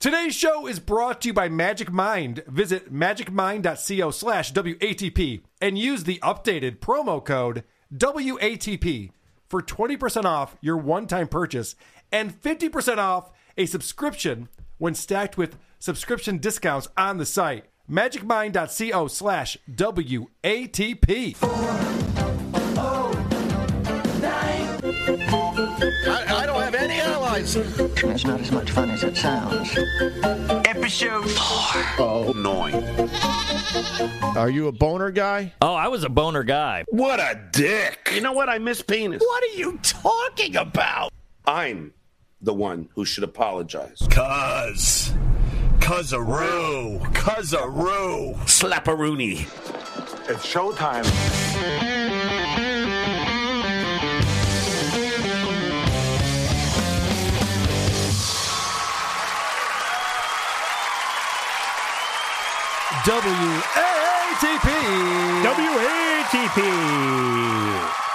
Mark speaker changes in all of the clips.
Speaker 1: Today's show is brought to you by Magic Mind. Visit magicmind.co slash WATP and use the updated promo code WATP for 20% off your one time purchase and 50% off a subscription when stacked with subscription discounts on the site. Magicmind.co slash WATP.
Speaker 2: I, I don't have any allies.
Speaker 3: It's not as much fun as it sounds.
Speaker 2: Episode four.
Speaker 4: Oh, nine.
Speaker 5: Are you a boner guy?
Speaker 6: Oh, I was a boner guy.
Speaker 4: What a dick.
Speaker 2: You know what? I miss penis.
Speaker 4: What are you talking about? I'm the one who should apologize.
Speaker 7: Cuz. Cuzaroo. Cuzaroo.
Speaker 4: Slapperoonie.
Speaker 8: It's showtime.
Speaker 1: WATP.
Speaker 6: WATP.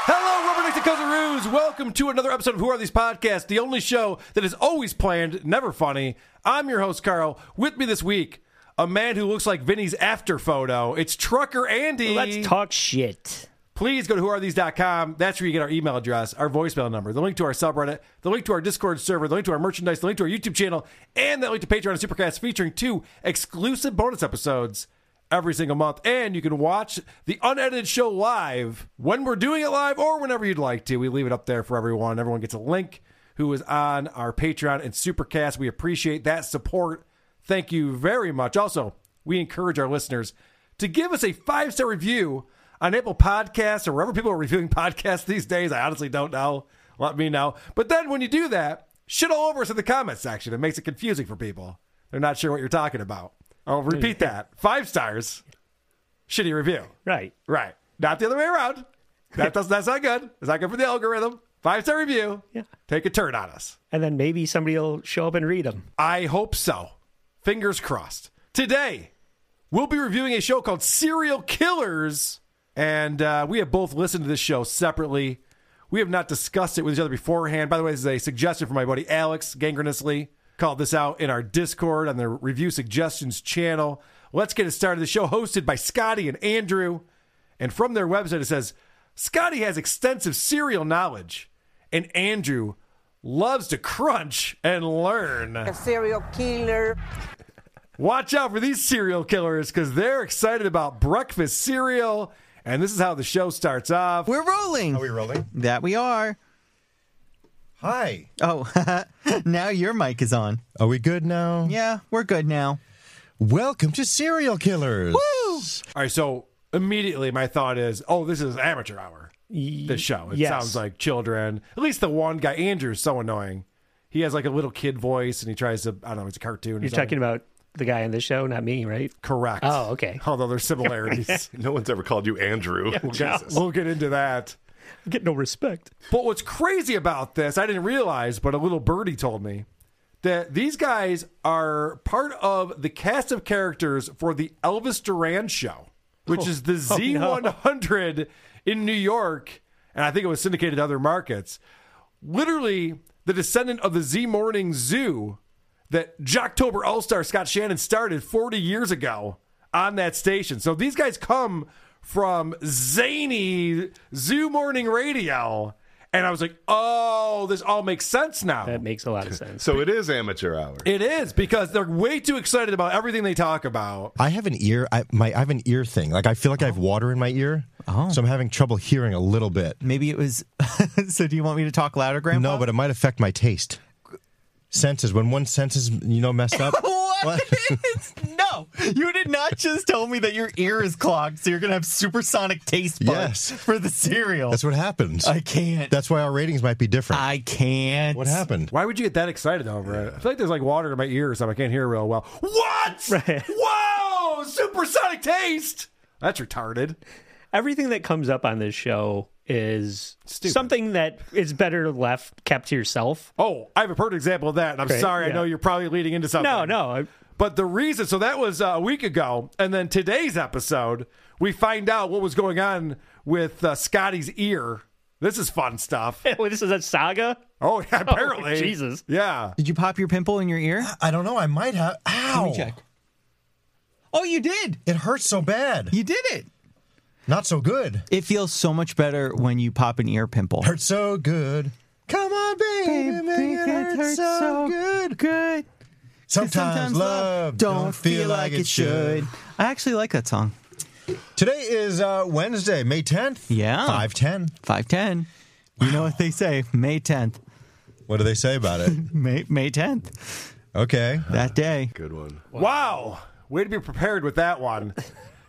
Speaker 1: Hello, Rubberneck and Cousin Welcome to another episode of Who Are These Podcasts, the only show that is always planned, never funny. I'm your host, Carl. With me this week, a man who looks like Vinny's after photo. It's Trucker Andy.
Speaker 6: Let's talk shit.
Speaker 1: Please go to whoarethese.com. That's where you get our email address, our voicemail number, the link to our subreddit, the link to our Discord server, the link to our merchandise, the link to our YouTube channel, and the link to Patreon and Supercast featuring two exclusive bonus episodes every single month. And you can watch the unedited show live when we're doing it live or whenever you'd like to. We leave it up there for everyone. Everyone gets a link who is on our Patreon and Supercast. We appreciate that support. Thank you very much. Also, we encourage our listeners to give us a five star review on Apple Podcasts or wherever people are reviewing podcasts these days. I honestly don't know. Let me know. But then when you do that, shit all over us in the comments section. It makes it confusing for people. They're not sure what you're talking about. I'll repeat that. Five stars, shitty review.
Speaker 6: Right.
Speaker 1: Right. Not the other way around. That does, that's not good. It's not good for the algorithm. Five star review.
Speaker 6: Yeah.
Speaker 1: Take a turn on us.
Speaker 6: And then maybe somebody will show up and read them.
Speaker 1: I hope so. Fingers crossed. Today, we'll be reviewing a show called Serial Killers. And uh, we have both listened to this show separately. We have not discussed it with each other beforehand. By the way, this is a suggestion from my buddy Alex Gangrenously. Called this out in our Discord on the review suggestions channel. Let's get it started. The show hosted by Scotty and Andrew. And from their website, it says Scotty has extensive serial knowledge, and Andrew loves to crunch and learn.
Speaker 9: serial killer.
Speaker 1: Watch out for these serial killers because they're excited about breakfast cereal. And this is how the show starts off.
Speaker 10: We're rolling. Are we rolling? That we are.
Speaker 5: Hi.
Speaker 10: Oh, now your mic is on.
Speaker 5: Are we good now?
Speaker 10: Yeah, we're good now.
Speaker 5: Welcome to Serial Killers.
Speaker 10: Woo!
Speaker 1: All right, so immediately my thought is, oh, this is amateur hour. This show. It
Speaker 6: yes.
Speaker 1: sounds like children. At least the one guy, Andrew, is so annoying. He has like a little kid voice and he tries to, I don't know, it's a cartoon. or
Speaker 6: You're
Speaker 1: something.
Speaker 6: talking about the guy on the show, not me, right?
Speaker 1: Correct.
Speaker 6: Oh, okay.
Speaker 1: Although there's similarities.
Speaker 11: No one's ever called you Andrew.
Speaker 1: we'll get into that.
Speaker 6: Get no respect.
Speaker 1: But what's crazy about this, I didn't realize, but a little birdie told me that these guys are part of the cast of characters for the Elvis Duran show, which is
Speaker 6: Oh,
Speaker 1: the Z100 in New York. And I think it was syndicated to other markets. Literally, the descendant of the Z Morning Zoo that Jocktober All Star Scott Shannon started 40 years ago on that station. So these guys come from zany Zoo Morning Radio. And I was like, oh, this all makes sense now.
Speaker 6: That makes a lot of sense.
Speaker 11: So it is amateur hour.
Speaker 1: It is because they're way too excited about everything they talk about.
Speaker 5: I have an ear. I my I have an ear thing. Like I feel like I have water in my ear,
Speaker 10: Oh.
Speaker 5: so I'm having trouble hearing a little bit.
Speaker 10: Maybe it was. so, do you want me to talk louder, Grandpa?
Speaker 5: No, but it might affect my taste. Senses. When one sense is you know messed up.
Speaker 10: What? no, you did not just tell me that your ear is clogged, so you're gonna have supersonic taste buds
Speaker 5: Yes.
Speaker 10: for the cereal.
Speaker 5: That's what happens.
Speaker 10: I can't.
Speaker 5: That's why our ratings might be different.
Speaker 10: I can't.
Speaker 5: what happened?
Speaker 1: Why would you get that excited over it? I feel like there's like water in my ear or something. I can't hear real well. What?
Speaker 6: Right.
Speaker 1: Whoa! Supersonic taste. That's retarded.
Speaker 6: Everything that comes up on this show is
Speaker 1: Stupid.
Speaker 6: something that is better left kept to yourself.
Speaker 1: Oh, I have a perfect example of that. And I'm
Speaker 6: Great,
Speaker 1: sorry. I
Speaker 6: yeah.
Speaker 1: know you're probably leading into something.
Speaker 6: No, no. I-
Speaker 1: But the reason, so that was uh, a week ago, and then today's episode, we find out what was going on with uh, Scotty's ear This is fun stuff.
Speaker 6: Wait, this is a saga.
Speaker 1: Oh, yeah, apparently.
Speaker 6: Jesus.
Speaker 1: Yeah.
Speaker 10: Did you pop your pimple in your ear?
Speaker 5: I don't know. I might have. Ow!
Speaker 10: Let me check. Oh, you did.
Speaker 5: It hurts so bad.
Speaker 10: You did it.
Speaker 5: Not so good.
Speaker 10: It feels so much better when you pop an ear pimple.
Speaker 5: Hurts so good. Come on, baby, make it hurt so, good.
Speaker 10: Good.
Speaker 5: Sometimes, love don't, feel like it should.
Speaker 10: I actually like that song.
Speaker 5: Today is uh, Wednesday, May 10th.
Speaker 10: Yeah.
Speaker 5: 510.
Speaker 10: 510. You know what they say, May 10th.
Speaker 5: What do they say about it?
Speaker 10: May, May 10th,
Speaker 5: okay.
Speaker 10: that day.
Speaker 11: Good one.
Speaker 1: Wow. Way to be prepared with that one.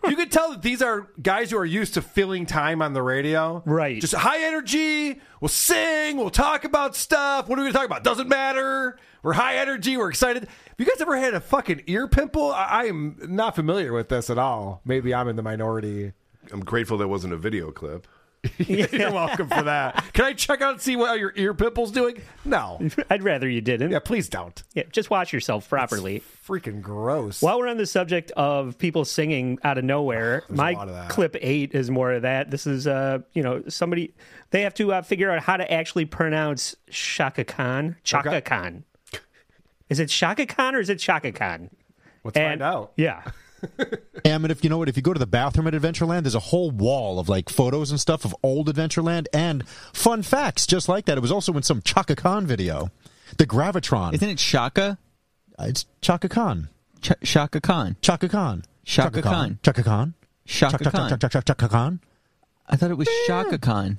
Speaker 1: you could tell that these are guys who are used to filling time on the radio.
Speaker 6: Right.
Speaker 1: Just high energy. We'll sing. We'll talk about stuff. What are we going to talk about? Doesn't matter. We're high energy. We're excited. Have you guys ever had a fucking ear pimple? I, I am not familiar with this at all. Maybe I'm in the minority.
Speaker 11: I'm grateful that wasn't a video clip.
Speaker 1: You're welcome for that. Can I check out and see what your ear pimple's doing? No.
Speaker 6: I'd rather you didn't.
Speaker 1: Yeah, please don't.
Speaker 6: Yeah, just watch yourself properly.
Speaker 1: Freaking gross.
Speaker 6: While we're on the subject of people singing out of nowhere, my
Speaker 1: lot of that.
Speaker 6: clip eight is more of that. This is, uh, you know, somebody they have to uh, figure out how to actually pronounce Shaka Khan. Chaka
Speaker 1: Okay.
Speaker 6: Khan. Is it Shaka Khan or is it Chaka Khan?
Speaker 1: Let's find out.
Speaker 6: Yeah.
Speaker 9: And if you know what, if you go to the bathroom at Adventureland, there's a whole wall of like photos and stuff of old Adventureland and fun facts just like that. It was also in some Chaka Khan video, the Gravitron.
Speaker 10: Isn't it Shaka?
Speaker 9: Uh, it's Chaka Khan,
Speaker 10: Ch- Shaka Khan.
Speaker 9: Chaka Khan,
Speaker 10: Chaka Khan.
Speaker 9: Chaka Khan,
Speaker 10: Shaka
Speaker 9: Chaka Khan,
Speaker 10: Khan.
Speaker 9: Chaka Chaka Chaka Khan.
Speaker 10: I thought it was Shaka Khan.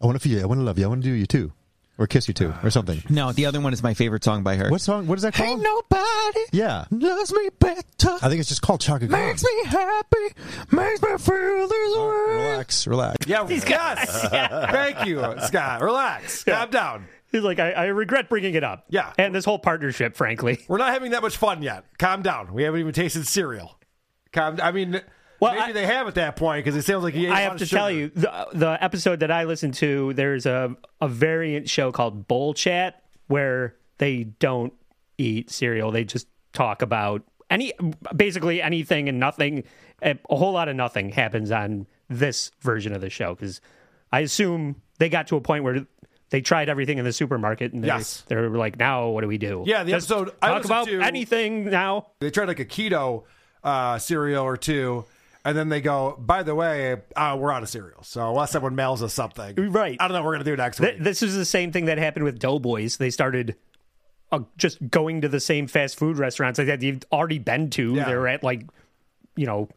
Speaker 9: I want to feel you. I want to love you. I want to do you too, or kiss you too, or something.
Speaker 10: No, the other one is my favorite song by her.
Speaker 9: What song? What is that called?
Speaker 10: nobody
Speaker 9: Yeah,
Speaker 10: loves me better.
Speaker 9: I think it's just called Chaka Khan.
Speaker 10: me happy. Makes me feel this
Speaker 1: Oh,
Speaker 9: Relax, relax.
Speaker 1: Yeah, yes. Thank you, Scott. Relax. Calm down.
Speaker 6: He's like, I, I regret bringing it up.
Speaker 1: Yeah.
Speaker 6: And this whole partnership, frankly.
Speaker 1: We're not having that much fun yet. Calm down. We haven't even tasted cereal. Calm. I mean,
Speaker 6: Well,
Speaker 1: maybe
Speaker 6: I-
Speaker 1: they have at that point because it sounds like you.
Speaker 6: I have to tell you, the, the episode that I listened to, there's a, a variant show called Bowl Chat where they don't eat cereal. They just talk about any basically anything and nothing. A a whole lot of nothing happens on this version of the show because I assume they got to a point where they tried everything in the supermarket and they,
Speaker 1: Yes.
Speaker 6: they were like, now what do we do?
Speaker 1: Yeah, the
Speaker 6: Just
Speaker 1: episode
Speaker 6: talk
Speaker 1: I listened
Speaker 6: about
Speaker 1: to-
Speaker 6: anything now.
Speaker 1: They tried like a keto uh, cereal or two, and then they go. By the way, uh, we're out of cereal. So unless someone mails us something,
Speaker 6: Right.
Speaker 1: I don't know what we're gonna do next
Speaker 6: Th-
Speaker 1: week.
Speaker 6: this is the same thing that happened with Doughboys. They started uh, just going to the same fast food restaurants like that they've already been to.
Speaker 1: Yeah.
Speaker 6: They're at like, you know,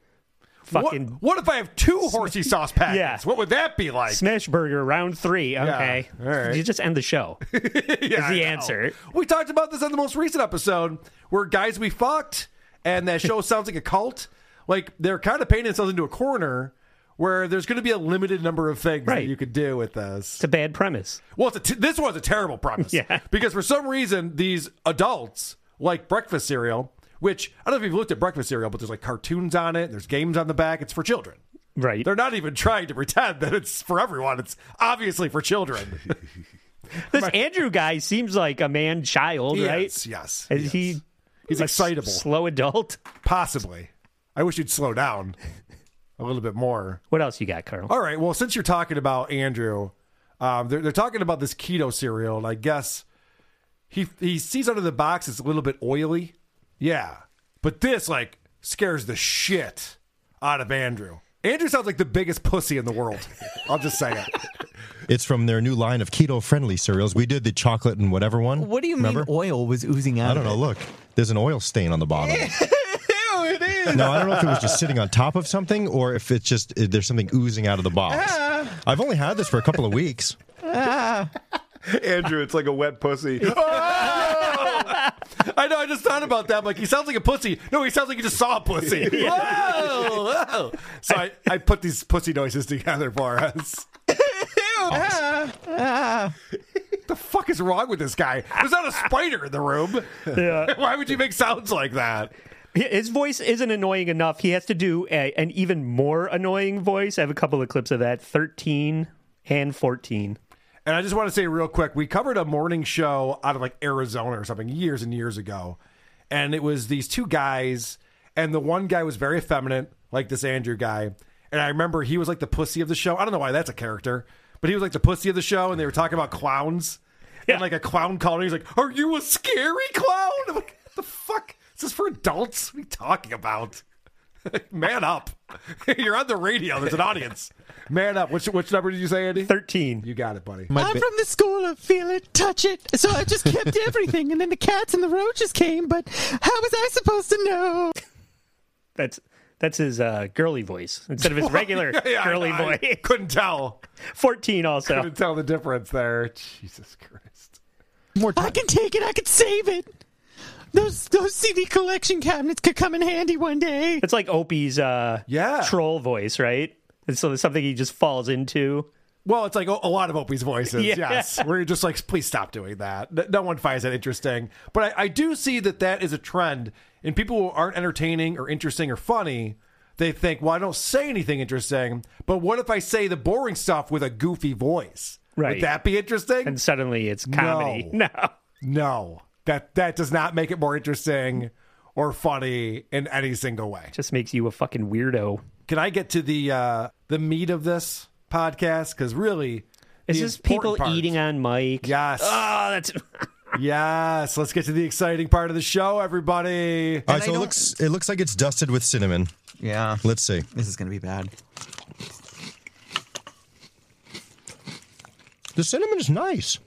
Speaker 1: what,
Speaker 6: fucking
Speaker 1: what if I have two horsey sauce packets?
Speaker 6: Yeah.
Speaker 1: What would that be like?
Speaker 6: Smash Burger round three. Okay,
Speaker 1: all right.
Speaker 6: you just end the show.
Speaker 1: yeah,
Speaker 6: the
Speaker 1: I know.
Speaker 6: answer.
Speaker 1: We talked about this on the most recent episode where guys we fucked, and that show sounds like a cult. Like they're kind of painting themselves into a corner where there's going to be a limited number of things
Speaker 6: Right.
Speaker 1: that you could do with this.
Speaker 6: it's a bad premise.
Speaker 1: Well, it's a t- this was a terrible premise.
Speaker 6: Yeah.
Speaker 1: because for some reason these adults like breakfast cereal. Which I don't know if you've looked at breakfast cereal, but there's like cartoons on it. There's games on the back. It's for children.
Speaker 6: Right.
Speaker 1: They're not even trying to pretend that it's for everyone. It's obviously for children.
Speaker 6: this Andrew guy seems like a man child, right?
Speaker 1: Yes, yes.
Speaker 6: Is
Speaker 1: yes.
Speaker 6: he?
Speaker 1: He's
Speaker 6: a s-
Speaker 1: excitable.
Speaker 6: Slow adult.
Speaker 1: Possibly. I wish you'd slow down a little bit more.
Speaker 6: What else you got, Carl?
Speaker 1: All right. Well, since you're talking about Andrew, um, they're, they're talking about this keto cereal, and I guess he he sees under the box it's a little bit oily. Yeah, but this like scares the shit out of Andrew. Andrew sounds like the biggest pussy in the world. I'll just say it.
Speaker 5: It's from their new line of keto-friendly cereals. We did the chocolate and whatever one.
Speaker 10: What do you
Speaker 5: Remember?
Speaker 10: mean oil was oozing out?
Speaker 5: I don't know.
Speaker 10: of
Speaker 5: Look, there's an oil stain on the bottom.
Speaker 10: it? Ew, it is.
Speaker 5: No, I don't know if it was just sitting on top of something or if it's just uh, there's something oozing out of the box.
Speaker 10: Ah.
Speaker 5: I've only had this for a couple of weeks.
Speaker 11: Andrew, it's like a wet pussy.
Speaker 1: I know. I just thought about that. I'm like, he sounds like a pussy. No, he sounds like he just saw a pussy. Whoa, whoa. So I, I put these pussy noises together for us. the fuck is wrong with this guy? There's not a spider in the room.
Speaker 6: Yeah.
Speaker 1: Why would you make sounds like that?
Speaker 6: His voice isn't annoying enough. He has to do a, an even more annoying voice. I have a couple of clips of that 13 and 14.
Speaker 1: And I just want to say real quick, we covered a morning show out of like Arizona or something years and years ago. And it was these two guys, and the one guy was very effeminate, like this Andrew guy. And I remember he was like the pussy of the show. I don't know why that's a character, but he was like the pussy of the show, and they were talking about clowns. And like a clown called, and he's like, "Are you a scary clown?" I'm like, "What the fuck? Is this for adults? What are you talking about? Man up! You're on the radio. There's an audience. Man up. Which which number did you say, Andy?
Speaker 6: Thirteen.
Speaker 1: You got it, buddy.
Speaker 12: I'm from the school of feel it, touch it. So I just kept everything, and then the cats and the roaches came. But how was I supposed to know?
Speaker 6: That's that's his uh, girly voice instead of his
Speaker 1: Well,
Speaker 6: regular
Speaker 1: yeah, yeah, I-
Speaker 6: girly
Speaker 1: I
Speaker 6: voice.
Speaker 1: couldn't tell.
Speaker 6: Fourteen also.
Speaker 1: Couldn't tell the difference there. Jesus Christ.
Speaker 12: I can take it. I can save it. Those those CD collection cabinets could come in handy one day.
Speaker 6: It's like Opie's uh,
Speaker 1: yeah
Speaker 6: troll voice, right? And so it's something he just falls into.
Speaker 1: Well, it's like a, a lot of Opie's voices.
Speaker 6: Yeah.
Speaker 1: Yes, where you're just like, please stop doing that. N- No one finds that interesting. But I, I do see that that is a trend in people who aren't entertaining or interesting or funny. They think, well, I don't say anything interesting, but what if I say the boring stuff with a goofy voice?
Speaker 6: Right.
Speaker 1: Would that be interesting?
Speaker 6: And suddenly it's comedy. No.
Speaker 1: No. That that does not make it more interesting or funny in any single way.
Speaker 6: Just makes you a fucking weirdo.
Speaker 1: Can I get to the uh the meat of this podcast? Because really
Speaker 6: It's
Speaker 1: the
Speaker 6: just people
Speaker 1: important part-
Speaker 6: eating on Mike.
Speaker 1: Yes.
Speaker 6: Oh, that's
Speaker 1: yes. Let's get to the exciting part of the show, everybody.
Speaker 9: All right, so it looks it looks like it's dusted with cinnamon.
Speaker 12: Yeah.
Speaker 9: Let's see.
Speaker 12: This is gonna be bad.
Speaker 9: The cinnamon is nice,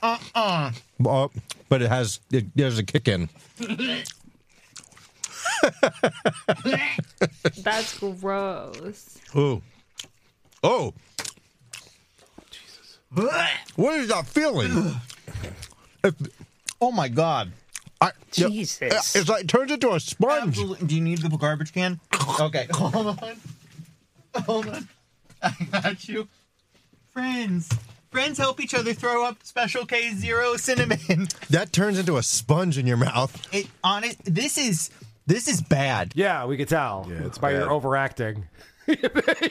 Speaker 12: Uh uh
Speaker 9: uh, but it has it, there's a kick in.
Speaker 13: That's gross.
Speaker 9: Ooh. Oh. Jesus. What is that feeling? If-
Speaker 12: oh my god.
Speaker 9: I, uh,
Speaker 6: Jesus.
Speaker 9: It's like it turns into a sponge.
Speaker 12: Do you need the garbage can? Okay, hold on. Hold on. I got you. Friends. Friends help each other throw up Special K Zero Cinnamon.
Speaker 9: That turns into a sponge in your mouth.
Speaker 12: It honest this is this is bad.
Speaker 1: Yeah, Uh, we could tell. it's by your overacting.
Speaker 11: I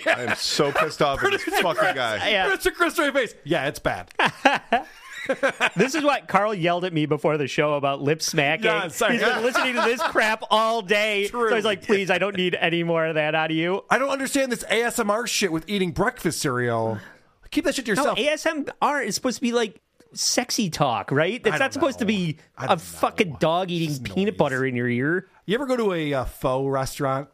Speaker 11: am so pissed off at this
Speaker 1: Producer
Speaker 11: fucking
Speaker 1: Chris-
Speaker 11: guy.
Speaker 6: Yeah.
Speaker 1: Producer Chris to your face. Yeah, it's bad.
Speaker 6: this is what Carl yelled at me before the show about lip smacking.
Speaker 1: Yeah, sorry.
Speaker 6: He's been listening to this crap all day. So he's like, please, I don't need any more of that out of you.
Speaker 1: I don't understand this ASMR shit with eating breakfast cereal. Keep that shit to
Speaker 6: No,
Speaker 1: yourself.
Speaker 6: ASMR is supposed to be like sexy talk, right? It's not supposed to be a fucking dog eating peanut butter in your ear.
Speaker 1: you ever go to a uh, faux restaurant?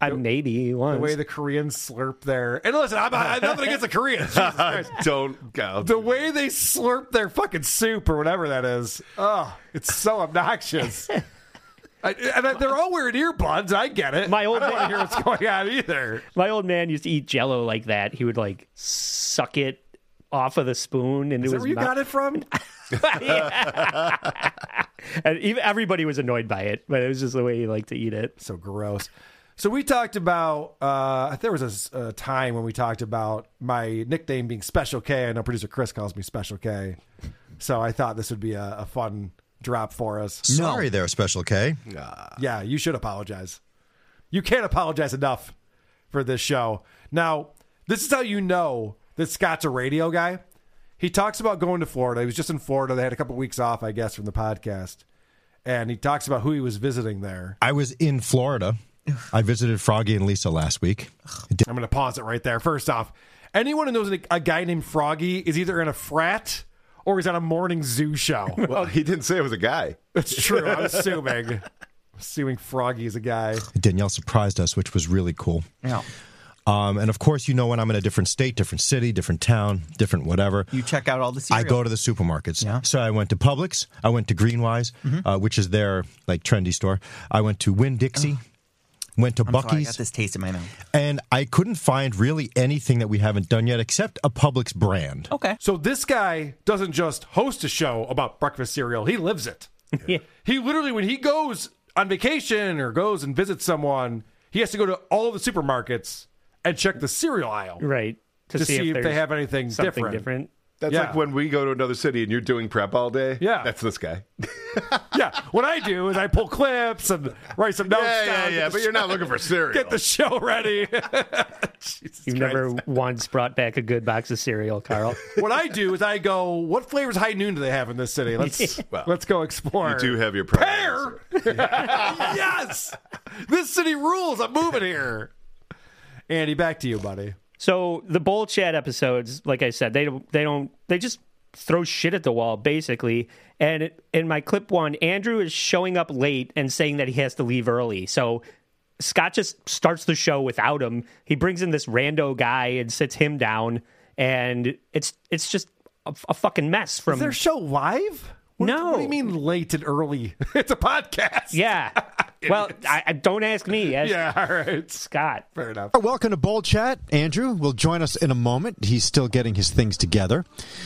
Speaker 6: I maybe once.
Speaker 1: The way the Koreans slurp their and listen, I'm, I, nothing against the Koreans. Jesus Christ.
Speaker 11: Don't go.
Speaker 1: The way they slurp their fucking soup or whatever that is. Oh, it's so obnoxious. I, and I, they're all wearing earbuds. I get it. My
Speaker 6: old
Speaker 1: I don't
Speaker 6: man-
Speaker 1: want to hear what's going on either.
Speaker 6: My old man used to eat Jello like that. He would like suck it off of the spoon and it
Speaker 1: Is that
Speaker 6: was
Speaker 1: where you got it from?
Speaker 6: And even, everybody was annoyed by it, but it was just the way he liked to eat it.
Speaker 1: So gross. So we talked about. Uh, there was a s- a, time when we talked about my nickname being Special K. I know producer Chris calls me Special K. So I thought this would be a, a fun drop for us.
Speaker 9: Sorry there, Special K.
Speaker 1: Yeah, you should apologize. You can't apologize enough for this show. Now, this is how you know that Scott's a radio guy. He talks about going to Florida. He was just in Florida. They had a couple weeks off, I guess, from the podcast. And he talks about who he was visiting there.
Speaker 9: I was in Florida. I visited Froggy and Lisa last week.
Speaker 1: I'm going to pause it right there. First off, anyone who knows a- a guy named Froggy is either in a frat or he's on a morning zoo show.
Speaker 11: Well, he didn't say it was a guy.
Speaker 1: It's true. I'm assuming. Assuming Froggy is a guy.
Speaker 9: Danielle surprised us, which was really cool.
Speaker 12: Yeah.
Speaker 9: Um, and of course, you know when I'm in a different state, different city, different town, different whatever.
Speaker 12: You check out all the
Speaker 9: I
Speaker 12: cereal.
Speaker 9: go to the supermarkets. So I went to Publix. I went to Greenwise,
Speaker 12: Mm-hmm.
Speaker 9: uh, which is their like trendy store. I went to Winn Dixie. Went to
Speaker 12: I'm sorry, I
Speaker 9: Bucky's,
Speaker 12: got this taste in my mouth.
Speaker 9: and I couldn't find really anything that we haven't done yet, except a Publix brand.
Speaker 12: Okay.
Speaker 1: So this guy doesn't just host a show about breakfast cereal, he lives it. He literally, when he goes on vacation or goes and visits someone, he has to go to all the supermarkets and check the cereal aisle
Speaker 6: Right.
Speaker 11: Oh,
Speaker 6: To,
Speaker 1: to see, if, they
Speaker 6: there's
Speaker 1: have anything
Speaker 6: something
Speaker 1: different.
Speaker 6: different.
Speaker 11: That's
Speaker 1: Yeah.
Speaker 11: like when we go to another city and you're doing prep all day.
Speaker 1: Yeah.
Speaker 11: That's this guy.
Speaker 1: yeah, what I do is I pull clips and write some notes.
Speaker 11: Yeah, yeah,
Speaker 1: down, get
Speaker 11: yeah,
Speaker 1: the
Speaker 11: but you're not looking for cereal.
Speaker 1: Get the show ready. Jesus
Speaker 6: You've
Speaker 1: Christ.
Speaker 6: never once brought back a good box of cereal, Carl.
Speaker 1: What I do is I go, what flavors high noon do they have in this city? Let's
Speaker 11: Well,
Speaker 1: let's go explore.
Speaker 11: You do have your prep.
Speaker 1: Pear! yes, this city rules. I'm moving here. Andy, back to you, buddy.
Speaker 6: So the bowl chat episodes, like I said, they don't they don't they just throw shit at the wall basically. And it, in my clip one, Andrew is showing up late and saying that he has to leave early. So Scott just starts the show without him. He brings in this rando guy and sits him down, and it's it's just a, a fucking mess. From
Speaker 1: Is their show live? What,
Speaker 6: no,
Speaker 1: What do you mean late and early? it's a podcast.
Speaker 6: Yeah. well, I, I don't ask me. Ask
Speaker 1: yeah, all right.
Speaker 6: Scott.
Speaker 1: Fair enough.
Speaker 9: Welcome to Bold Chat. Andrew will join us in a moment. He's still getting his things together.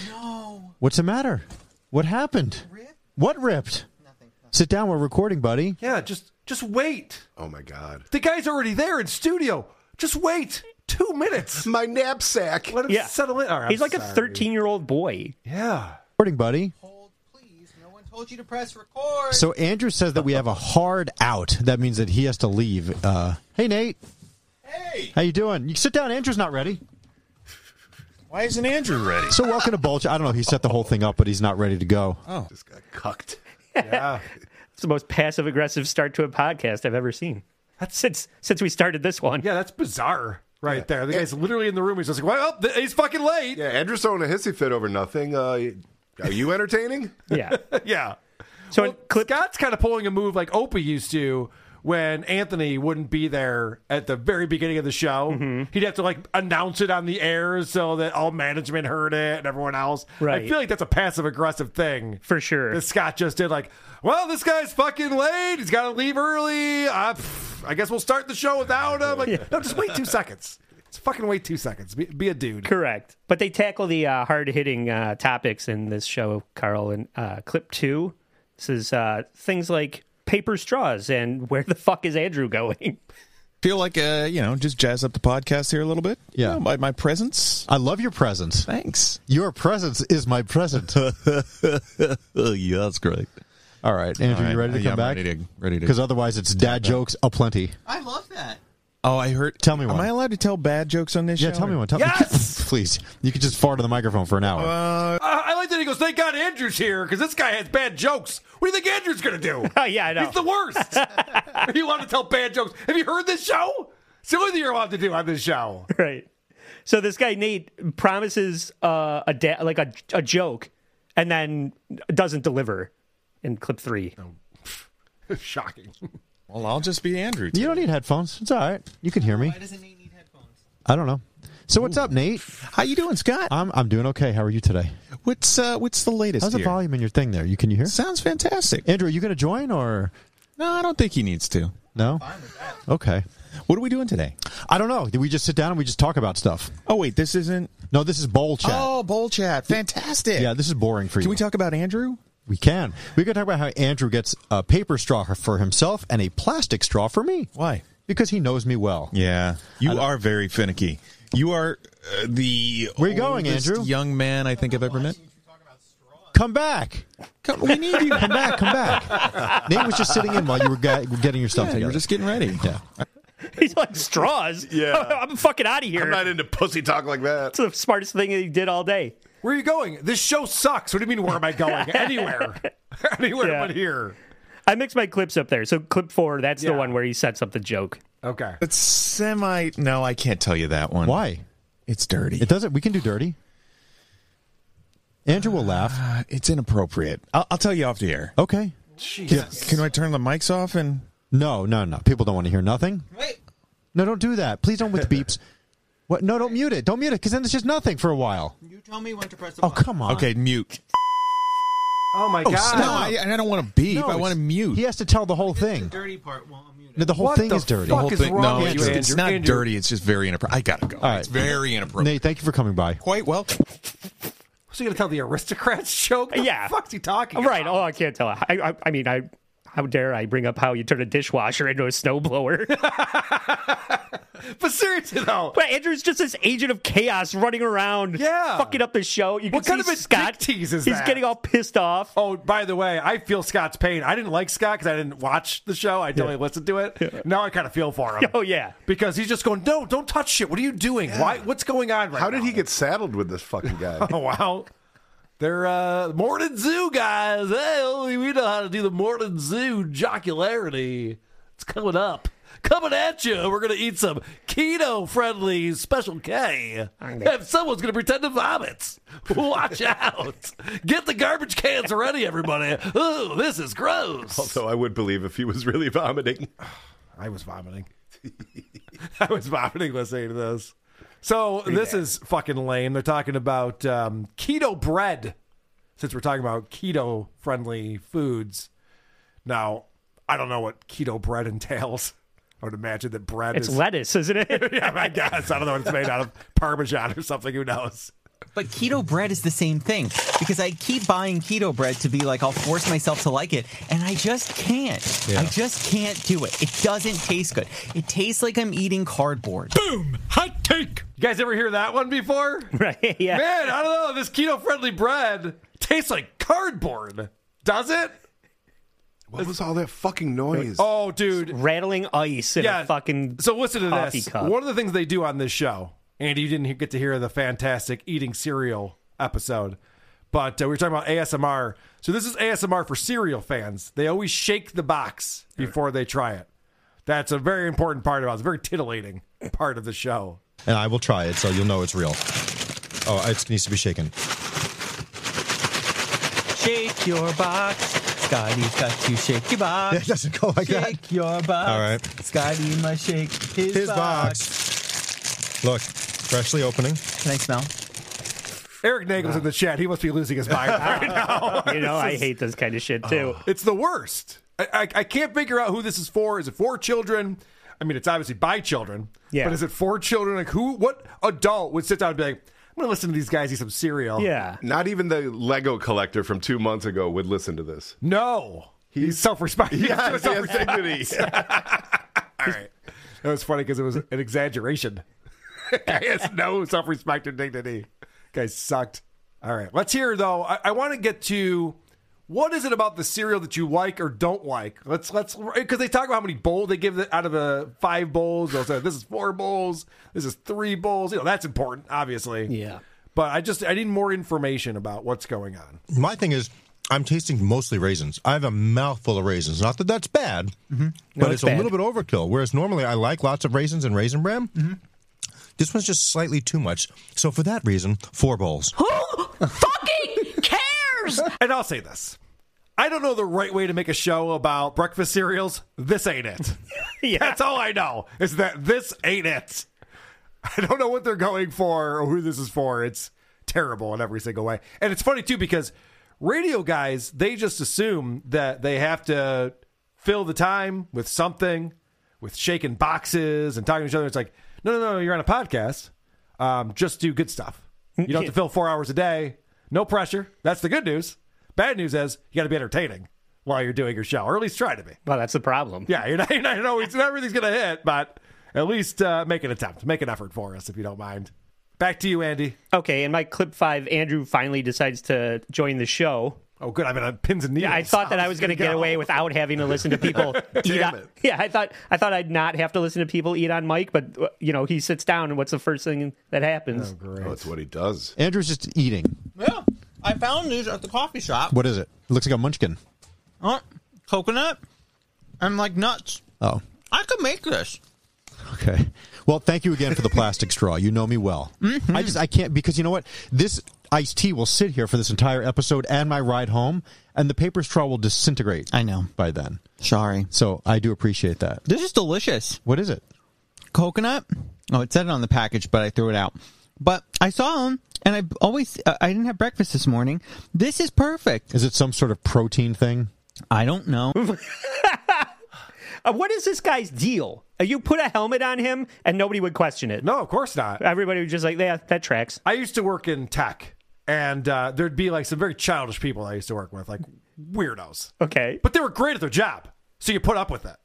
Speaker 9: No. What's the matter? What happened? Ripped? What ripped? Nothing. Sit down. We're recording, buddy.
Speaker 1: Yeah, just just wait.
Speaker 11: Oh my god.
Speaker 1: The guy's already there in studio. Just wait. Two minutes.
Speaker 11: My knapsack.
Speaker 1: Let him
Speaker 6: Yeah.
Speaker 1: settle in. All right,
Speaker 6: He's like a 13 year old boy.
Speaker 1: Yeah.
Speaker 9: Recording, buddy.
Speaker 10: Told you to press record.
Speaker 9: So Andrew says that we have a hard out. That means that he has to leave. Uh, hey, Nate. Hey. How you doing? You sit down. Andrew's not ready.
Speaker 14: Why isn't Andrew ready?
Speaker 9: So welcome to Bold Chat. I don't know. He set the whole thing up, but he's not ready to go.
Speaker 14: Oh.
Speaker 11: Just got cucked.
Speaker 1: Yeah.
Speaker 6: it's the most passive aggressive start to a podcast I've ever seen. That's since since we started this one.
Speaker 1: Yeah, that's bizarre right there. The guy's literally in the room. He's just like, well, oh, th- he's fucking late.
Speaker 11: Yeah, Andrew's throwing a hissy fit over nothing. Uh, are you entertaining?
Speaker 6: Yeah.
Speaker 1: yeah.
Speaker 6: So
Speaker 1: well, Scott's kind of pulling a move like Opie used to when Anthony wouldn't be there at the very beginning of the show.
Speaker 6: Mm-hmm.
Speaker 1: He'd have to like announce it on the air so that all management heard it and everyone else. I
Speaker 6: Right.
Speaker 1: feel like that's a passive aggressive thing.
Speaker 6: For sure.
Speaker 1: That Scott just did like, well, this guy's fucking late. He's got to leave early. Uh, pff, I guess we'll start the show without him. Like, no, just wait two seconds. Just fucking wait two seconds. Be, be a dude.
Speaker 6: Correct. But they tackle the uh, hard hitting uh, topics in this show, Carl, in uh, clip two. This is uh, things like paper straws and where the fuck is Andrew going?
Speaker 14: Feel like uh, you know, just jazz up the podcast here a little bit. Yeah, my my presence.
Speaker 9: I love your presence.
Speaker 14: Thanks.
Speaker 9: Your presence is my present.
Speaker 14: yeah, that's great.
Speaker 9: All right, Andrew, you ready to come back?
Speaker 14: Ready to, ready to.
Speaker 9: Because otherwise, it's dad jokes aplenty.
Speaker 10: I love that.
Speaker 14: Oh, I heard.
Speaker 9: Tell me
Speaker 14: Am
Speaker 9: one.
Speaker 14: I allowed to tell bad jokes on this
Speaker 9: yeah,
Speaker 14: show?
Speaker 9: tell me one. Tell me, please. You could just fart on the microphone for an hour.
Speaker 1: Uh, I like that he goes, thank God Andrew's here because this guy has bad jokes. What do you think Andrew's going to do?
Speaker 6: Oh, yeah, I know.
Speaker 1: He's the worst. you want to tell bad jokes. Have you heard this show? It's the only thing you're allowed to do on this show.
Speaker 6: right. So this guy Nate promises uh, a da- like a, a joke, and then doesn't deliver in clip three.
Speaker 1: Shocking.
Speaker 14: Well, I'll just be Andrew.
Speaker 9: You don't need headphones. It's all right. You can hear me.
Speaker 10: Oh,
Speaker 9: Why doesn't Nate need headphones? I don't know. So what's up, Nate?
Speaker 14: How you doing, Scott?
Speaker 9: I'm I'm doing okay. How are you today?
Speaker 14: What's uh, what's the latest?
Speaker 9: How's the
Speaker 14: here?
Speaker 9: volume in your thing there? You can you hear?
Speaker 14: Sounds fantastic.
Speaker 9: Andrew, are you going to join or
Speaker 14: No, I don't think he needs to.
Speaker 9: no? Okay.
Speaker 14: What are we doing today?
Speaker 9: I don't know. Did we just sit down and we just talk about stuff?
Speaker 14: Oh wait, this isn't.
Speaker 9: No, this is bowl chat.
Speaker 14: Oh, bowl chat. Fantastic.
Speaker 9: Yeah, this is boring for you.
Speaker 14: Can we talk about Andrew?
Speaker 9: We can. We can talk about how Andrew gets a paper straw for himself and a plastic straw for me.
Speaker 14: Why?
Speaker 9: Because he knows me well.
Speaker 14: Yeah, you are very finicky. You are uh, the
Speaker 9: Where you going,
Speaker 14: oldest
Speaker 9: Andrew?
Speaker 14: Young man, I think I've ever met.
Speaker 9: Come back.
Speaker 14: Come, we need you.
Speaker 9: Come back. Come back. Nate was just sitting in while you were ga- getting your stuff
Speaker 14: Yeah,
Speaker 9: together.
Speaker 14: you were just getting ready.
Speaker 9: Yeah.
Speaker 6: He's like straws.
Speaker 11: Yeah.
Speaker 6: I'm fucking out of here.
Speaker 11: I'm not into pussy talk like that.
Speaker 6: It's the smartest thing he did all day.
Speaker 1: Where are you going? This show sucks. What do you mean, where am I going? Anywhere. Anywhere
Speaker 6: Yeah.
Speaker 1: but here.
Speaker 6: I mixed my clips up there. So clip four, that's
Speaker 1: Yeah.
Speaker 6: the one where he sets up the joke.
Speaker 1: Okay.
Speaker 14: It's semi. No, I can't tell you that one.
Speaker 9: Why?
Speaker 14: It's dirty.
Speaker 9: It doesn't. We can do dirty. Andrew will laugh.
Speaker 14: Uh, it's inappropriate. I'll, I'll tell you off the air.
Speaker 9: Okay.
Speaker 14: Can I turn the mics off and?
Speaker 9: No, no, no. People don't want to hear nothing.
Speaker 10: Wait.
Speaker 9: No, don't do that. Please don't with the beeps. What? No, don't mute it. Don't mute it because then it's just nothing for a while.
Speaker 10: You tell me when to press the
Speaker 9: Oh,
Speaker 10: button.
Speaker 9: come on.
Speaker 14: Okay, mute.
Speaker 1: Oh, my God.
Speaker 14: No, I, I don't want to beep.
Speaker 9: No,
Speaker 14: I want
Speaker 9: it's-
Speaker 14: to mute.
Speaker 9: He has to tell the whole
Speaker 10: The
Speaker 9: thing.
Speaker 10: dirty part while I'm muted.
Speaker 9: No, the whole
Speaker 1: What
Speaker 9: thing
Speaker 1: the
Speaker 9: is dirty.
Speaker 14: the
Speaker 1: fuck
Speaker 14: whole
Speaker 1: is
Speaker 14: thing.
Speaker 1: wrong
Speaker 14: no,
Speaker 1: with
Speaker 14: it's,
Speaker 1: you,
Speaker 14: it's
Speaker 1: Andrew?
Speaker 14: not
Speaker 1: Andrew.
Speaker 14: dirty. It's just very inappropriate. I gotta go.
Speaker 9: right.
Speaker 14: It's very inappropriate.
Speaker 9: Nate, thank you for coming by.
Speaker 14: Quite well.
Speaker 1: So you going to tell the aristocrats joke? The
Speaker 6: Yeah.
Speaker 1: fuck's he talking
Speaker 6: Right.
Speaker 1: about?
Speaker 6: Oh, I can't tell. I, I, I mean, I. How dare I bring up how you turn a dishwasher into a snowblower?
Speaker 1: But seriously, though.
Speaker 6: but Andrew's just this agent of chaos running around,
Speaker 1: Yeah.
Speaker 6: fucking up the show. You can
Speaker 1: What kind
Speaker 6: see
Speaker 1: of a
Speaker 6: Scott
Speaker 1: dick tease is
Speaker 6: He's
Speaker 1: that?
Speaker 6: getting all pissed off.
Speaker 1: Oh, by the way, I feel Scott's pain. I didn't like Scott because I didn't watch the show. I only listened to it. Now I kind of feel for him.
Speaker 6: Oh, yeah.
Speaker 1: Because he's just going, no, don't touch shit. What are you doing? Why? What's going on right
Speaker 11: How did
Speaker 1: now?"
Speaker 11: he get saddled with this fucking guy?
Speaker 1: Oh, wow. They're uh, Morton Zoo oh, guys. Hey, we know how to do the Morton Zoo jocularity. It's coming up. coming at you. We're going to eat some keto friendly special K.
Speaker 13: Oh,
Speaker 1: And someone's going to pretend to vomit. Watch out. Get the garbage cans ready, everybody. Ooh, this is gross.
Speaker 11: Although I would believe if he was really vomiting.
Speaker 1: I was vomiting. I was vomiting listening to this. So this is fucking lame. They're talking about um, keto bread, since we're talking about keto friendly foods. Now, I don't know what keto bread entails. I would imagine that bread
Speaker 6: It's
Speaker 1: is
Speaker 6: lettuce, isn't it?
Speaker 1: yeah, I guess. I don't know what it's made out of. Parmesan or something. Who knows?
Speaker 12: But keto bread is the same thing because I keep buying keto bread to be like, I'll force myself to like it, and I just can't.
Speaker 15: Yeah.
Speaker 12: I just can't do it. It doesn't taste good. It tastes like I'm eating cardboard.
Speaker 1: Boom! Hot take! You guys ever hear that one before?
Speaker 6: Right, yeah.
Speaker 1: Man, I don't know. This keto friendly bread tastes like cardboard. Does it?
Speaker 11: What was all that fucking noise?
Speaker 1: Oh, dude.
Speaker 6: Rattling ice in a fucking
Speaker 1: So listen to
Speaker 6: coffee
Speaker 1: this.
Speaker 6: cup.
Speaker 1: One of the things they do on this show, Andy, you didn't he- get to hear the fantastic eating cereal episode, but uh, we were talking about ASMR. So this is ASMR for cereal fans. They always shake the box before they try it. That's a very important part of it. It's a very titillating part of the show.
Speaker 5: And I will try it so you'll know it's real. Oh, it needs to be shaken.
Speaker 12: Shake your box. Scotty's got to shake your box. It
Speaker 5: doesn't go like
Speaker 12: shake
Speaker 5: that.
Speaker 12: Shake your box.
Speaker 5: Oh All right.
Speaker 12: Scotty must shake his,
Speaker 5: His
Speaker 12: box.
Speaker 5: Look, freshly opening.
Speaker 12: Can I smell?
Speaker 1: Eric Nagel's in the chat. He must be losing his mind right now.
Speaker 6: You know, I
Speaker 1: This is- Oh,
Speaker 6: hate this kind of shit too.
Speaker 1: It's the worst. I, I, I can't figure out who this is for. Is it for children? I mean, it's obviously by children.
Speaker 6: Yeah.
Speaker 1: But is it for children? Like, who, what adult would sit down and be like, I'm going to listen to these guys eat some cereal?
Speaker 11: Not even the Lego collector from two months ago would listen to this.
Speaker 1: No. He's self respecting.
Speaker 11: Yeah, he has dignity.
Speaker 1: All right. That was funny because it was an exaggeration. Guy has no self respect or dignity. Guy sucked. All right. Let's hear, though. I, I want to get to what is it about the cereal that you like or don't like? Let's, let's, because they talk about how many bowls they give it out of the five bowls. They'll say, this is four bowls. This is three bowls. You know, that's important, obviously. Yeah. But I just, I need more information about what's going on.
Speaker 5: My thing is, I'm tasting mostly raisins. I have a mouthful of raisins. Not that that's bad,
Speaker 9: Mm-hmm. No,
Speaker 5: but
Speaker 9: it's
Speaker 5: it's,
Speaker 9: bad. Mm-hmm.
Speaker 5: a little bit overkill. Whereas normally I like lots of raisins and raisin bran. This one's just slightly too much. So for that reason, four bowls.
Speaker 1: fucking cares? And I'll say this. I don't know the right way to make a show about breakfast cereals. This ain't it. That's all I know is that this ain't it. I don't know what they're going for or who this is for. It's terrible in every single way. And it's funny too because radio guys, they just assume that they have to fill the time with something, with shaking boxes and talking to each other. It's like, no, no, no, you're on a podcast. Um, just do good stuff. You don't have to fill four hours a day. No pressure. That's the good news. Bad news is you got to be entertaining while you're doing your show, or at least try to be.
Speaker 6: Well, that's the problem.
Speaker 1: Yeah, you're not, you're not, you know, it's not everything's going to hit, but at least uh, make an attempt. Make an effort for us if you don't mind. Back to you, Andy.
Speaker 6: Okay, in my clip five, Andrew finally decides to join the show.
Speaker 1: Oh, good. I've been on pins and needles.
Speaker 6: Yeah, I thought that I was going to get away without having to listen to people eat
Speaker 1: Damn
Speaker 6: on.
Speaker 1: it.
Speaker 6: Yeah, I thought I thought I'd not have to listen to people eat on mic, but uh, you know, he sits down, and what's the first thing that
Speaker 1: Oh,
Speaker 6: happens?
Speaker 11: That's what he does.
Speaker 9: Andrew's just eating.
Speaker 10: Yeah, I found these at the coffee shop.
Speaker 9: What is it? It looks like a munchkin.
Speaker 10: Oh, coconut and like nuts.
Speaker 9: Oh,
Speaker 10: I could make this.
Speaker 9: okay. Well, thank you again for the plastic straw. You know me well. I just I can't because you know what? This iced tea will sit here for this entire episode and my ride home, and the paper straw will disintegrate. I know by then.
Speaker 12: Sorry.
Speaker 9: So I do appreciate that.
Speaker 12: This is delicious.
Speaker 9: What is it?
Speaker 12: Coconut. Oh, it said it on the package, but I threw it out. But I saw them, and I always uh, I didn't have breakfast this morning. This is perfect.
Speaker 9: Is it some sort of protein thing?
Speaker 12: I don't know.
Speaker 6: Uh, what is this guy's deal? Uh, You put a helmet on him, and nobody would question it.
Speaker 1: No, of course not.
Speaker 6: Everybody was just like, "Yeah, that tracks."
Speaker 1: I used to work in tech, and uh, there'd be like some very childish people I used to work with, like weirdos.
Speaker 6: Okay.
Speaker 1: But they were great at their job, so you put up with it.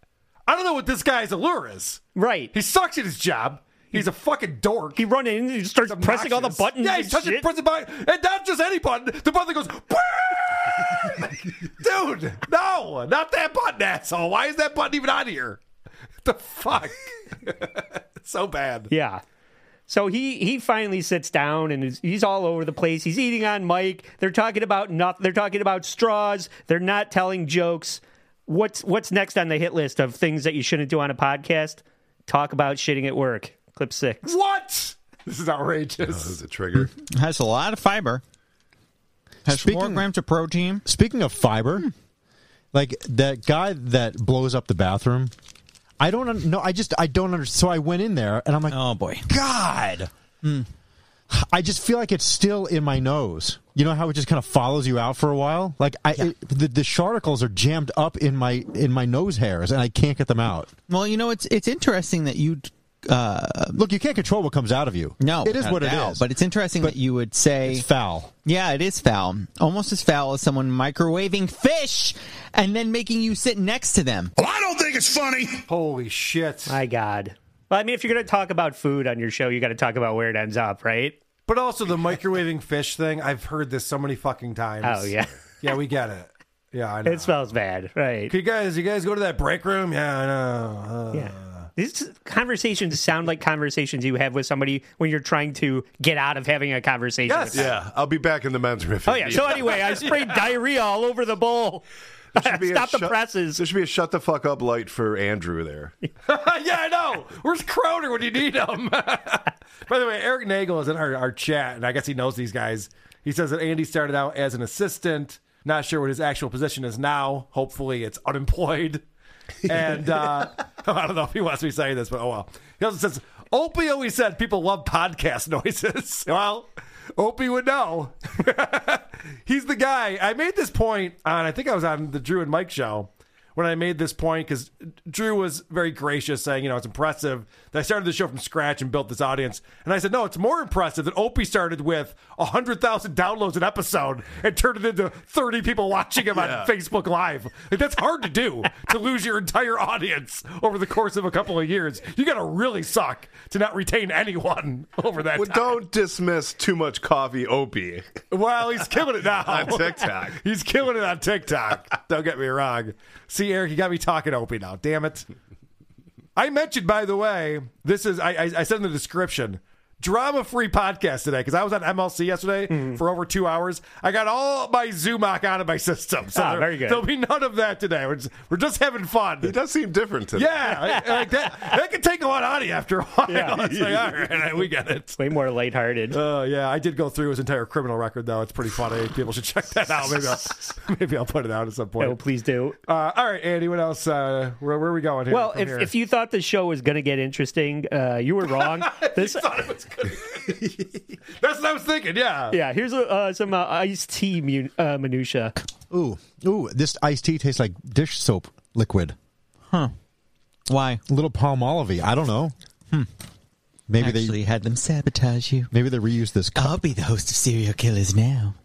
Speaker 1: I don't know what this guy's allure is.
Speaker 6: Right.
Speaker 1: He sucks at his job. He's a fucking dork. He
Speaker 6: runs in and he starts pressing all the buttons
Speaker 1: Yeah,
Speaker 6: and
Speaker 1: he's touching
Speaker 6: shit.
Speaker 1: pressing button, and not just any button. The button that goes, "Bang!" dude. No, not that button, asshole. Why is that button even on here? The fuck. so bad.
Speaker 6: Yeah. So he he finally sits down and is, he's all over the place. He's eating on Mike. They're talking about nothing. They're talking about straws. They're not telling jokes. what's what's next on the hit list of things that you shouldn't do on a podcast? Talk about shitting at work. Clip six.
Speaker 1: What? This is outrageous. this
Speaker 11: is Oh, a trigger.
Speaker 12: Has a lot of fiber. Has four grams of protein. Hmm.
Speaker 9: Speaking of fiber, like that guy that blows up the bathroom. I don't un- no. I just I don't understand. So I went in there and I'm like, oh boy, God.
Speaker 12: Hmm.
Speaker 9: I just feel like it's still in my nose. You know how it just kind of follows you out for a while. Like I, it, the, the charticles are jammed up in my in my nose hairs, and I can't get them out.
Speaker 12: Well, you know it's it's interesting that you uh,
Speaker 9: look. You can't control what comes out of you.
Speaker 12: No,
Speaker 9: it is
Speaker 12: without
Speaker 9: what
Speaker 12: a
Speaker 9: it
Speaker 12: doubt,
Speaker 9: is.
Speaker 12: But it's interesting that you would say
Speaker 9: it's foul.
Speaker 12: Yeah, it is foul. Almost as foul as someone microwaving fish and then making you sit next to them.
Speaker 6: I don't think it's funny.
Speaker 1: Holy shit!
Speaker 6: My God. Well, I mean, if you're going to talk about food on your show, you got to talk about where it ends up, right?
Speaker 1: But also the microwaving fish thing. I've heard this so many fucking times.
Speaker 6: Oh, yeah.
Speaker 1: yeah, we get it. Yeah, I know.
Speaker 6: It smells bad, right?
Speaker 1: Could you guys, you guys go to that break room? Yeah, I know. Uh,
Speaker 6: yeah. These conversations sound like conversations you have with somebody when you're trying to get out of having a conversation. with them.
Speaker 11: Yeah, I'll be back in the men's room. if
Speaker 6: Oh
Speaker 11: you
Speaker 6: yeah.
Speaker 11: need
Speaker 6: So
Speaker 11: me.
Speaker 6: anyway, I sprayed diarrhea all over the bowl. Stop the presses.
Speaker 11: There should be a shut the fuck up light for Andrew there.
Speaker 1: yeah, I know. Where's Croner when you need him? By the way, Eric Nagel is in our, our chat, and I guess he knows these guys. He says that Andy started out as an assistant. Not sure what his actual position is now. Hopefully, it's unemployed. And uh, I don't know if he wants me to say this, but oh well. He also says, Opie always said people love podcast noises. well, Opie would know. He's the guy. I made this point on, I think I was on the Drew and Mike show when I made this point because Drew was very gracious, saying, you know, it's impressive that I started the show from scratch and built this audience. And I said, no, it's more impressive that Opie started with 100,000 downloads an episode and turned it into 30 people watching him
Speaker 11: Yeah.
Speaker 1: on Facebook Live. Like, that's hard to do to lose your entire audience over the course of a couple of years. You got to really suck to not retain anyone over that
Speaker 11: Well,
Speaker 1: time.
Speaker 11: don't dismiss too much coffee, Opie.
Speaker 1: Well, he's killing it now
Speaker 11: On TikTok.
Speaker 1: he's killing it on TikTok. Don't get me wrong. See, Eric, you got me talking Opie now. Damn it. I mentioned, by the way, this is I, I, I said in the description. Drama free podcast today because I was on MLC yesterday
Speaker 11: Mm-hmm.
Speaker 1: for over two hours. I got all my Zoomock out of my system. So
Speaker 6: Ah,
Speaker 1: there-
Speaker 6: very good.
Speaker 1: There'll be none of that today. We're just, we're just having fun. He
Speaker 11: does seem different today.
Speaker 1: Yeah, I- I like that. That can take a lot out of you after a while. It's like, all right, all right, we get it.
Speaker 6: Way more lighthearted.
Speaker 1: Uh, yeah, I did go through his entire criminal record, though. It's pretty funny. People should check that out. Maybe I'll, maybe I'll put it out at some point.
Speaker 6: Oh, please do.
Speaker 1: Uh, all right, Andy, what else? Uh, where, where are we going here?
Speaker 6: Well, if, if you thought the show was going to get interesting, uh, you were wrong. This,
Speaker 1: That's what I was thinking, yeah.
Speaker 6: yeah. Here's uh, some uh, iced tea mu- uh, minutia.
Speaker 9: Ooh, ooh, this iced tea tastes like dish soap liquid. Huh.
Speaker 12: Why?
Speaker 9: A little palm olive I don't know.
Speaker 12: Hmm.
Speaker 9: Maybe
Speaker 12: Actually had them sabotage you.
Speaker 9: Maybe they reuse this cup.
Speaker 12: I'll be the host of Serial Killers now.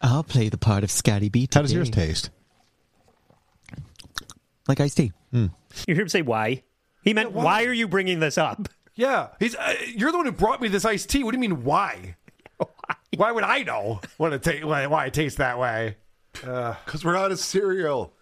Speaker 12: I'll play the part of Scotty B.
Speaker 9: How does
Speaker 12: today.
Speaker 9: yours taste?
Speaker 12: Like iced tea.
Speaker 9: Hmm.
Speaker 6: You hear him say why? He meant why? are you bringing this up?
Speaker 1: Yeah, he's. Uh, you're the one who brought me this iced tea. What do you mean? Why? why would I know what it ta- why why it tastes that way? Because
Speaker 11: we're out of cereal.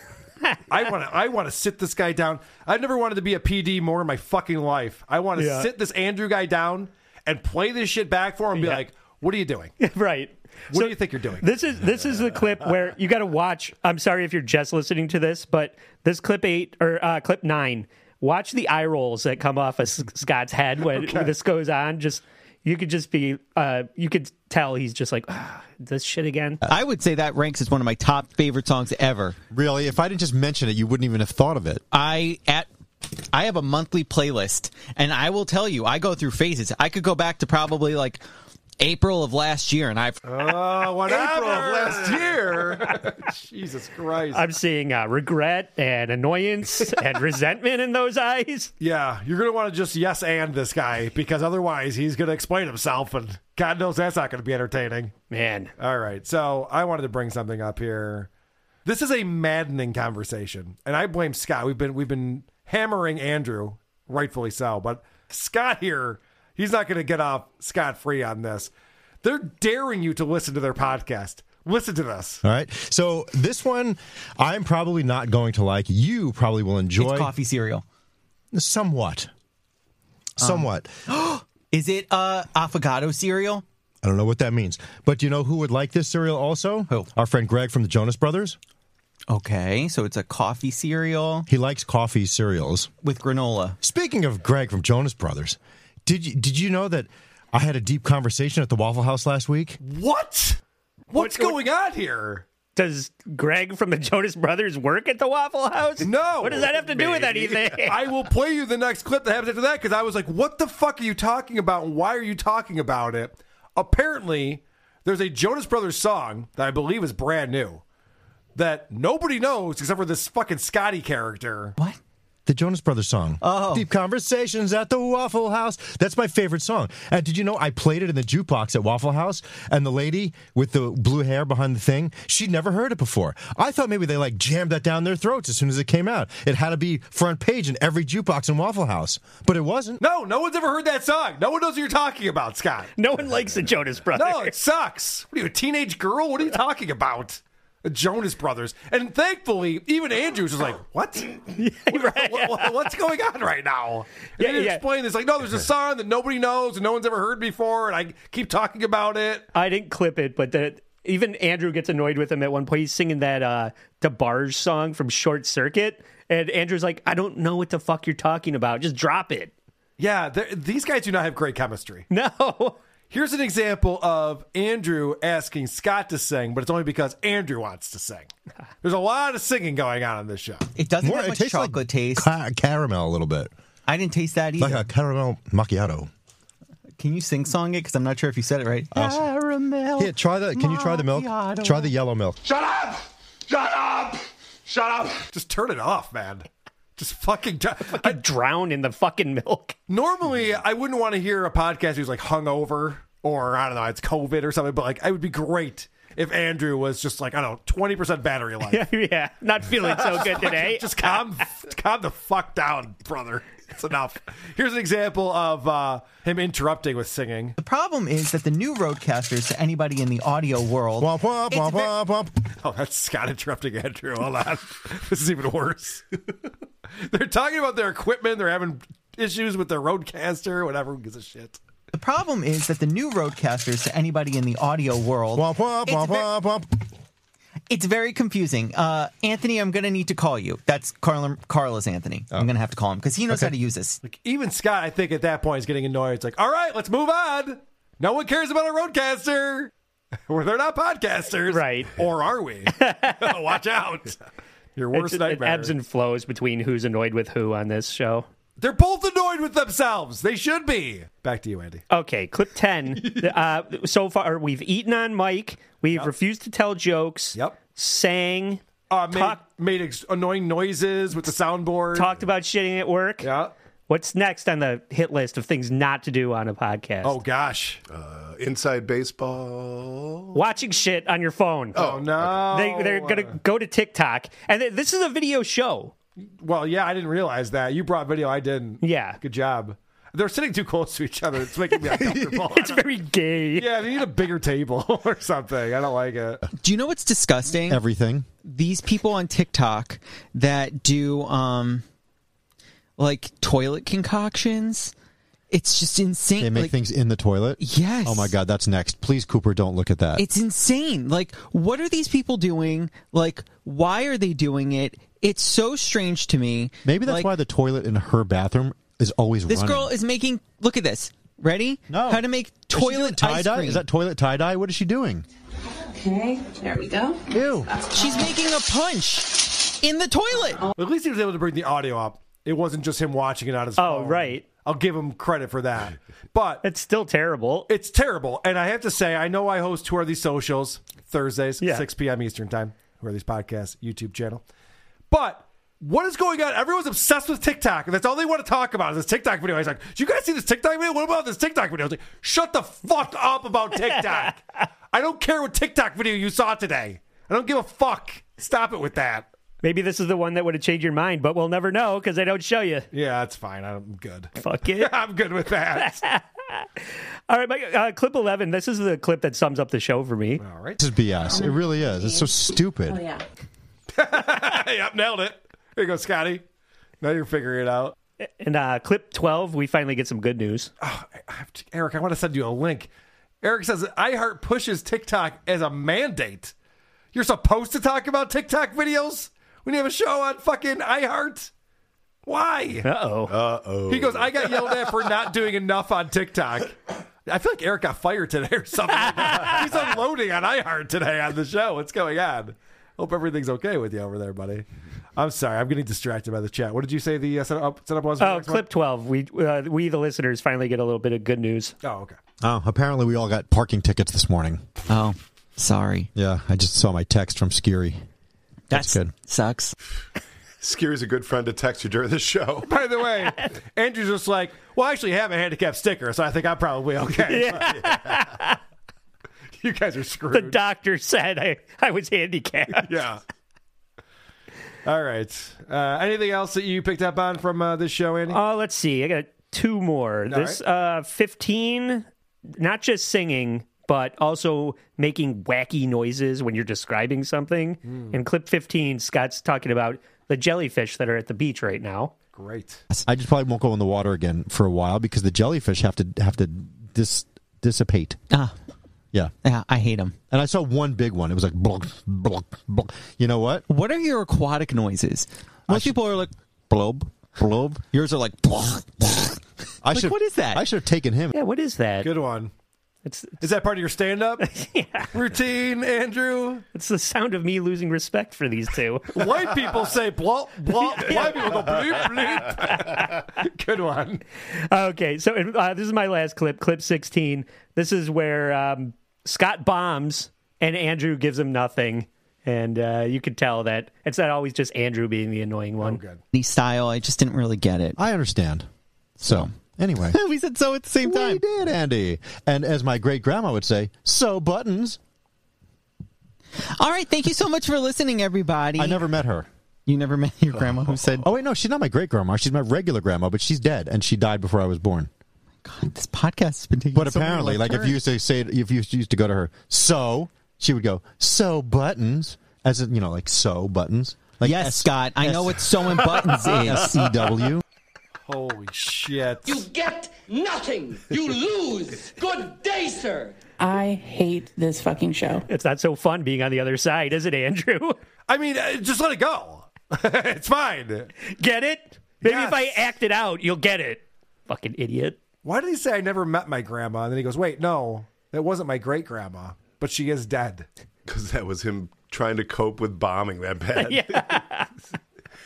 Speaker 1: I want to. I want to sit this guy down. I've never wanted to be a PD more in my fucking life. I want to
Speaker 6: Yeah.
Speaker 1: sit this Andrew guy down and play this shit back for him and be like, "What are you doing?
Speaker 6: right.
Speaker 1: What do you think you're doing?"
Speaker 6: This is this is the clip where you got to watch. I'm sorry if you're just listening to this, but this clip eight or uh, clip nine. Watch the eye rolls that come off of S- Scott's head when, when this goes on. Just you could just be uh, you could tell he's just like ah, this shit again.
Speaker 12: I would say that ranks as one of my top favorite songs ever.
Speaker 9: Really? If I didn't just mention it, you wouldn't even have thought of it.
Speaker 12: I at I have a monthly playlist, and I will tell you, I go through phases. I could go back to probably like April of last year, and I've
Speaker 9: Uh,
Speaker 1: Oh, whatever.
Speaker 6: April of
Speaker 1: last year. Jesus Christ.
Speaker 6: I'm seeing uh, regret and annoyance and resentment in those eyes.
Speaker 1: yeah, you're gonna want to just yes and this guy because otherwise he's gonna explain himself, and God knows that's not gonna be entertaining.
Speaker 6: Man.
Speaker 1: All right, so I wanted to bring something up here. This is a maddening conversation, and I blame Scott. We've been we've been hammering Andrew, rightfully so, but Scott here, he's not going to get off scot free on this. They're daring you to listen to their podcast. Listen to this.
Speaker 5: All right. So this one, I'm probably not going to like. You probably will enjoy.
Speaker 12: It's coffee cereal.
Speaker 5: Somewhat. Somewhat.
Speaker 12: is it uh affogato cereal?
Speaker 5: I don't know what that means. But do you know who would like this cereal also? Who? Our friend Greg from the Jonas Brothers.
Speaker 12: Okay, so it's a coffee cereal
Speaker 5: He likes coffee cereals.
Speaker 12: with granola.
Speaker 5: Speaking of Greg from Jonas Brothers, did you, did you know that I had a deep conversation at the Waffle House last week?
Speaker 1: What? What's going on here?
Speaker 6: Does Greg from the Jonas Brothers work at the Waffle House?
Speaker 1: No.
Speaker 6: What does that have to do with
Speaker 1: Maybe.
Speaker 6: anything?
Speaker 1: I will play you the next clip that happens after that because I was like, what the fuck are you talking about? And why are you talking about it? Apparently, there's a Jonas Brothers song that I believe is brand new that nobody knows except for this fucking Scotty character.
Speaker 12: What?
Speaker 5: The Jonas Brothers song. Oh. Deep Conversations at the Waffle House. That's my favorite song. And did you know I played it in the jukebox at Waffle House? And the lady with the blue hair behind the thing, she'd never heard it before. I thought maybe they like jammed that down their throats as soon as it came out. It had to be front page in every jukebox in Waffle House. But it wasn't.
Speaker 1: No, no one's ever heard that song. No one knows what you're talking about, Scott.
Speaker 6: No one likes the Jonas Brothers.
Speaker 1: No, it sucks. What are you, a teenage girl? What are you talking about? The Jonas Brothers. And thankfully, even Andrews was like, what? What- what- what's going on right now? And
Speaker 6: Yeah,
Speaker 1: they didn't
Speaker 6: yeah.
Speaker 1: explain this. Like, no, there's a song that nobody knows and no one's ever heard before, and I keep talking about it.
Speaker 6: I didn't clip it, but the, even Andrew gets annoyed with him at one point. He's singing that uh, DeBarge song from Short Circuit, and Andrew's like, "I don't know what the fuck you're talking about. Just drop it."
Speaker 1: Yeah, they're- these guys do not have great chemistry.
Speaker 6: No.
Speaker 1: Here's an example of Andrew asking Scott to sing, but it's only because Andrew wants to sing. There's a lot of singing going on in this show.
Speaker 12: It doesn't
Speaker 5: More-
Speaker 12: have
Speaker 5: it
Speaker 12: much
Speaker 5: tastes like
Speaker 12: chocolate taste.
Speaker 5: Ca- caramel a little bit.
Speaker 12: I didn't taste that either.
Speaker 5: Like a caramel macchiato.
Speaker 12: Can you sing song it? Because I'm not sure if you said it right. Caramel.
Speaker 5: Here, try the. Can you try the milk?
Speaker 12: macchiato.
Speaker 5: Try the yellow milk.
Speaker 1: Shut up! Shut up! Shut up! Just turn it off, man. Just fucking. dr- I
Speaker 6: drown in the fucking milk.
Speaker 1: Normally, I wouldn't want to hear a podcast who's like hungover or I don't know, it's COVID or something. But like, it would be great if Andrew was just like I don't know, twenty percent battery life.
Speaker 6: yeah, not feeling so good today.
Speaker 1: Just calm, calm the fuck down, brother. It's enough. Here's an example of uh, him interrupting with singing.
Speaker 12: The problem is that the new roadcasters to anybody in the audio world.
Speaker 5: Womp, womp,
Speaker 12: it's
Speaker 5: womp,
Speaker 12: ve-
Speaker 5: womp, womp.
Speaker 1: Oh, that's Scott interrupting Andrew. Hold on. This is even worse. They're talking about their equipment. They're having issues with their roadcaster, whatever. Who gives a shit?
Speaker 12: The problem is that the new roadcasters to anybody in the audio world.
Speaker 5: Womp, womp,
Speaker 12: it's,
Speaker 5: womp,
Speaker 12: ve-
Speaker 5: womp, womp.
Speaker 12: it's very confusing. Uh, Anthony, I'm going to need to call you. That's Carl, Carlos Anthony.
Speaker 5: Oh.
Speaker 12: I'm going to have to call him because he knows how to use this.
Speaker 1: Like even Scott, I think at that point is getting annoyed. It's like, all right, let's move on. No one cares about a roadcaster. Well, they're not podcasters,
Speaker 6: Right.
Speaker 1: Or are we? Watch out. Your
Speaker 6: It's-
Speaker 1: worst
Speaker 6: it
Speaker 1: nightmare.
Speaker 6: ebbs and flows between who's annoyed with who on this show.
Speaker 1: They're both annoyed with themselves. They should be. Back to you, Andy.
Speaker 6: Okay, clip 10. uh, so far, we've eaten on Mike. We've refused to tell jokes. Yep. Sang.
Speaker 1: Uh, made made ex- annoying noises with the soundboard.
Speaker 6: Talked about shitting at work.
Speaker 1: Yeah.
Speaker 6: What's next on the hit list of things not to do on a podcast?
Speaker 1: Oh gosh,
Speaker 11: uh, inside baseball.
Speaker 6: Watching shit on your phone.
Speaker 1: Oh, no.
Speaker 6: They, they're going to go to TikTok. And th- this is a video show.
Speaker 1: Well, yeah, I didn't realize that. You brought video. I didn't.
Speaker 6: Yeah.
Speaker 1: Good job. They're sitting too close to each other. It's making me uncomfortable.
Speaker 6: it's very gay.
Speaker 1: Yeah, they need a bigger table or something. I don't like it.
Speaker 12: Do you know what's disgusting?
Speaker 5: Everything.
Speaker 12: These people on TikTok that do um, like toilet concoctions. It's just insane.
Speaker 9: They make
Speaker 12: Like,
Speaker 9: things in the toilet.
Speaker 12: Yes.
Speaker 9: Oh my god, that's next. Please, Cooper, don't look at that.
Speaker 12: It's insane. Like, what are these people doing? Like, why are they doing it? It's so strange to me.
Speaker 9: Maybe that's
Speaker 12: Like,
Speaker 9: why the toilet in her bathroom is always
Speaker 12: this
Speaker 9: running.
Speaker 12: girl is making. Look at this. Ready? No. How to make toilet
Speaker 9: tie
Speaker 12: ice
Speaker 9: dye?
Speaker 12: cream?
Speaker 9: Is that toilet tie dye? What is she doing?
Speaker 15: Okay, there we go.
Speaker 9: Ew.
Speaker 12: She's making a punch in the toilet.
Speaker 1: At least he was able to bring the audio up. It wasn't just him watching it on his
Speaker 6: Oh,
Speaker 1: phone.
Speaker 6: right.
Speaker 1: I'll give him credit for that. But
Speaker 6: it's still terrible.
Speaker 1: It's terrible. And I have to say, I know I host Who Are These Socials Thursdays,
Speaker 6: Yeah.
Speaker 1: 6 p.m. Eastern Time, Who Are These Podcasts YouTube channel. But what is going on? Everyone's obsessed with TikTok. And that's all they want to talk about is this TikTok video. He's like, Do you guys see this TikTok video? What about this TikTok video? I was like, Shut the fuck up about TikTok. I don't care what TikTok video you saw today. I don't give a fuck. Stop it with that.
Speaker 6: Maybe this is the one that would have changed your mind, but we'll never know because they don't show you.
Speaker 1: Yeah, that's fine. I'm good.
Speaker 6: Fuck it.
Speaker 1: I'm good with that.
Speaker 6: All right, Mike, uh, clip 11. This is the clip that sums up the show for me.
Speaker 1: All right.
Speaker 9: This is BS. It really is. It's so
Speaker 6: Oh,
Speaker 9: stupid.
Speaker 15: yeah.
Speaker 1: yep, nailed it. Here you go, Scotty. Now you're figuring it out.
Speaker 6: And uh, clip 12, we finally get some good news.
Speaker 1: Eric, Oh, I want to send you a link. Eric says iHeart pushes TikTok as a mandate. You're supposed to talk about TikTok videos when you have a show on fucking iHeart. Why?
Speaker 6: oh.
Speaker 11: Uh oh.
Speaker 1: He goes, I got yelled at for not doing enough on TikTok. I feel like Eric got fired today or something. He's unloading on iHeart today on the show. What's going on? Hope everything's okay with you over there, buddy. I'm sorry. I'm getting distracted by the chat. What did you say the uh, setup, setup was? for
Speaker 6: Oh,
Speaker 1: next
Speaker 6: clip
Speaker 1: month?
Speaker 6: 12. We, uh, we, the listeners, finally get a little bit of good news.
Speaker 1: Oh, okay.
Speaker 9: Oh, apparently we all got parking tickets this morning.
Speaker 12: Oh, sorry.
Speaker 9: Yeah, I just saw my text from Skiri. That's, good.
Speaker 12: Sucks.
Speaker 11: Scary's a good friend to text you during the show.
Speaker 1: By the way, Andrew's just like, well, I actually have a handicap sticker, so I think I'm probably okay. you guys are screwed.
Speaker 6: The doctor said I, I was handicapped.
Speaker 1: yeah. All right. Uh, anything else that you picked up on from uh, this show, Andy?
Speaker 6: Uh, let's see. I got two more.
Speaker 1: All
Speaker 6: this uh, 15, not just singing, but also making wacky noises when you're describing something.
Speaker 1: Hmm.
Speaker 6: In clip 15, Scott's talking about the jellyfish that are at the beach right now.
Speaker 1: Great.
Speaker 9: I just probably won't go in the water again for a while because the jellyfish have to have to dis, dissipate.
Speaker 12: Ah.
Speaker 9: Yeah.
Speaker 12: Yeah, I hate them.
Speaker 9: And I saw one big one. It was like blunk, blunk, blunk. You know what?
Speaker 12: What are your aquatic noises? Most people are like blob, blob. Yours are like.
Speaker 9: I
Speaker 12: Like,
Speaker 9: should,
Speaker 12: what is that?
Speaker 9: I should have taken him.
Speaker 6: Yeah, what is that?
Speaker 1: Good one.
Speaker 6: It's
Speaker 1: Is that part of your stand up routine, Andrew?
Speaker 6: it's the sound of me losing respect for these two.
Speaker 1: White people say blop, blop. White people go bleep, bleep. Good one.
Speaker 6: okay, so uh, this is my last clip, clip 16. This is where um, Scott bombs and Andrew gives him nothing. And uh, you can tell that it's not always just Andrew being the annoying
Speaker 1: Oh,
Speaker 6: one.
Speaker 12: style. I just didn't really get it.
Speaker 9: I understand. So, anyway.
Speaker 12: we said so at the same
Speaker 9: we
Speaker 12: time.
Speaker 9: did, Andy. And as my great grandma would say, so buttons.
Speaker 12: All right, thank you so much for listening, everybody.
Speaker 9: I never met her.
Speaker 12: You never met your grandma who said,
Speaker 9: Oh, wait, no, she's not my great grandma. She's my regular grandma, but she's dead, and she died before I was born.
Speaker 12: "This podcast has been taking."
Speaker 9: But
Speaker 12: so many
Speaker 9: apparently, like
Speaker 12: left
Speaker 9: if
Speaker 12: turns."
Speaker 9: you used to say, if you used to go to her, so she would go, so buttons, as in, you know, like so buttons. Like
Speaker 12: yes, Scott, I know what sewing buttons is.
Speaker 9: C E W.
Speaker 1: Holy shit.
Speaker 13: You get nothing. You lose. Good day, sir.
Speaker 12: I hate this fucking show.
Speaker 6: It's not so fun being on the other side, is it, Andrew?
Speaker 1: I mean, uh, just let it go. it's fine.
Speaker 6: Get it? Maybe
Speaker 1: Yes.
Speaker 6: if I act it out, you'll get it. Fucking idiot.
Speaker 1: Why did he say I never met my grandma? And then he goes, wait, no, that wasn't my great grandma, but she is dead.
Speaker 11: Because that was him trying to cope with bombing that bad.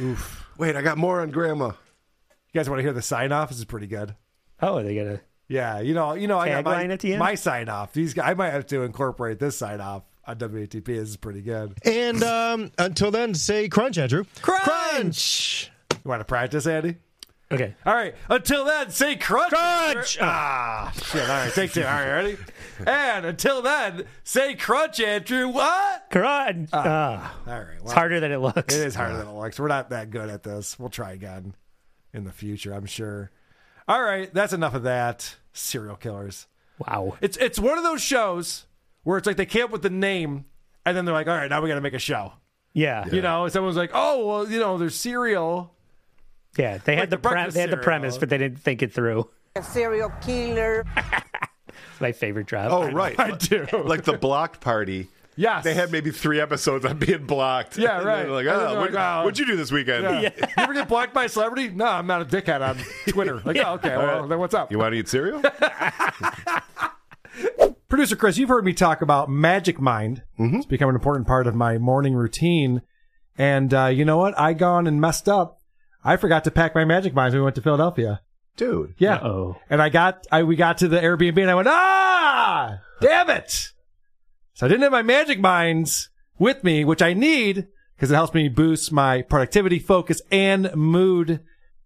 Speaker 11: Oof. Wait, I got more on grandma. You
Speaker 1: guys want to hear the sign off? This is pretty good.
Speaker 6: Oh, they got to.
Speaker 1: Yeah, you know, you know, I got my,
Speaker 6: Tagline at the end?
Speaker 1: my sign off. These guys, I might have to incorporate this sign off on WATP. This is pretty good.
Speaker 5: And um, until then, say crunch, Andrew. Crunch. crunch!
Speaker 1: You want to practice, Andy?
Speaker 6: Okay.
Speaker 1: All right. Until then, say crunch.
Speaker 6: Crunch!
Speaker 1: Ah, shit. All right. Take two. All right. Ready? And until then, say crunch, Andrew. What?
Speaker 6: Crud. Ah.
Speaker 1: All right. well,
Speaker 6: it's harder than it
Speaker 1: It
Speaker 6: looks. Ah.
Speaker 1: is harder than it looks. We're not that good at this. We'll try again in the future, I'm sure. All right. That's enough of that. Serial killers.
Speaker 6: Wow.
Speaker 1: It's it's one of those shows where it's like they came up with the name and then they're like, all right, now we got to make a show.
Speaker 6: Yeah.
Speaker 1: You know, someone's like, oh, well, you know, there's cereal.
Speaker 6: Yeah. They
Speaker 1: Like
Speaker 6: had the,
Speaker 1: the
Speaker 6: pre-
Speaker 1: breakfast
Speaker 6: they had the
Speaker 1: cereal.
Speaker 6: premise, but they didn't think it through.
Speaker 16: A serial killer.
Speaker 6: It's my favorite drop.
Speaker 11: Oh, right. I
Speaker 1: do.
Speaker 11: Like the blocked party.
Speaker 1: Yes.
Speaker 11: They had maybe three episodes on being blocked.
Speaker 1: Yeah,
Speaker 11: And
Speaker 1: right.
Speaker 11: they're Like,
Speaker 1: And then
Speaker 11: oh,
Speaker 1: they're
Speaker 11: what,
Speaker 1: like, oh.
Speaker 11: would you do this weekend?
Speaker 1: Yeah. you ever get blocked by a celebrity? No, I'm not a dickhead on Twitter. Like, oh, okay, well, then what's up?
Speaker 11: You want to eat cereal?
Speaker 1: Producer Chris, you've heard me talk about Magic Mind. It's become an important part of my morning routine. And uh, you know what? I gone and messed up. I forgot to pack my Magic Minds when we went to Philadelphia.
Speaker 11: Dude.
Speaker 1: Yeah.
Speaker 6: Oh.
Speaker 1: And I got, I we got to the Airbnb and I went, ah, damn it! So I didn't have my Magic Minds with me, which I need because it helps me boost my productivity, focus, and mood.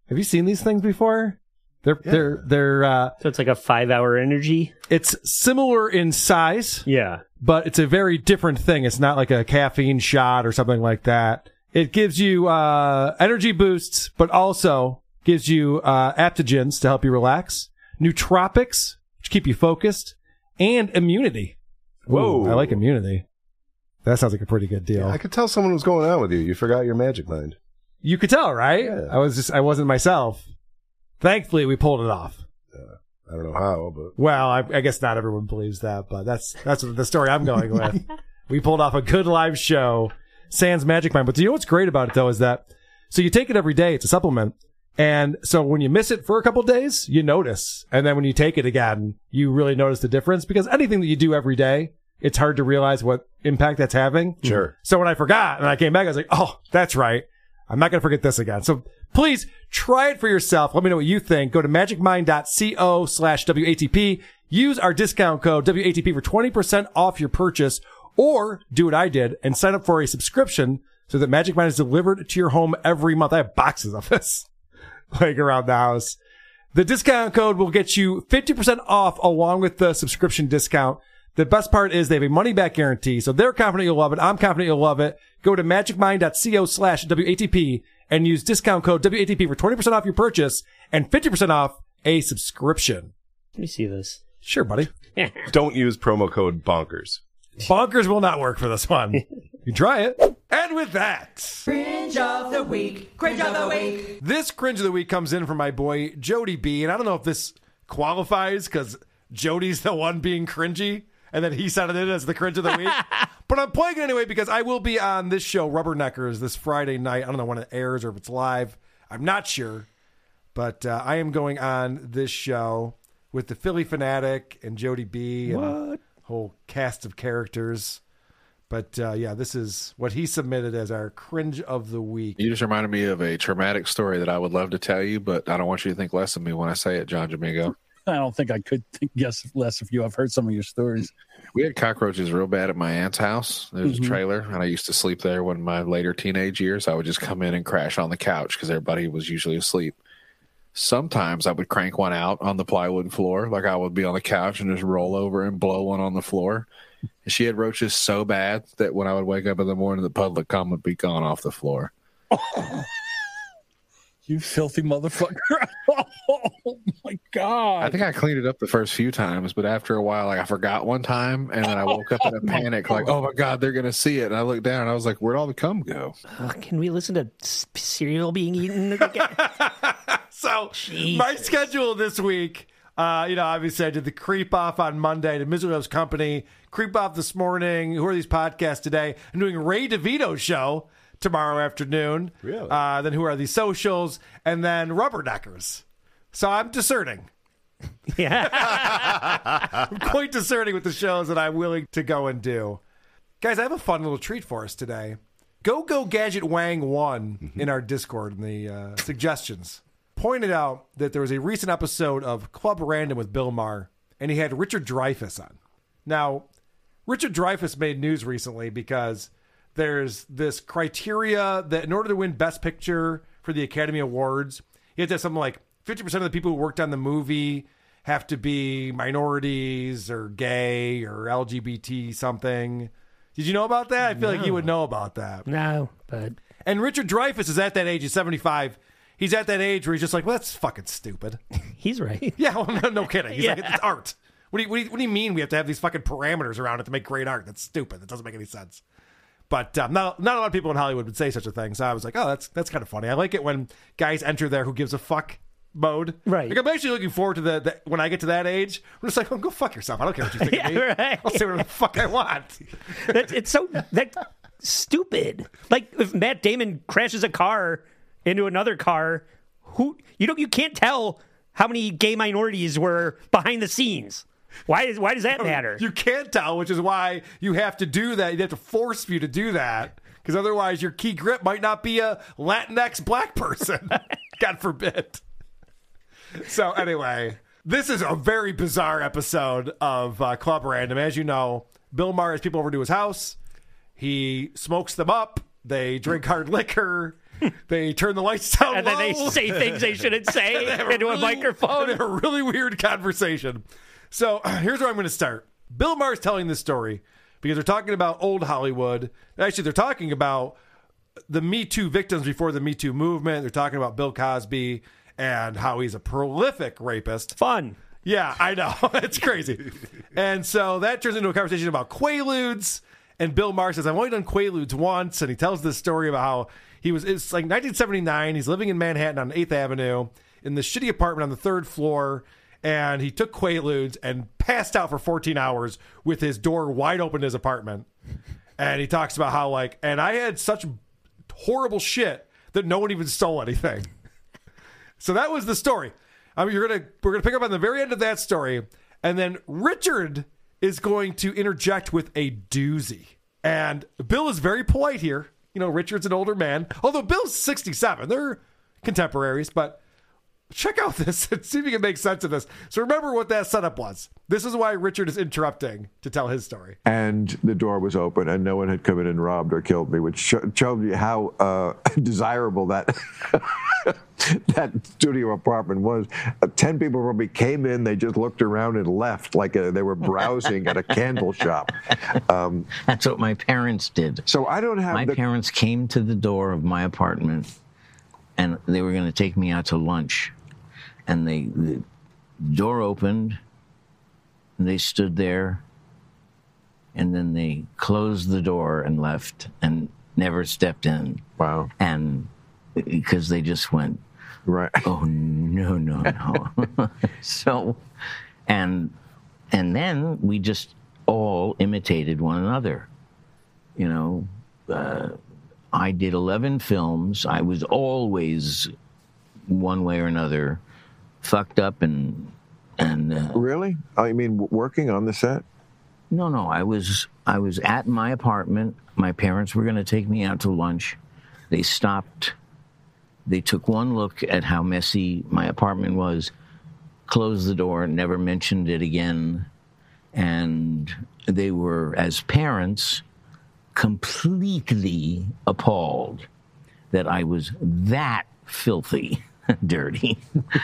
Speaker 1: Have you seen these things before? They're they're they're uh,
Speaker 6: So it's like a five hour energy.
Speaker 1: it's similar in size.
Speaker 6: Yeah.
Speaker 1: But it's a very different thing. It's not like a caffeine shot or something like that. It gives you uh, energy boosts, but also gives you uh, aptogens to help you relax, nootropics, which keep you focused, and immunity.
Speaker 11: Whoa.
Speaker 1: Ooh, I like immunity. That sounds like a pretty good deal.
Speaker 11: I could tell someone was going on with you. You forgot your magic mind.
Speaker 1: You could tell, right? I was just, I wasn't myself. Thankfully, we pulled it off.
Speaker 11: I don't know how, but
Speaker 1: Well, I, I guess not everyone believes that, but that's that's the story I'm going with. We pulled off a good live show, Sans Magic Mind. But you know what's great about it though is that so you take it every day. It's a supplement, and so when you miss it for a couple days, you notice, and then when you take it again, you really notice the difference because anything that you do every day, it's hard to realize what impact that's having.
Speaker 11: Sure.
Speaker 1: So when I forgot and I came back, I was like, oh, that's right. I'm not going to forget this again. So please try it for yourself. Let me know what you think. Go to magicmind.co slash WATP. Use our discount code WATP for 20% off your purchase or do what I did and sign up for a subscription so that Magic Mind is delivered to your home every month. I have boxes of this like around the house. The discount code will get you 50% off along with the subscription discount. The best part is they have a money back guarantee. So they're confident you'll love it. I'm confident you'll love it. Go to magicmind.co slash WATP and use discount code WATP for 20% off your purchase and 50% off a subscription.
Speaker 6: Let me see this.
Speaker 1: Sure, buddy.
Speaker 11: Don't use promo code bonkers.
Speaker 1: Bonkers will not work for this one. You try it. And with that,
Speaker 13: Cringe of the week. Cringe of the week.
Speaker 1: this cringe of the week comes in from my boy Jody B. And I don't know if this qualifies because Jody's the one being cringy, and then he sounded it as the cringe of the week. but I'm playing it anyway because I will be on this show, Rubberneckers, this Friday night. I don't know when it airs or if it's live. I'm not sure, but uh, I am going on this show with the Philly Fanatic and Jody B. and a whole cast of characters. But uh, yeah, this is what he submitted as our cringe of the week.
Speaker 17: You just reminded me of a traumatic story that I would love to tell you, but I don't want you to think less of me when I say it, John Domingo.
Speaker 18: I don't think I could think guess less of you. I've heard some of your stories.
Speaker 17: We had cockroaches real bad at my aunt's house. There was
Speaker 18: Mhm.
Speaker 17: a trailer, and I used to sleep there when my later teenage years. I would just come in and crash on the couch because everybody was usually asleep. Sometimes I would crank one out on the plywood floor, like I would be on the couch and just roll over and blow one on the floor. And she had roaches so bad that when I would wake up in the morning, the public cum would be gone off the floor.
Speaker 18: You filthy motherfucker. oh my god.
Speaker 17: I think I cleaned it up the first few times, but after a while, like I forgot one time, and then I woke up in a panic, like, "Oh my god, they're gonna see it!" And I looked down, and I was like, "Where'd all the cum go?"
Speaker 6: Can we listen to s- cereal being eaten again?
Speaker 1: So my schedule this week, uh, you know, obviously I did the creep off on Monday to Misery Loves Company, creep off this morning. Who are these podcasts today? I'm doing Ray DeVito show tomorrow afternoon. Really? Uh, then who are these socials? And then Rubberneckers. So I'm discerning.
Speaker 6: Yeah.
Speaker 1: I'm quite discerning with the shows that I'm willing to go and do. Guys, I have a fun little treat for us today. Go Go Gadget Wang one in our Discord in the uh, suggestions pointed out that there was a recent episode of Club Random with Bill Maher, and he had Richard Dreyfuss on. Now, Richard Dreyfuss made news recently because there's this criteria that in order to win Best Picture for the Academy Awards, you have to have something like 50% of the people who worked on the movie have to be minorities or gay or LGBT something. Did you know about that? I feel like you
Speaker 6: No.
Speaker 1: would know about that.
Speaker 6: No, but
Speaker 1: And Richard Dreyfuss is at that age. He's 75. He's at that age where he's just like, well, that's fucking stupid.
Speaker 6: He's right.
Speaker 1: Yeah, well, no, no kidding. He's like, it's art. What do, you, what, do you, what do you mean we have to have these fucking parameters around it to make great art? That's stupid. That doesn't make any sense. But um, not, not a lot of people in Hollywood would say such a thing. So I was like, oh, that's that's kind of funny. I like it when guys enter there who gives a fuck mode. Right. Like, I'm actually looking forward to the, the when I get to that age. I'm just like, oh, go fuck yourself. I don't care what you think of me. I'll say whatever the fuck I want.
Speaker 6: that, it's so that stupid. Like if Matt Damon crashes a car into another car, who you know you can't tell how many gay minorities were behind the scenes. Why is why does that matter?
Speaker 1: You can't tell, which is why you have to do that. You have to force you to do that because otherwise your key grip might not be a Latinx black person. God forbid. So anyway, this is a very bizarre episode of uh, Club Random. As you know, Bill Maher has people over to his house. He smokes them up. They drink hard liquor. They turn the lights down,
Speaker 6: And then they
Speaker 1: low.
Speaker 6: say things they shouldn't say
Speaker 1: And they have
Speaker 6: into a microphone.
Speaker 1: and they have a really weird conversation. So here's where I'm going to start. Bill Maher's telling this story because they're talking about old Hollywood. Actually, they're talking about the Me Too victims before the Me Too movement. They're talking about Bill Cosby and how he's a prolific rapist.
Speaker 6: Fun.
Speaker 1: Yeah, I know. it's crazy. and so that turns into a conversation about Quaaludes. And Bill Maher says, I've only done Quaaludes once. And he tells this story about how he was, it's like 1979. He's living in Manhattan on 8th Avenue in this shitty apartment on the third floor. And he took Quaaludes and passed out for 14 hours with his door wide open in his apartment. and he talks about how like, and I had such horrible shit that no one even stole anything. so that was the story. I mean, you're gonna we're gonna pick up on the very end of that story, and then Richard is going to interject with a doozy. And Bill is very polite here. You know, Richard's an older man, although Bill's 67. They're contemporaries, but check out this and see if you can make sense of this. So remember what that setup was. This is why Richard is interrupting to tell his story.
Speaker 19: and the door was open, and no one had come in and robbed or killed me, which sho- showed you how uh, desirable that that studio apartment was. Uh, Ten people probably came in, they just looked around and left, like uh they were browsing at a candle shop. Um,
Speaker 20: That's what my parents did.
Speaker 19: So I don't have
Speaker 20: my parents came to the door of my apartment, and they were going to take me out to lunch, and they the door opened, and they stood there, and then they closed the door and left and never stepped in.
Speaker 19: Wow!
Speaker 20: And because they just went
Speaker 19: right.
Speaker 20: Oh no no no! so, and and then we just all imitated one another you know, uh, I did 11 films. I was always one way or another fucked up and and uh,
Speaker 19: really i mean working on the set
Speaker 20: no no i was i was at my apartment my parents were going to take me out to lunch they stopped they took one look at how messy my apartment was closed the door never mentioned it again and they were as parents completely appalled that i was that filthy dirty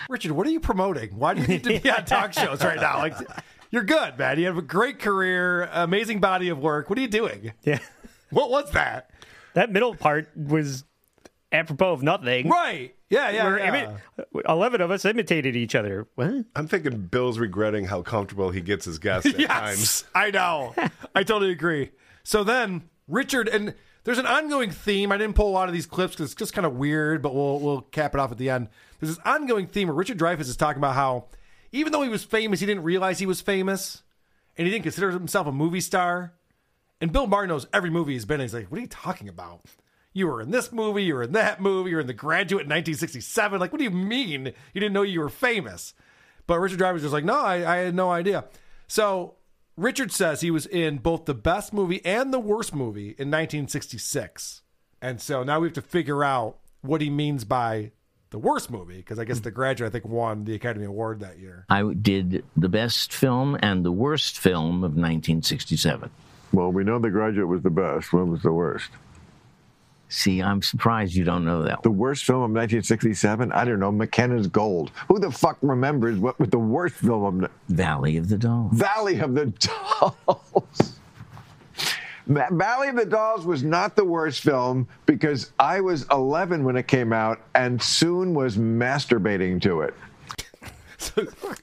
Speaker 1: Richard, what are you promoting? Why do you need to be on talk shows right now? Like, you're good, man. You have a great career, amazing body of work. What are you doing?
Speaker 6: Yeah.
Speaker 1: What was that?
Speaker 6: That middle part was apropos of nothing.
Speaker 1: Right. Yeah, yeah,
Speaker 6: We're
Speaker 1: yeah.
Speaker 6: imi- 11 of us imitated each other. What?
Speaker 11: I'm thinking Bill's regretting how comfortable he gets his guests at times.
Speaker 1: I know. I totally agree. So then Richard and there's an ongoing theme. I didn't pull a lot of these clips because it's just kind of weird, but we'll we'll cap it off at the end. There's this ongoing theme where Richard Dreyfuss is talking about how even though he was famous, he didn't realize he was famous, and he didn't consider himself a movie star. And Bill Maher knows every movie he's been in. He's like, "What are you talking about? You were in this movie. You were in that movie. You were in The Graduate in 1967. Like, what do you mean you didn't know you were famous?" But Richard Dreyfuss was like, "No, I, I had no idea." So Richard says he was in both the best movie and the worst movie in 1966. And so now we have to figure out what he means by the worst movie, because I guess The Graduate, I think, won the Academy Award that year.
Speaker 20: I did the best film and the worst film of 1967.
Speaker 19: Well, we know The Graduate was the best. When was the worst?
Speaker 20: See, I'm surprised you don't know that.
Speaker 19: The worst film of 1967? I don't know. McKenna's Gold. Who the fuck remembers what was the worst film of
Speaker 20: Valley of the Dolls?
Speaker 19: Valley of the Dolls. Ma- Valley of the Dolls was not the worst film because I was 11 when it came out and soon was masturbating to it.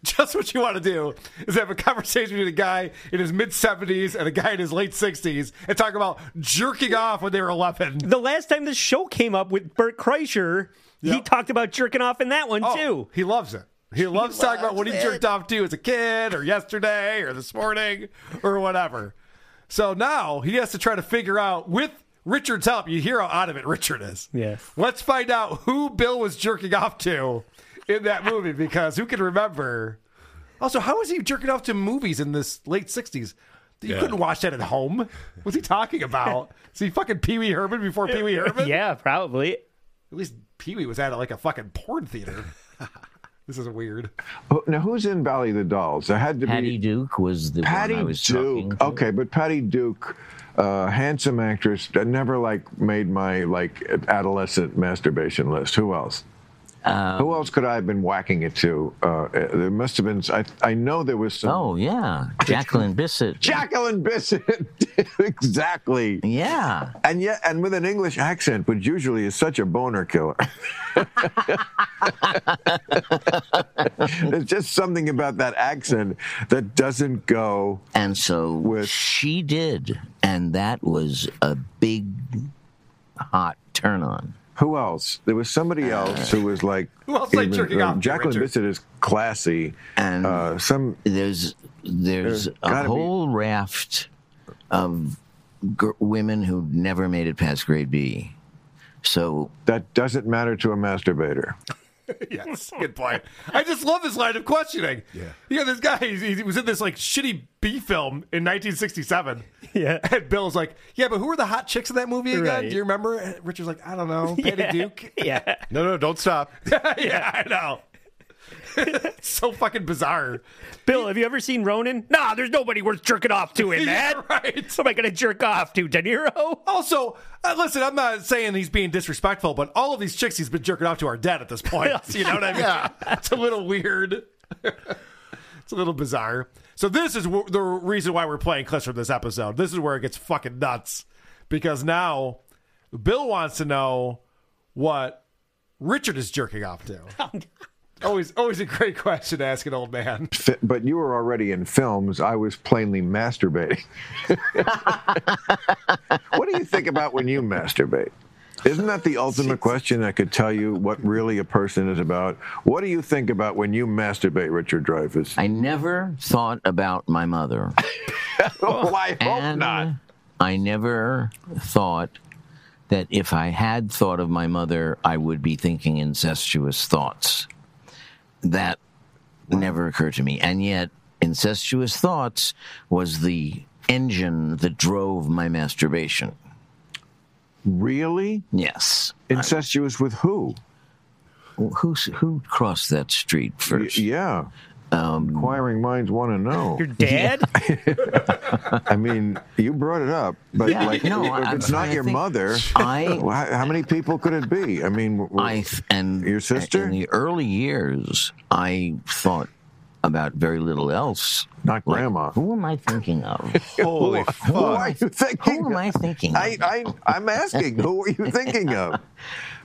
Speaker 1: Just what you want to do is have a conversation with a guy in his mid 70s and a guy in his late 60s and talk about jerking off when they were 11.
Speaker 6: The last time this show came up with Bert Kreischer, he talked about jerking off in that one, too.
Speaker 1: Oh, He loves it. He loves talking about what he
Speaker 6: loves
Speaker 1: jerked off to as a kid or yesterday or this morning or whatever. So now he has to try to figure out with Richard's help. You hear how out of it Richard is.
Speaker 6: Yes.
Speaker 1: Let's find out who Bill was jerking off to in that movie because who can remember? Also, how was he jerking off to movies in this late 60s? You
Speaker 6: Yeah.
Speaker 1: couldn't watch that at home. What's he talking about? Is he fucking Pee Wee Herman before Pee Wee Herman?
Speaker 6: yeah, probably. At
Speaker 1: least Pee Wee was at like a fucking porn theater. this is weird.
Speaker 19: Oh, Now, who's in Valley of the Dolls? There had to
Speaker 20: Patty
Speaker 19: be.
Speaker 20: Duke was the
Speaker 19: Patty
Speaker 20: one I was talking
Speaker 19: Duke.
Speaker 20: to.
Speaker 19: Okay, but Patty Duke, uh, handsome actress, that never like made my like adolescent masturbation list. Who else?
Speaker 20: Um,
Speaker 19: Who else could I have been whacking it to? Uh, there must have been. I, I know there was some.
Speaker 20: Oh yeah, Jacqueline Bissett.
Speaker 19: Jacqueline Bissett, exactly.
Speaker 20: Yeah.
Speaker 19: And yet, and with an English accent, which usually is such a boner killer. There's just something about that accent that doesn't go.
Speaker 20: And so Oh, she did, and that was a big, hot Uh, turn on.
Speaker 19: Who else? There was somebody else who was like.
Speaker 20: Who else liked
Speaker 19: even- uh,
Speaker 20: jerking off to,
Speaker 19: Jacqueline
Speaker 20: Richard?
Speaker 19: Bissett is classy.
Speaker 20: And
Speaker 19: uh, some
Speaker 20: there's there's a
Speaker 19: gotta be-
Speaker 20: whole raft of gr- women who never made it past grade B. So
Speaker 19: that doesn't matter to a masturbator.
Speaker 1: yes, good point. I just love this line of questioning. Yeah, yeah. This guy, he, he was in this like shitty B film in 1967. Yeah, and Bill's like, yeah, but who were the hot chicks in that movie again?
Speaker 11: Right.
Speaker 1: Do you remember? uh, And Richard's like, I don't know, Patty
Speaker 11: Yeah.
Speaker 1: Duke. Yeah,
Speaker 11: No, no, don't stop.
Speaker 1: yeah, I know. so fucking bizarre.
Speaker 6: Bill, have you ever seen Ronin? Nah, there's nobody worth jerking off to in that.
Speaker 1: right.
Speaker 6: So am I going to jerk off to De Niro?
Speaker 1: Also, uh, listen, I'm not saying he's being disrespectful, but all of these chicks he's been jerking off to are dead at this point. You know what I mean?
Speaker 6: Yeah.
Speaker 1: It's a little weird. it's a little bizarre. So this is wh- the reason why we're playing clips from this episode. This is where it gets fucking nuts because now Bill wants to know what Richard is jerking off to. always, always a great question to ask an old man.
Speaker 19: Fi- But you were already in films. I was plainly masturbating. what do you think about when you masturbate? Isn't that the ultimate question that could tell you what really a person is about? What do you think about when you masturbate, Richard Dreyfuss?
Speaker 20: I never thought about my mother.
Speaker 19: well, Oh, I hope
Speaker 20: not. I never thought that if I had thought of my mother, I would be thinking incestuous thoughts. That never occurred to me. And yet, incestuous thoughts was the engine that drove my masturbation.
Speaker 19: Really?
Speaker 20: Yes.
Speaker 19: Incestuous with who?
Speaker 20: Who who crossed that street first? Um,
Speaker 19: yeah. Inquiring minds want to know.
Speaker 20: Your dad?
Speaker 19: I mean, you brought it up, but
Speaker 20: Yeah,
Speaker 19: like,
Speaker 20: no,
Speaker 19: if
Speaker 20: I-
Speaker 19: it's
Speaker 20: I'm
Speaker 19: not
Speaker 20: trying to
Speaker 19: your
Speaker 20: think.
Speaker 19: mother,
Speaker 20: I-
Speaker 19: well, how, how many people could it be? I mean, w- w-
Speaker 20: I th- and your
Speaker 19: sister
Speaker 20: in the early years, I thought about very little else.
Speaker 19: Not grandma.
Speaker 20: who am I thinking of?
Speaker 19: Holy Who- who fuck. are you thinking?
Speaker 20: Who am I thinking?
Speaker 19: I, I, I'm asking, who are you thinking of?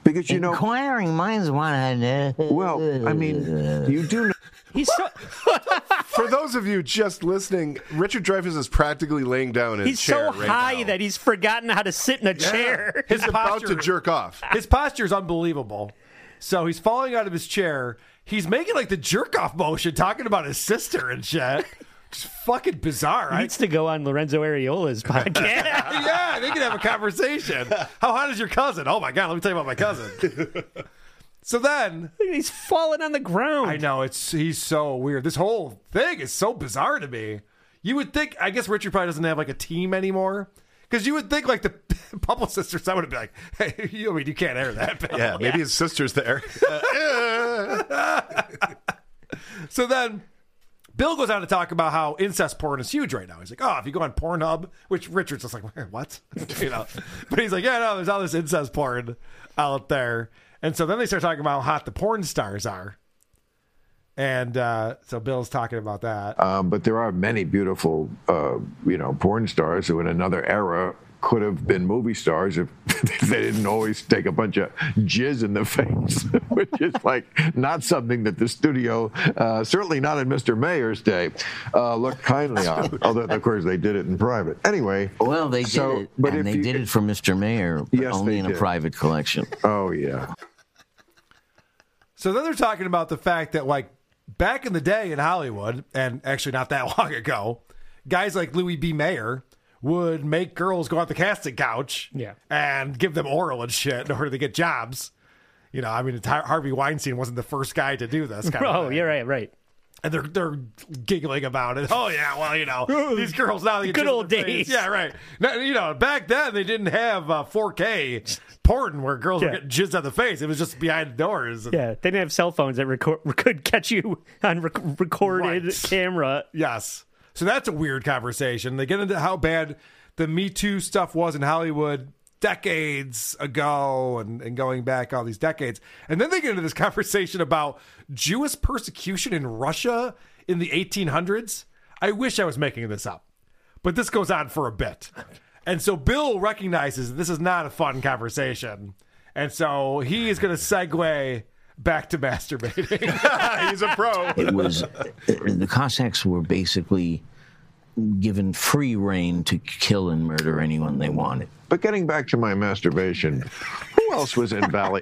Speaker 19: Because you know,
Speaker 20: inquiring minds want to know.
Speaker 19: Well, I mean, you do. Know-
Speaker 6: He's so
Speaker 11: For those of you just listening, Richard Dreyfuss is practically laying down in
Speaker 6: He's
Speaker 11: his chair
Speaker 6: so
Speaker 11: right
Speaker 6: high that he's forgotten how to sit in a
Speaker 11: Yeah.
Speaker 6: chair.
Speaker 11: He's about to jerk off.
Speaker 1: His posture is unbelievable. So he's falling out of his chair. He's making like the jerk off motion, talking about his sister and shit. Just fucking bizarre.
Speaker 6: He
Speaker 1: I,
Speaker 6: needs to go on Lorenzo Ariola's podcast.
Speaker 1: yeah, they can have a conversation. How hot is your cousin? Oh my god, let me tell you about my cousin. So then
Speaker 6: he's falling on the ground.
Speaker 1: I know it's he's so weird. This whole thing is so bizarre to me. You would think I guess Richard probably doesn't have like a team anymore. Because you would think like the publicist or someone would be like, "Hey, you I mean you can't air that." Bill."
Speaker 11: Yeah, maybe his sister's there.
Speaker 1: so then Bill goes on to talk about how incest porn is huge right now. He's like, oh, if you go on Pornhub, which Richard's just like, what? you know, but he's like, yeah, no, there's all this incest porn out there. And so then they start talking about how hot the porn stars are. And uh, so Bill's talking about that.
Speaker 19: Um, but there are many beautiful, uh, you know, porn stars who, in another era, could have been movie stars if they didn't always take a bunch of jizz in the face, which is like not something that the studio, uh, certainly not in Mr. Mayor's day, uh, looked kindly on. Although, of course, they did it in private. Anyway,
Speaker 20: Well, they did
Speaker 19: so-
Speaker 20: it,
Speaker 19: but if
Speaker 20: and they
Speaker 19: you-
Speaker 20: did it for Mr. Mayor, but
Speaker 19: Yes,
Speaker 20: only
Speaker 19: they
Speaker 20: in
Speaker 19: did.
Speaker 20: a private collection.
Speaker 19: Oh yeah.
Speaker 1: So then they're talking about the fact that like back in the day in Hollywood, and actually not that long ago, guys like Louis B. Mayer would make girls go out the casting couch
Speaker 6: Yeah.
Speaker 1: and give them oral and shit in order to get jobs. You know, I mean, it's Har- Harvey Weinstein wasn't the first guy to do this. Kind
Speaker 6: oh,
Speaker 1: of thing.
Speaker 6: yeah, right, right.
Speaker 1: And they're they're giggling about it. Oh yeah, well you know these girls now they get
Speaker 6: Good
Speaker 1: jizz in
Speaker 6: old
Speaker 1: their face.
Speaker 6: days.
Speaker 1: Yeah, right. Now, you know, back then they didn't have uh, 4K porn where girls were
Speaker 6: Yeah.
Speaker 1: getting jizzed on the face. It was just behind doors.
Speaker 6: Yeah, they didn't have cell phones that record, could catch you on rec- recorded camera.
Speaker 1: Yes. So that's a weird conversation. They get into how bad the Me Too stuff was in Hollywood decades ago and, and going back all these decades. And then they get into this conversation about Jewish persecution in Russia in the 1800s. I wish I was making this up, but this goes on for a bit. And so Bill recognizes that this is not a fun conversation. And so he is going to segue back to masturbating. He's a pro.
Speaker 20: it was the Cossacks were basically given free reign to kill and murder anyone they wanted.
Speaker 19: But getting back to my masturbation, who else was in Valley?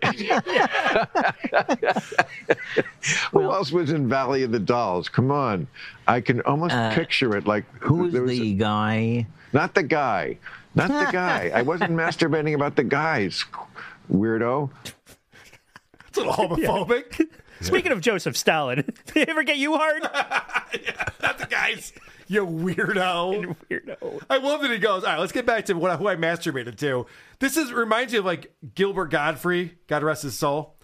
Speaker 19: who else was in Valley of the Dolls? Come on,
Speaker 20: Uh,
Speaker 19: I can almost picture it. Like who was
Speaker 20: the guy?
Speaker 19: Not the guy. Not the guy. I wasn't masturbating about the guys, weirdo.
Speaker 1: It's a little homophobic.
Speaker 6: Speaking of Joseph Stalin, did they ever get you hard?
Speaker 1: not the guys. You weirdo. Weirdo. I love that he goes. All right, let's get back to what who I masturbated to. This is reminds you of like Gilbert Godfrey. God rest his soul.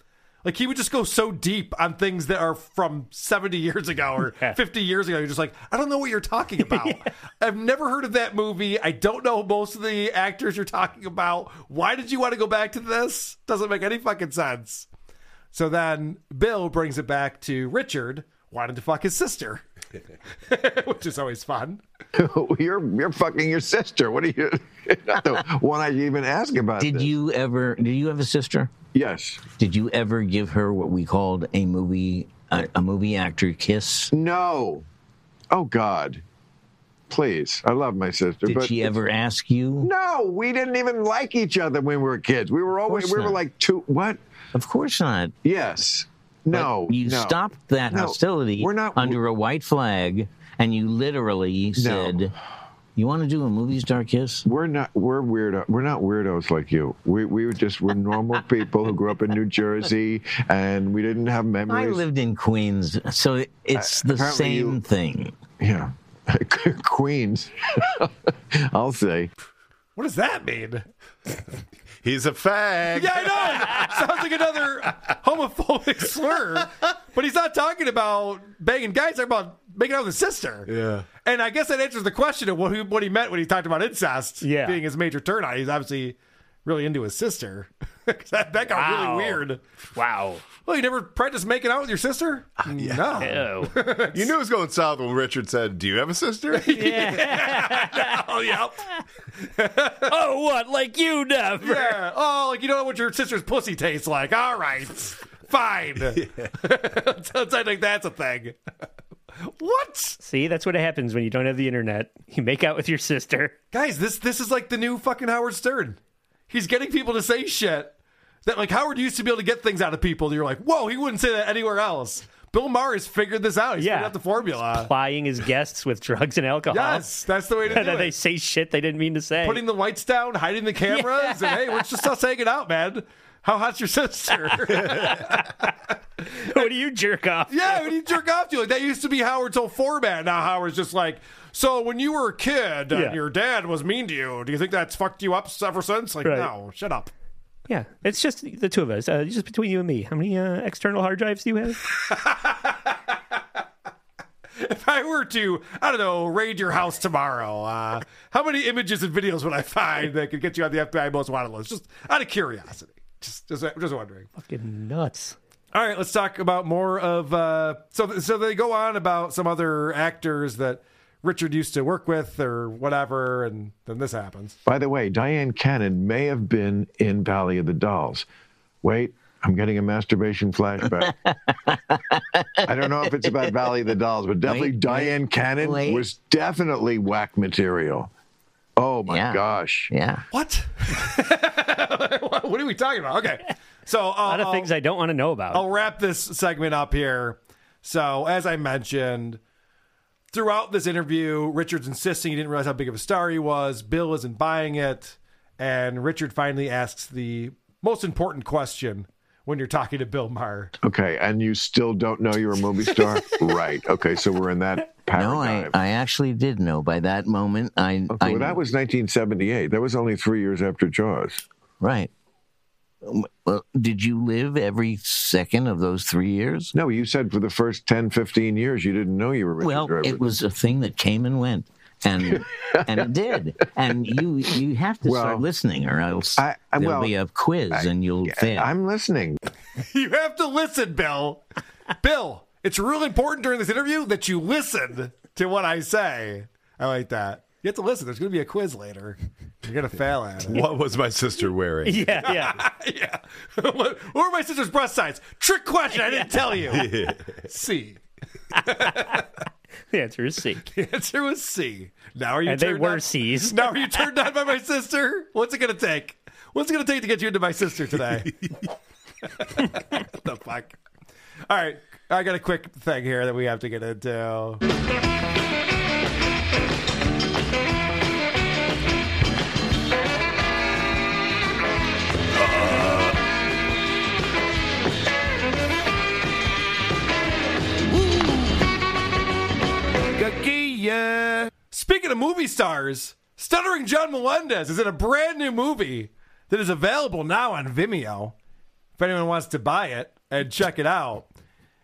Speaker 1: Like he would just go so deep on things that are from seventy years ago or fifty years ago. You're just like, I don't know what you're talking about. I've never heard of that movie. I don't know most of the actors you're talking about. Why did you want to go back to this? Doesn't make any fucking sense. So then Bill brings it back to Richard wanted to fuck his sister, which is always fun.
Speaker 19: you're you're fucking your sister. What are you? Not the one I even ask about.
Speaker 20: Did you ever? Did you have a sister?
Speaker 19: Yes.
Speaker 20: Did you ever give her what we called a movie a, a movie actor kiss?
Speaker 19: No. Oh God. Please, I love my sister.
Speaker 20: Did
Speaker 19: but
Speaker 20: she ever ask you?
Speaker 19: No, we didn't even like each other when we were kids. We were always
Speaker 20: course
Speaker 19: we were
Speaker 20: not.
Speaker 19: like two. What?
Speaker 20: Of course not.
Speaker 19: Yes. No.
Speaker 20: you
Speaker 19: no.
Speaker 20: stopped that
Speaker 19: No,
Speaker 20: hostility
Speaker 19: We're not.
Speaker 20: under a white flag, and you literally said, "You want to do a movie star kiss?"
Speaker 19: We're not. We're weirdo. We're not weirdos like you. We we were just we're normal people who grew up in New Jersey, and we didn't have memories.
Speaker 20: I lived in Queens, so it- it's
Speaker 19: Uh,
Speaker 20: the
Speaker 19: apparently
Speaker 20: same
Speaker 19: you-
Speaker 20: thing.
Speaker 19: Yeah. Queens. I'll say.
Speaker 1: What does that mean?
Speaker 11: He's a fag.
Speaker 1: Yeah, I know. Sounds like another homophobic slur, but he's not talking about banging guys. He's talking about making out with his sister.
Speaker 11: Yeah.
Speaker 1: And I guess that answers the question of what he, what he meant when he talked about incest
Speaker 11: Yeah.
Speaker 1: being his major turn on. He's obviously really into his sister. 'Cause that, that got
Speaker 6: Wow.
Speaker 1: really weird.
Speaker 6: Wow.
Speaker 1: Well, you never practiced making out with your sister? No.
Speaker 11: Ah, You knew it was going south when Richard said, "Do you have a sister?"
Speaker 1: oh, yeah.
Speaker 6: oh, what? Like you never.
Speaker 1: Yeah. Oh, like you don't know what your sister's pussy tastes like. All right. Fine. Sounds like that's a thing. What?
Speaker 6: See, that's what happens when you don't have the internet. You make out with your sister.
Speaker 1: Guys, this this is like the new fucking Howard Stern. He's getting people to say shit that like Howard used to be able to get things out of people. That you're like, whoa, he wouldn't say that anywhere else. Bill Maher has figured this out. He's
Speaker 6: Yeah.
Speaker 1: figured out the formula.
Speaker 6: Plying his guests with drugs and alcohol.
Speaker 1: Yes, that's the way to
Speaker 6: and
Speaker 1: do
Speaker 6: then
Speaker 1: it.
Speaker 6: they say shit they didn't mean to say.
Speaker 1: Putting the lights down, hiding the cameras,
Speaker 6: Yeah.
Speaker 1: and hey, we're just us hanging out, man. How hot's your sister?
Speaker 6: what do you jerk off?
Speaker 1: Yeah, when you jerk off to like that used to be Howard's whole format. Now Howard's just like, so when you were a kid
Speaker 6: Yeah.
Speaker 1: and your dad was mean to you, do you think that's fucked you up ever since? Like,
Speaker 6: Right.
Speaker 1: no, shut up.
Speaker 6: Yeah, it's just the two of us. Uh, just between you and me. How many uh, external hard drives do you have?
Speaker 1: If I were to, I don't know, raid your house tomorrow, uh, how many images and videos would I find that could get you on the FBI most wanted list? Just out of curiosity, just just, just wondering.
Speaker 6: Fucking nuts.
Speaker 1: All right, let's talk about more of. Uh, so, so they go on about some other actors that Richard used to work with or whatever, and then this happens.
Speaker 19: By the way, Diane Cannon may have been in Valley of the Dolls. Wait, I'm getting a masturbation flashback. I don't know if it's about Valley of the Dolls, but definitely
Speaker 3: Wait,
Speaker 19: Diane Cannon
Speaker 3: wait.
Speaker 19: was definitely whack material. Oh my gosh.
Speaker 20: Yeah.
Speaker 1: What? what are we talking about? Okay. So, a
Speaker 6: lot of things I don't want to know about.
Speaker 1: I'll wrap this segment up here. So, as I mentioned, throughout this interview, Richard's insisting he didn't realize how big of a star he was. Bill isn't buying it. And Richard finally asks the most important question when you're talking to Bill Maher.
Speaker 19: Okay, and you still don't know you're a movie star? right. Okay, so we're in that
Speaker 20: No, I,
Speaker 19: paradigm.
Speaker 20: I actually did know by that moment. I,
Speaker 19: okay,
Speaker 20: I
Speaker 19: well, that was 1978. That was only three years after Jaws.
Speaker 20: Right. Um, Well, did you live every second of those three years?
Speaker 19: No, you said for the first 10, 15 years you didn't know you were Richard
Speaker 20: well,
Speaker 19: Dreyfuss.
Speaker 20: it was a thing that came and went, and and it did. And you you have to start
Speaker 19: Well,
Speaker 20: listening, or else
Speaker 19: I- I-
Speaker 20: there'll
Speaker 19: well,
Speaker 20: be a quiz and you'll fail.
Speaker 19: I'm listening.
Speaker 1: you have to listen, Bill. Bill, it's really important during this interview that you listen to what I say. I like that. You have to listen. There's going to be a quiz later. You're going to fail at it.
Speaker 11: what was my sister wearing?
Speaker 6: Yeah, yeah.
Speaker 1: yeah. what, what were my sister's breast size? Trick question. I didn't tell you. C.
Speaker 6: The answer is C.
Speaker 1: The answer was C. Now are you?
Speaker 6: And they
Speaker 1: turned
Speaker 6: were
Speaker 1: on-
Speaker 6: Cs.
Speaker 1: Now are you turned on by my sister? What's it going to take? What's it going to take to get you into my sister today? what the fuck? All right, I got a quick thing here that we have to get into. of movie stars, Stuttering John Melendez is in a brand new movie that is available now on Vimeo. If anyone wants to buy it and check it out,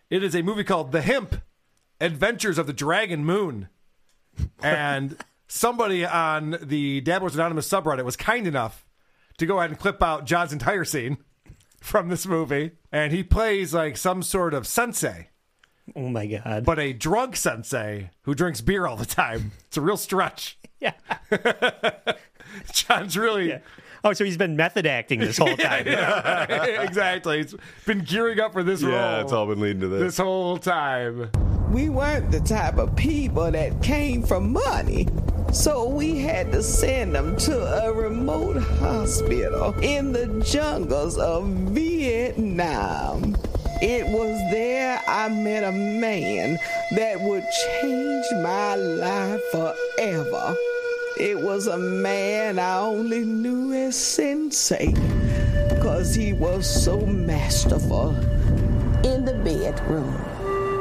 Speaker 1: it is a movie called The Hemp Adventures of the Dragon Moon. And somebody on the Dabblers Anonymous subreddit was kind enough to go ahead and clip out John's entire scene from this movie. And he plays like some sort of sensei.
Speaker 6: Oh my god.
Speaker 1: But a drug sensei who drinks beer all the time. It's a real stretch.
Speaker 6: Yeah.
Speaker 1: John's really
Speaker 6: Oh, so he's been method acting this whole time.
Speaker 1: Yeah, yeah, exactly. It's been gearing up for this role.
Speaker 11: Yeah, it's all been leading to this.
Speaker 1: this whole time.
Speaker 3: We weren't the type of people that came for money. So we had to send them to a remote hospital in the jungles of Vietnam. It was there I met a man that would change my life forever. It was a man I only knew as Sensei, cause he was so masterful in the bedroom.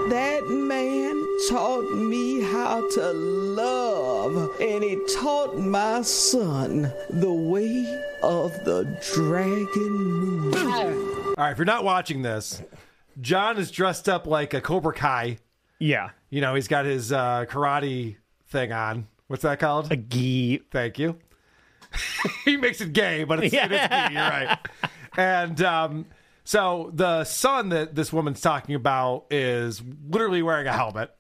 Speaker 3: That man taught me how to love, and he taught my son the way of the dragon moon.
Speaker 1: All right, if you're not watching this, John is dressed up like a Cobra Kai.
Speaker 6: Yeah.
Speaker 1: You know, he's got his uh, karate thing on. What's that called? A
Speaker 6: gi.
Speaker 1: Thank you. he makes it gay, but it's, it is gi. You're right. And um, so the son that this woman's talking about is literally wearing a helmet.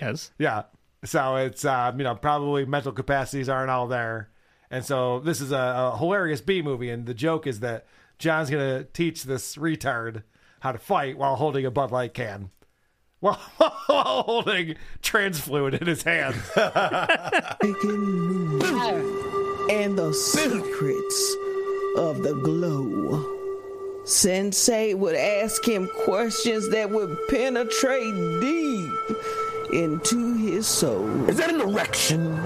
Speaker 6: Yes.
Speaker 1: Yeah. So it's um, you know probably mental capacities aren't all there, and so this is a, a hilarious B movie, and the joke is that John's gonna teach this retard how to fight while holding a Bud Light can, while, while holding trans fluid in his hand.
Speaker 3: and the secrets of the glow. Sensei would ask him questions that would penetrate deep into his soul. Is that an erection?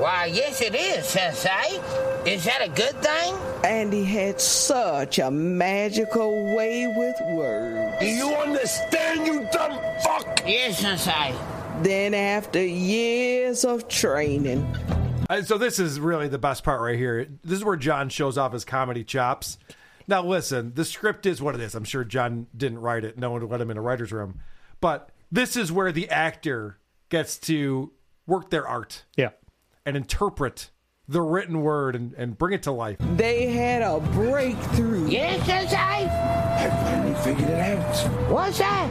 Speaker 13: Why, yes, it is, Sensei. Is that a good thing?
Speaker 3: And he had such a magical way with words.
Speaker 13: Do you understand, you dumb fuck? Yes, Sensei.
Speaker 3: Then, after years of training,
Speaker 1: And so this is really the best part right here. This is where John shows off his comedy chops. Now listen, the script is what it is. I'm sure John didn't write it. No one let him in a writer's room. But this is where the actor gets to work their art.
Speaker 6: Yeah.
Speaker 1: And interpret the written word and, and bring it to life.
Speaker 3: they had a breakthrough.
Speaker 13: Yes, Sensei.
Speaker 3: I finally figured it out.
Speaker 13: What's that?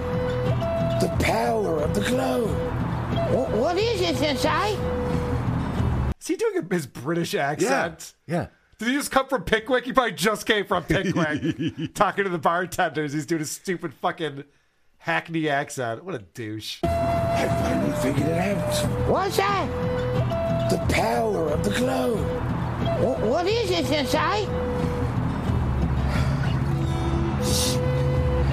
Speaker 3: The power of the glow.
Speaker 13: Wh- what is it, Sensei?
Speaker 1: Is he doing his British accent? Yeah. Did he just come from Pickwick? He probably just came from Pickwick. talking to the bartenders. He's doing his stupid fucking hackney accent. What a douche. I finally figured it out.
Speaker 13: What's that?
Speaker 3: The power of the glow.
Speaker 13: Wh- what is it, Sensei?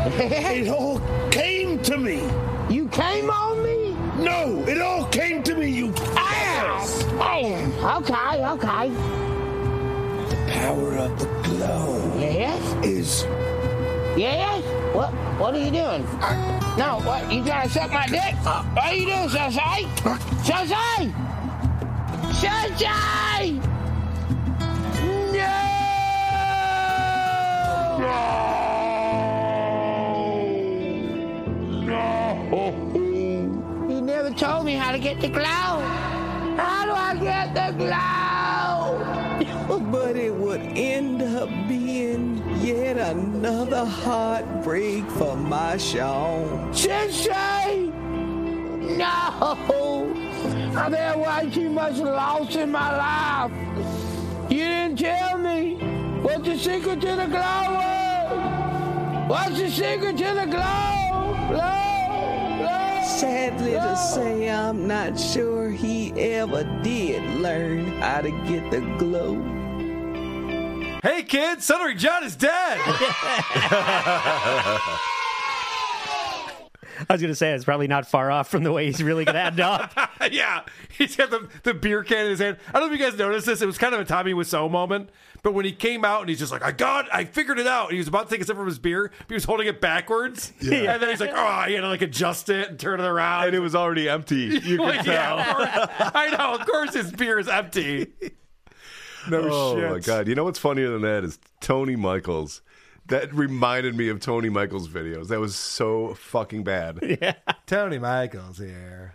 Speaker 4: it all came to me.
Speaker 13: You came on me?
Speaker 4: No, it all came to me, you ass.
Speaker 13: Oh, Okay, okay.
Speaker 3: Power of the glow.
Speaker 13: Yes?
Speaker 3: Is
Speaker 13: Yes? What What are you doing? No, what? You trying to suck my dick? What are you doing, Sensei? Sensei! Sensei! You never told me how to get the glow. How do I get the glow?
Speaker 3: but it would end up being yet another heartbreak for my Sean.
Speaker 13: Sensei! No! I've had way too much loss in my life. You didn't tell me what the secret to the glow was. What's the secret to the glow? Glow! Glow!
Speaker 3: Sadly to say, I'm not sure he ever did learn how to get the glow.
Speaker 1: Hey kids, Suttering John is dead.
Speaker 6: I was going to say it's probably not far off from the way he's really going to end up.
Speaker 1: yeah, he's got the, the beer can in his hand. I don't know if you guys noticed this. It was kind of a Tommy Wiseau moment. But when he came out and he's just like, I got, it. I figured it out. And he was about to take a sip from his beer, but he was holding it backwards.
Speaker 11: Yeah.
Speaker 1: And then he's like, oh, he had to like adjust it and turn it around.
Speaker 11: And it was already empty. You could
Speaker 1: Like,
Speaker 11: tell.
Speaker 1: yeah, of course. I know. Of course, his beer is empty. No
Speaker 11: oh
Speaker 1: shit.
Speaker 11: my god! You know what's funnier than that is Tony Michaels. That reminded me of Tony Michaels videos. That was so fucking bad.
Speaker 1: Yeah. Tony Michaels here.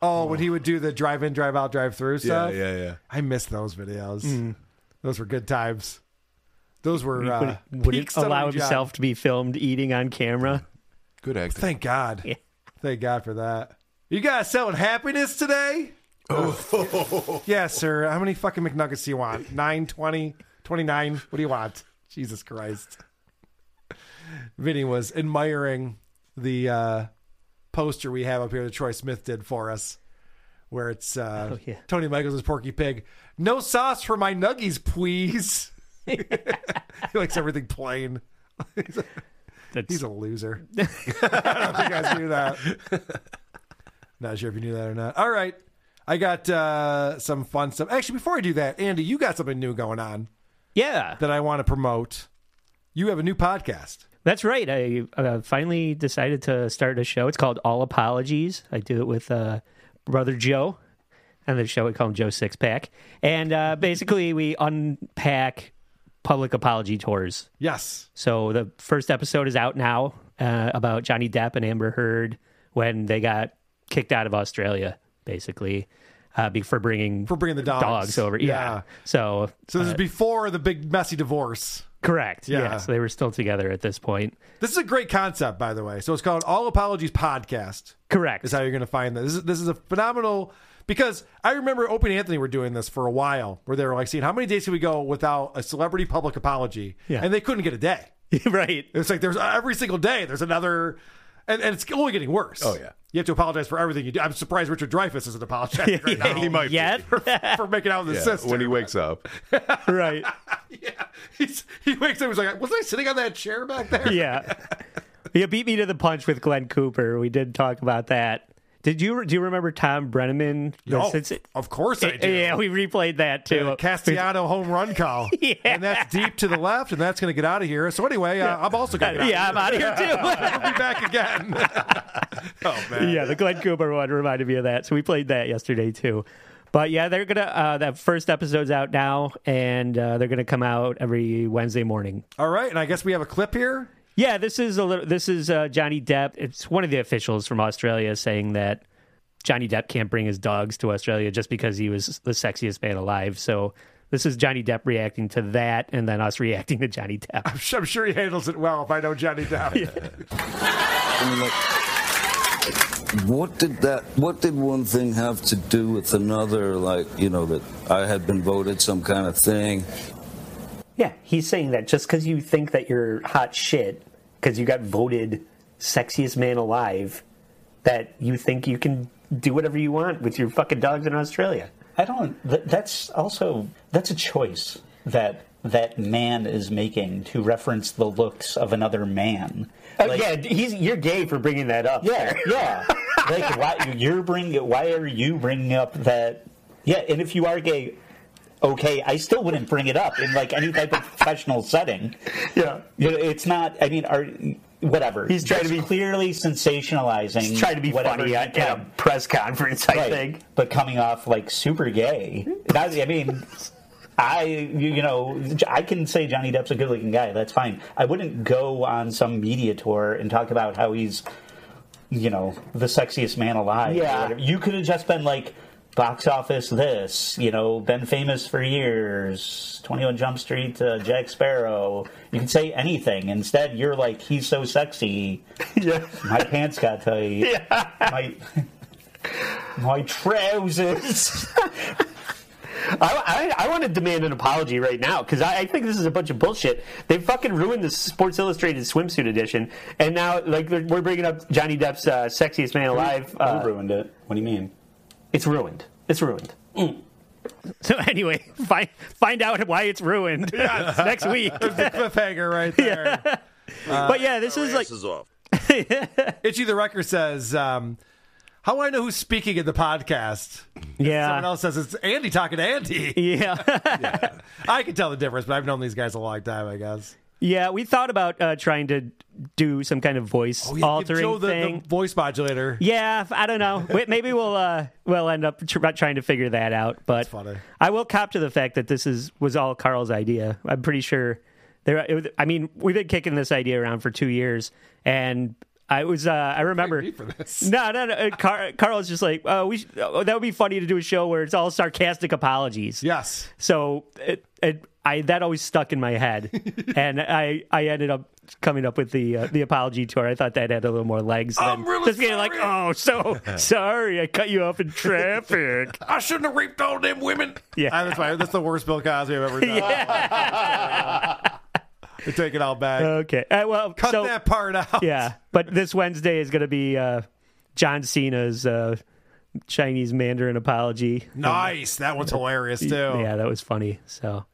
Speaker 1: Oh, when he would do the drive in, drive out, drive through
Speaker 11: Yeah,
Speaker 1: stuff.
Speaker 11: yeah, yeah.
Speaker 1: I miss those videos. Those were good times. Those were
Speaker 6: Would-
Speaker 1: uh,
Speaker 6: would, he
Speaker 1: peak
Speaker 6: allow
Speaker 1: summer job.
Speaker 6: himself to be filmed eating on camera?
Speaker 11: Good acting.
Speaker 1: Thank God. Thank God for that. You guys selling happiness today? Oh. yeah, sir. How many fucking McNuggets do you want? 9, 20, 29? What do you want? Jesus Christ. Vinny was admiring the uh, poster we have up here that Troy Smith did for us, where it's uh,
Speaker 6: Oh, yeah.
Speaker 1: Tony Michaels as Porky Pig. No sauce for my nuggies, please. he likes everything plain. he's, a, he's a loser. I don't know if you guys knew that. Not sure if you knew that or not. All right. I got uh, some fun stuff. Actually, before I do that, Andy, you got something new going on.
Speaker 6: Yeah.
Speaker 1: That I want to promote. You have a new podcast.
Speaker 6: That's right. I uh, finally decided to start a show. It's called All Apologies. I do it with uh, brother Joe, and the show we call him Joe Sixpack. And uh, basically, we unpack public apology tours.
Speaker 1: Yes.
Speaker 6: So the first episode is out now uh, about Johnny Depp and Amber Heard when they got kicked out of Australia, basically, uh, be- for bringing
Speaker 1: for bringing the dogs,
Speaker 6: over. Yeah.
Speaker 1: Yeah.
Speaker 6: So
Speaker 1: So this
Speaker 6: uh,
Speaker 1: is before the big messy divorce.
Speaker 6: correct. Yeah.
Speaker 1: Yeah.
Speaker 6: So they were still together at this point.
Speaker 1: This is a great concept, by the way. So it's called All Apologies Podcast.
Speaker 6: Correct.
Speaker 1: Is how you're going to find this. This is, this is a phenomenal because I remember Open Anthony were doing this for a while, where they were like, "Seeing how many days can we go without a celebrity public apology?"
Speaker 6: Yeah.
Speaker 1: And they couldn't get a day.
Speaker 6: right.
Speaker 1: It's like there's every single day there's another, and, and it's only getting worse.
Speaker 11: Oh, yeah.
Speaker 1: You have to apologize for everything you do. I'm surprised Richard Dreyfuss isn't apologizing right now.
Speaker 11: He might
Speaker 6: yet
Speaker 1: for, for making out with his
Speaker 11: Yeah,
Speaker 1: sister.
Speaker 11: when he wakes up.
Speaker 6: right.
Speaker 1: He's, he wakes up. He's like, "Wasn't I sitting on that chair back there?"
Speaker 6: yeah. You beat me to the punch with Glenn Cooper. We did talk about that. Did you do you remember Tom Brenneman?
Speaker 1: No,
Speaker 6: Since it-
Speaker 1: of course I do.
Speaker 6: Yeah, we replayed that too.
Speaker 1: Yeah, Castellano home run call.
Speaker 6: Yeah.
Speaker 1: And that's deep to the left, and that's going to get out of here. So, anyway, uh, I'm also going to
Speaker 6: Yeah, I'm out of here too.
Speaker 1: I'll be back again. oh, man.
Speaker 6: Yeah, the Glenn Cooper one reminded me of that. So we played that yesterday too. But yeah, they're gonna uh, that first episode's out now, and uh, they're gonna come out every Wednesday morning.
Speaker 1: All right. And I guess we have a clip here.
Speaker 6: Yeah, this is a little. This is uh, Johnny Depp. It's one of the officials from Australia saying that Johnny Depp can't bring his dogs to Australia just because he was the sexiest man alive. So this is Johnny Depp reacting to that, and then us reacting to Johnny Depp.
Speaker 1: I'm sure, I'm sure he handles it well if I know Johnny Depp.
Speaker 2: I mean, like, what did that? What did one thing have to do with another? Like, you know, that I had been voted some kind of thing.
Speaker 6: Yeah, he's saying that just because you think that you're hot shit because you got voted sexiest man alive, that you think you can do whatever you want with your fucking dogs in Australia.
Speaker 21: I don't. Th- that's also that's a choice that that man is making to reference the looks of another man.
Speaker 6: Oh, yeah, he's you're gay for bringing that up.
Speaker 21: Yeah, yeah. like why you're bringing? Why are you bringing up that? Yeah, and if you are gay, okay, I still wouldn't bring it up in like any type of professional setting.
Speaker 6: Yeah,
Speaker 21: it's not. I mean, are whatever.
Speaker 6: He's trying to
Speaker 21: Just
Speaker 6: be-
Speaker 21: clearly sensationalizing.
Speaker 6: He's trying to be
Speaker 21: whatever
Speaker 6: funny
Speaker 21: he
Speaker 6: at- at a
Speaker 21: can.
Speaker 6: press conference, I
Speaker 21: Right.
Speaker 6: think.
Speaker 21: But coming off like super gay. That's- I mean, I you you know I can say Johnny Depp's a good-looking guy. That's fine. I wouldn't go on some media tour and talk about how he's you know the sexiest man alive. or Yeah. whatever. you could have just been like. Box office, this you know, been famous for years. Twenty One Jump Street, uh, Jack Sparrow. You can say anything. Instead, you're like, he's so sexy. Yeah, my pants got tight. Yeah. my my trousers.
Speaker 6: I, I, I want to demand an apology right now because I, I think this is a bunch of bullshit. They fucking ruined the Sports Illustrated swimsuit edition, and now like they're- we're bringing up Johnny Depp's uh, sexiest man alive. Uh,
Speaker 21: Oh, ruined it. What do you mean?
Speaker 6: It's ruined. It's ruined. So anyway, find find out why it's ruined next week.
Speaker 1: There's the cliffhanger right there. Uh,
Speaker 6: But yeah, this is like
Speaker 1: Itchy the Wrecker says, um, How do I know who's speaking in the podcast?
Speaker 6: Yeah.
Speaker 1: Someone else says it's Andy talking to Andy.
Speaker 6: Yeah.
Speaker 1: I can tell the difference, but I've known these guys a long time, I guess.
Speaker 6: Yeah, we thought about uh, trying to do some kind of voice
Speaker 1: Oh, yeah, give
Speaker 6: altering
Speaker 1: Joe the- the
Speaker 6: thing.
Speaker 1: voice modulator.
Speaker 6: Yeah, I don't know. Wait, Maybe we'll uh, we'll end up tr- trying to figure that out. But I will cop to the fact that this is was all Carl's idea. I'm pretty sure there. It was, I mean, we've been kicking this idea around for two years, and I was. Uh, I remember. No, no, no. uh, Car- Carl was just like, oh, we should, oh, that would be funny to do a show where it's all sarcastic apologies.
Speaker 1: Yes.
Speaker 6: So it, it, I that always stuck in my head, and I I ended up coming up with the uh, the apology tour. I thought that had a little more legs.
Speaker 13: Um,
Speaker 6: than just being like, oh, so sorry, I cut you off in traffic.
Speaker 1: I shouldn't have raped all them women.
Speaker 6: Yeah.
Speaker 1: that's, my, that's the worst Bill Cosby I've ever done. I take it all back.
Speaker 6: Okay. Uh, well,
Speaker 1: cut
Speaker 6: so-
Speaker 1: that part out.
Speaker 6: Yeah, but this Wednesday is going to be uh, John Cena's uh, Chinese Mandarin apology.
Speaker 1: Nice. That one's hilarious, too.
Speaker 6: Yeah, that was funny. So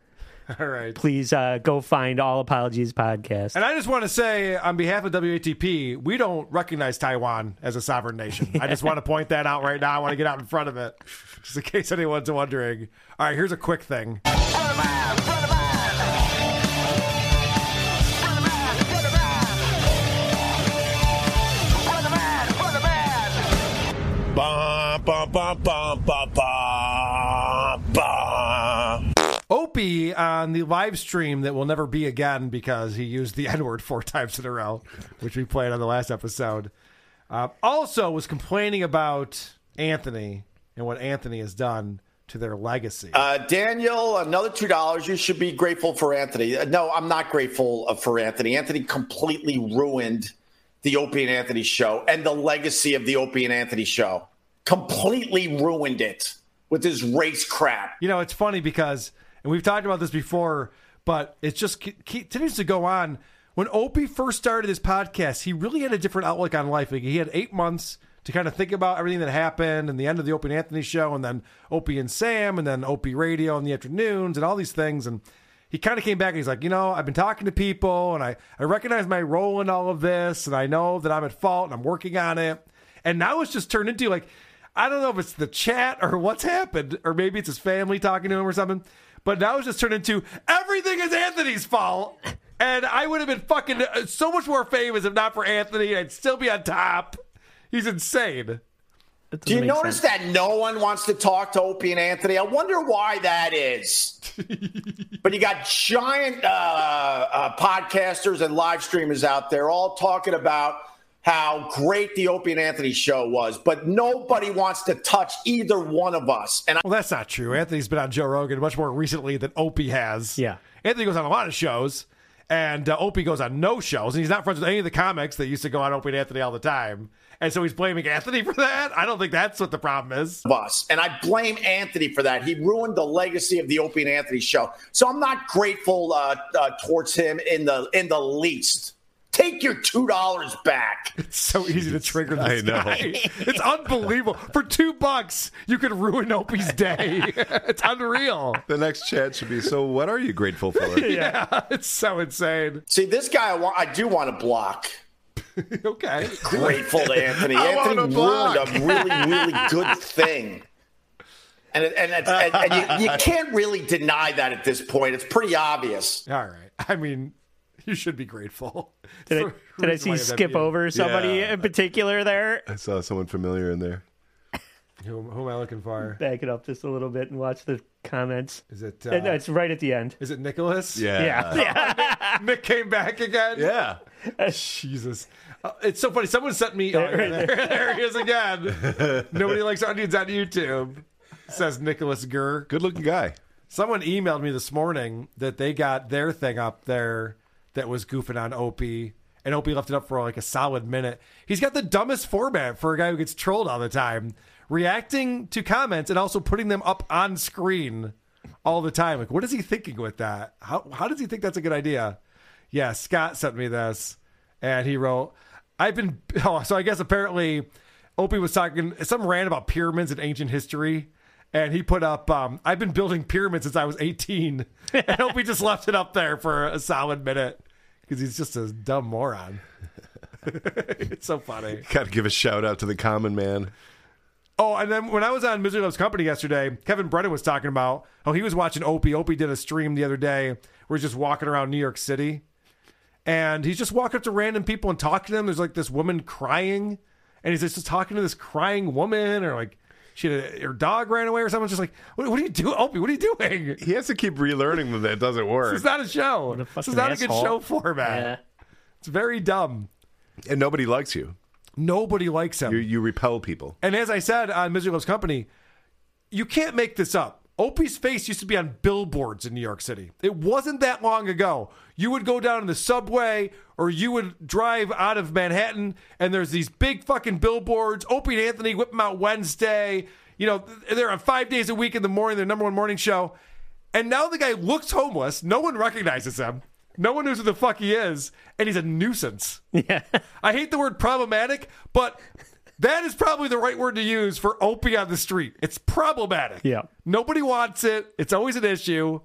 Speaker 1: All right.
Speaker 6: please uh, go find All Apologies podcast.
Speaker 1: And I just want to say, on behalf of WATP, we don't recognize Taiwan as a sovereign nation. I just want to point that out right now. I want to get out in front of it, just in case anyone's wondering. All right, here's a quick thing.
Speaker 18: Ba, ba, ba, ba, ba, ba, ba.
Speaker 1: Opie on the live stream that will never be again because he used the N word four times in a row, which we played on the last episode. Uh, also, was complaining about Anthony and what Anthony has done to their legacy.
Speaker 7: Uh, Daniel, another two dollars. You should be grateful for Anthony. Uh, No, I'm not grateful uh, for Anthony. Anthony completely ruined the Opie and Anthony show and the legacy of the Opie and Anthony show. Completely ruined it with his race crap.
Speaker 1: You know, it's funny because, and we've talked about this before, but it just c- c- continues to go on. When Opie first started his podcast, he really had a different outlook on life. Like, he had eight months to kind of think about everything that happened and the end of the Opie and Anthony show, and then Opie and Sam, and then Opie Radio in the afternoons, and all these things. And he kind of came back and he's like, you know, I've been talking to people, and I, I recognize my role in all of this, and I know that I'm at fault, and I'm working on it. And now it's just turned into like, I don't know if it's the chat or what's happened, or maybe it's his family talking to him or something. But now it's just turned into everything is Anthony's fault. And I would have been fucking uh, so much more famous if not for Anthony. I'd still be on top. He's insane.
Speaker 7: Do you notice that no one wants to talk to Opie and Anthony? I wonder why that is. but you got giant uh, uh, podcasters and live streamers out there all talking about how great the Opie and Anthony show was, but nobody wants to touch either one of us. And I-
Speaker 1: Well, that's not true. Anthony's been on Joe Rogan much more recently than Opie has.
Speaker 6: Yeah.
Speaker 1: Anthony goes on a lot of shows, and uh, Opie goes on no shows, and he's not friends with any of the comics that used to go on Opie and Anthony all the time. And so he's blaming Anthony for that. I don't think that's what the problem is.
Speaker 7: Bus. And I blame Anthony for that. He ruined the legacy of the Opie and Anthony show. So I'm not grateful uh, uh, towards him in the in the least. Take your two dollars back.
Speaker 1: It's so easy to trigger
Speaker 7: I
Speaker 1: this
Speaker 7: know.
Speaker 1: guy. It's unbelievable. For two bucks, you could ruin Opie's day. it's unreal.
Speaker 11: The next chat should be so what are you grateful for?
Speaker 1: yeah. it's so insane.
Speaker 7: See, this guy, I, want, I do want to block.
Speaker 1: okay.
Speaker 7: Grateful to Anthony.
Speaker 11: I
Speaker 7: Anthony
Speaker 11: wanna
Speaker 7: ruined
Speaker 11: block.
Speaker 7: a really, really good thing. And, it- and, it's- and, and you, you can't really deny that at this point. It's pretty obvious.
Speaker 1: All right. I mean, you should be grateful.
Speaker 6: Did
Speaker 1: For
Speaker 6: I, did I
Speaker 1: reason why
Speaker 6: see
Speaker 1: you have that
Speaker 6: skip
Speaker 1: view.
Speaker 6: over somebody
Speaker 11: Yeah.
Speaker 6: in particular there?
Speaker 11: I saw someone familiar in there.
Speaker 1: Who, who am I looking for?
Speaker 6: Back it up just a little bit and watch the comments.
Speaker 1: Is it?
Speaker 6: Uh, no,
Speaker 1: uh,
Speaker 6: it's right at the end.
Speaker 1: Is it Nicholas?
Speaker 6: Yeah. Yeah.
Speaker 1: Nick came back again.
Speaker 11: Yeah.
Speaker 1: Jesus. Uh, it's so funny. Someone sent me. Oh,
Speaker 6: There
Speaker 1: yeah,
Speaker 6: it is.
Speaker 1: there, there he is again. Nobody likes onions on YouTube, says Nicholas Gurr.
Speaker 11: Good looking guy.
Speaker 1: Someone emailed me this morning that they got their thing up there that was goofing on Opie, and Opie left it up for like a solid minute. He's got the dumbest format for a guy who gets trolled all the time, reacting to comments and also putting them up on screen all the time. Like, what is he thinking with that? How how does he think that's a good idea? Yeah, Scott sent me this, and he wrote, "I've been oh, so I guess apparently, Opie was talking some rant about pyramids in ancient history." And he put up, um, I've been building pyramids since I was 18. And Opie just left it up there for a solid minute because he's just a dumb moron. it's so funny.
Speaker 11: Gotta give a shout out to the common man.
Speaker 1: Oh, and then when I was on Misery Loves Company yesterday, Kevin Brennan was talking about oh he was watching Opie. Opie did a stream the other day where he's just walking around New York City, and he's just walking up to random people and talking to them. There's like this woman crying, and he's just talking to this crying woman, or like she had a, her dog ran away, or someone's just like, what, what are you doing, Opie? What are you doing?
Speaker 11: He has to keep relearning that that doesn't work.
Speaker 1: This is not a show.
Speaker 11: What a
Speaker 1: This
Speaker 11: fucking
Speaker 1: is not a good
Speaker 11: asshole.
Speaker 1: show format. It's very dumb.
Speaker 11: And nobody likes you.
Speaker 1: Nobody likes him.
Speaker 11: You, you repel people.
Speaker 1: And as I said on Misery Loves Company, you can't make this up. Opie's face used to be on billboards in New York City. It wasn't that long ago. You would go down in the subway or you would drive out of Manhattan and there's these big fucking billboards. Opie and Anthony whip them out Wednesday. You know, they're on five days a week in the morning, their number one morning show. And now the guy looks homeless. No one recognizes him. No one knows who the fuck he is. And he's a nuisance.
Speaker 6: Yeah.
Speaker 1: I hate the word problematic, but that is probably the right word to use for Opie on the street. It's problematic.
Speaker 6: Yeah.
Speaker 1: Nobody wants it. It's always an issue.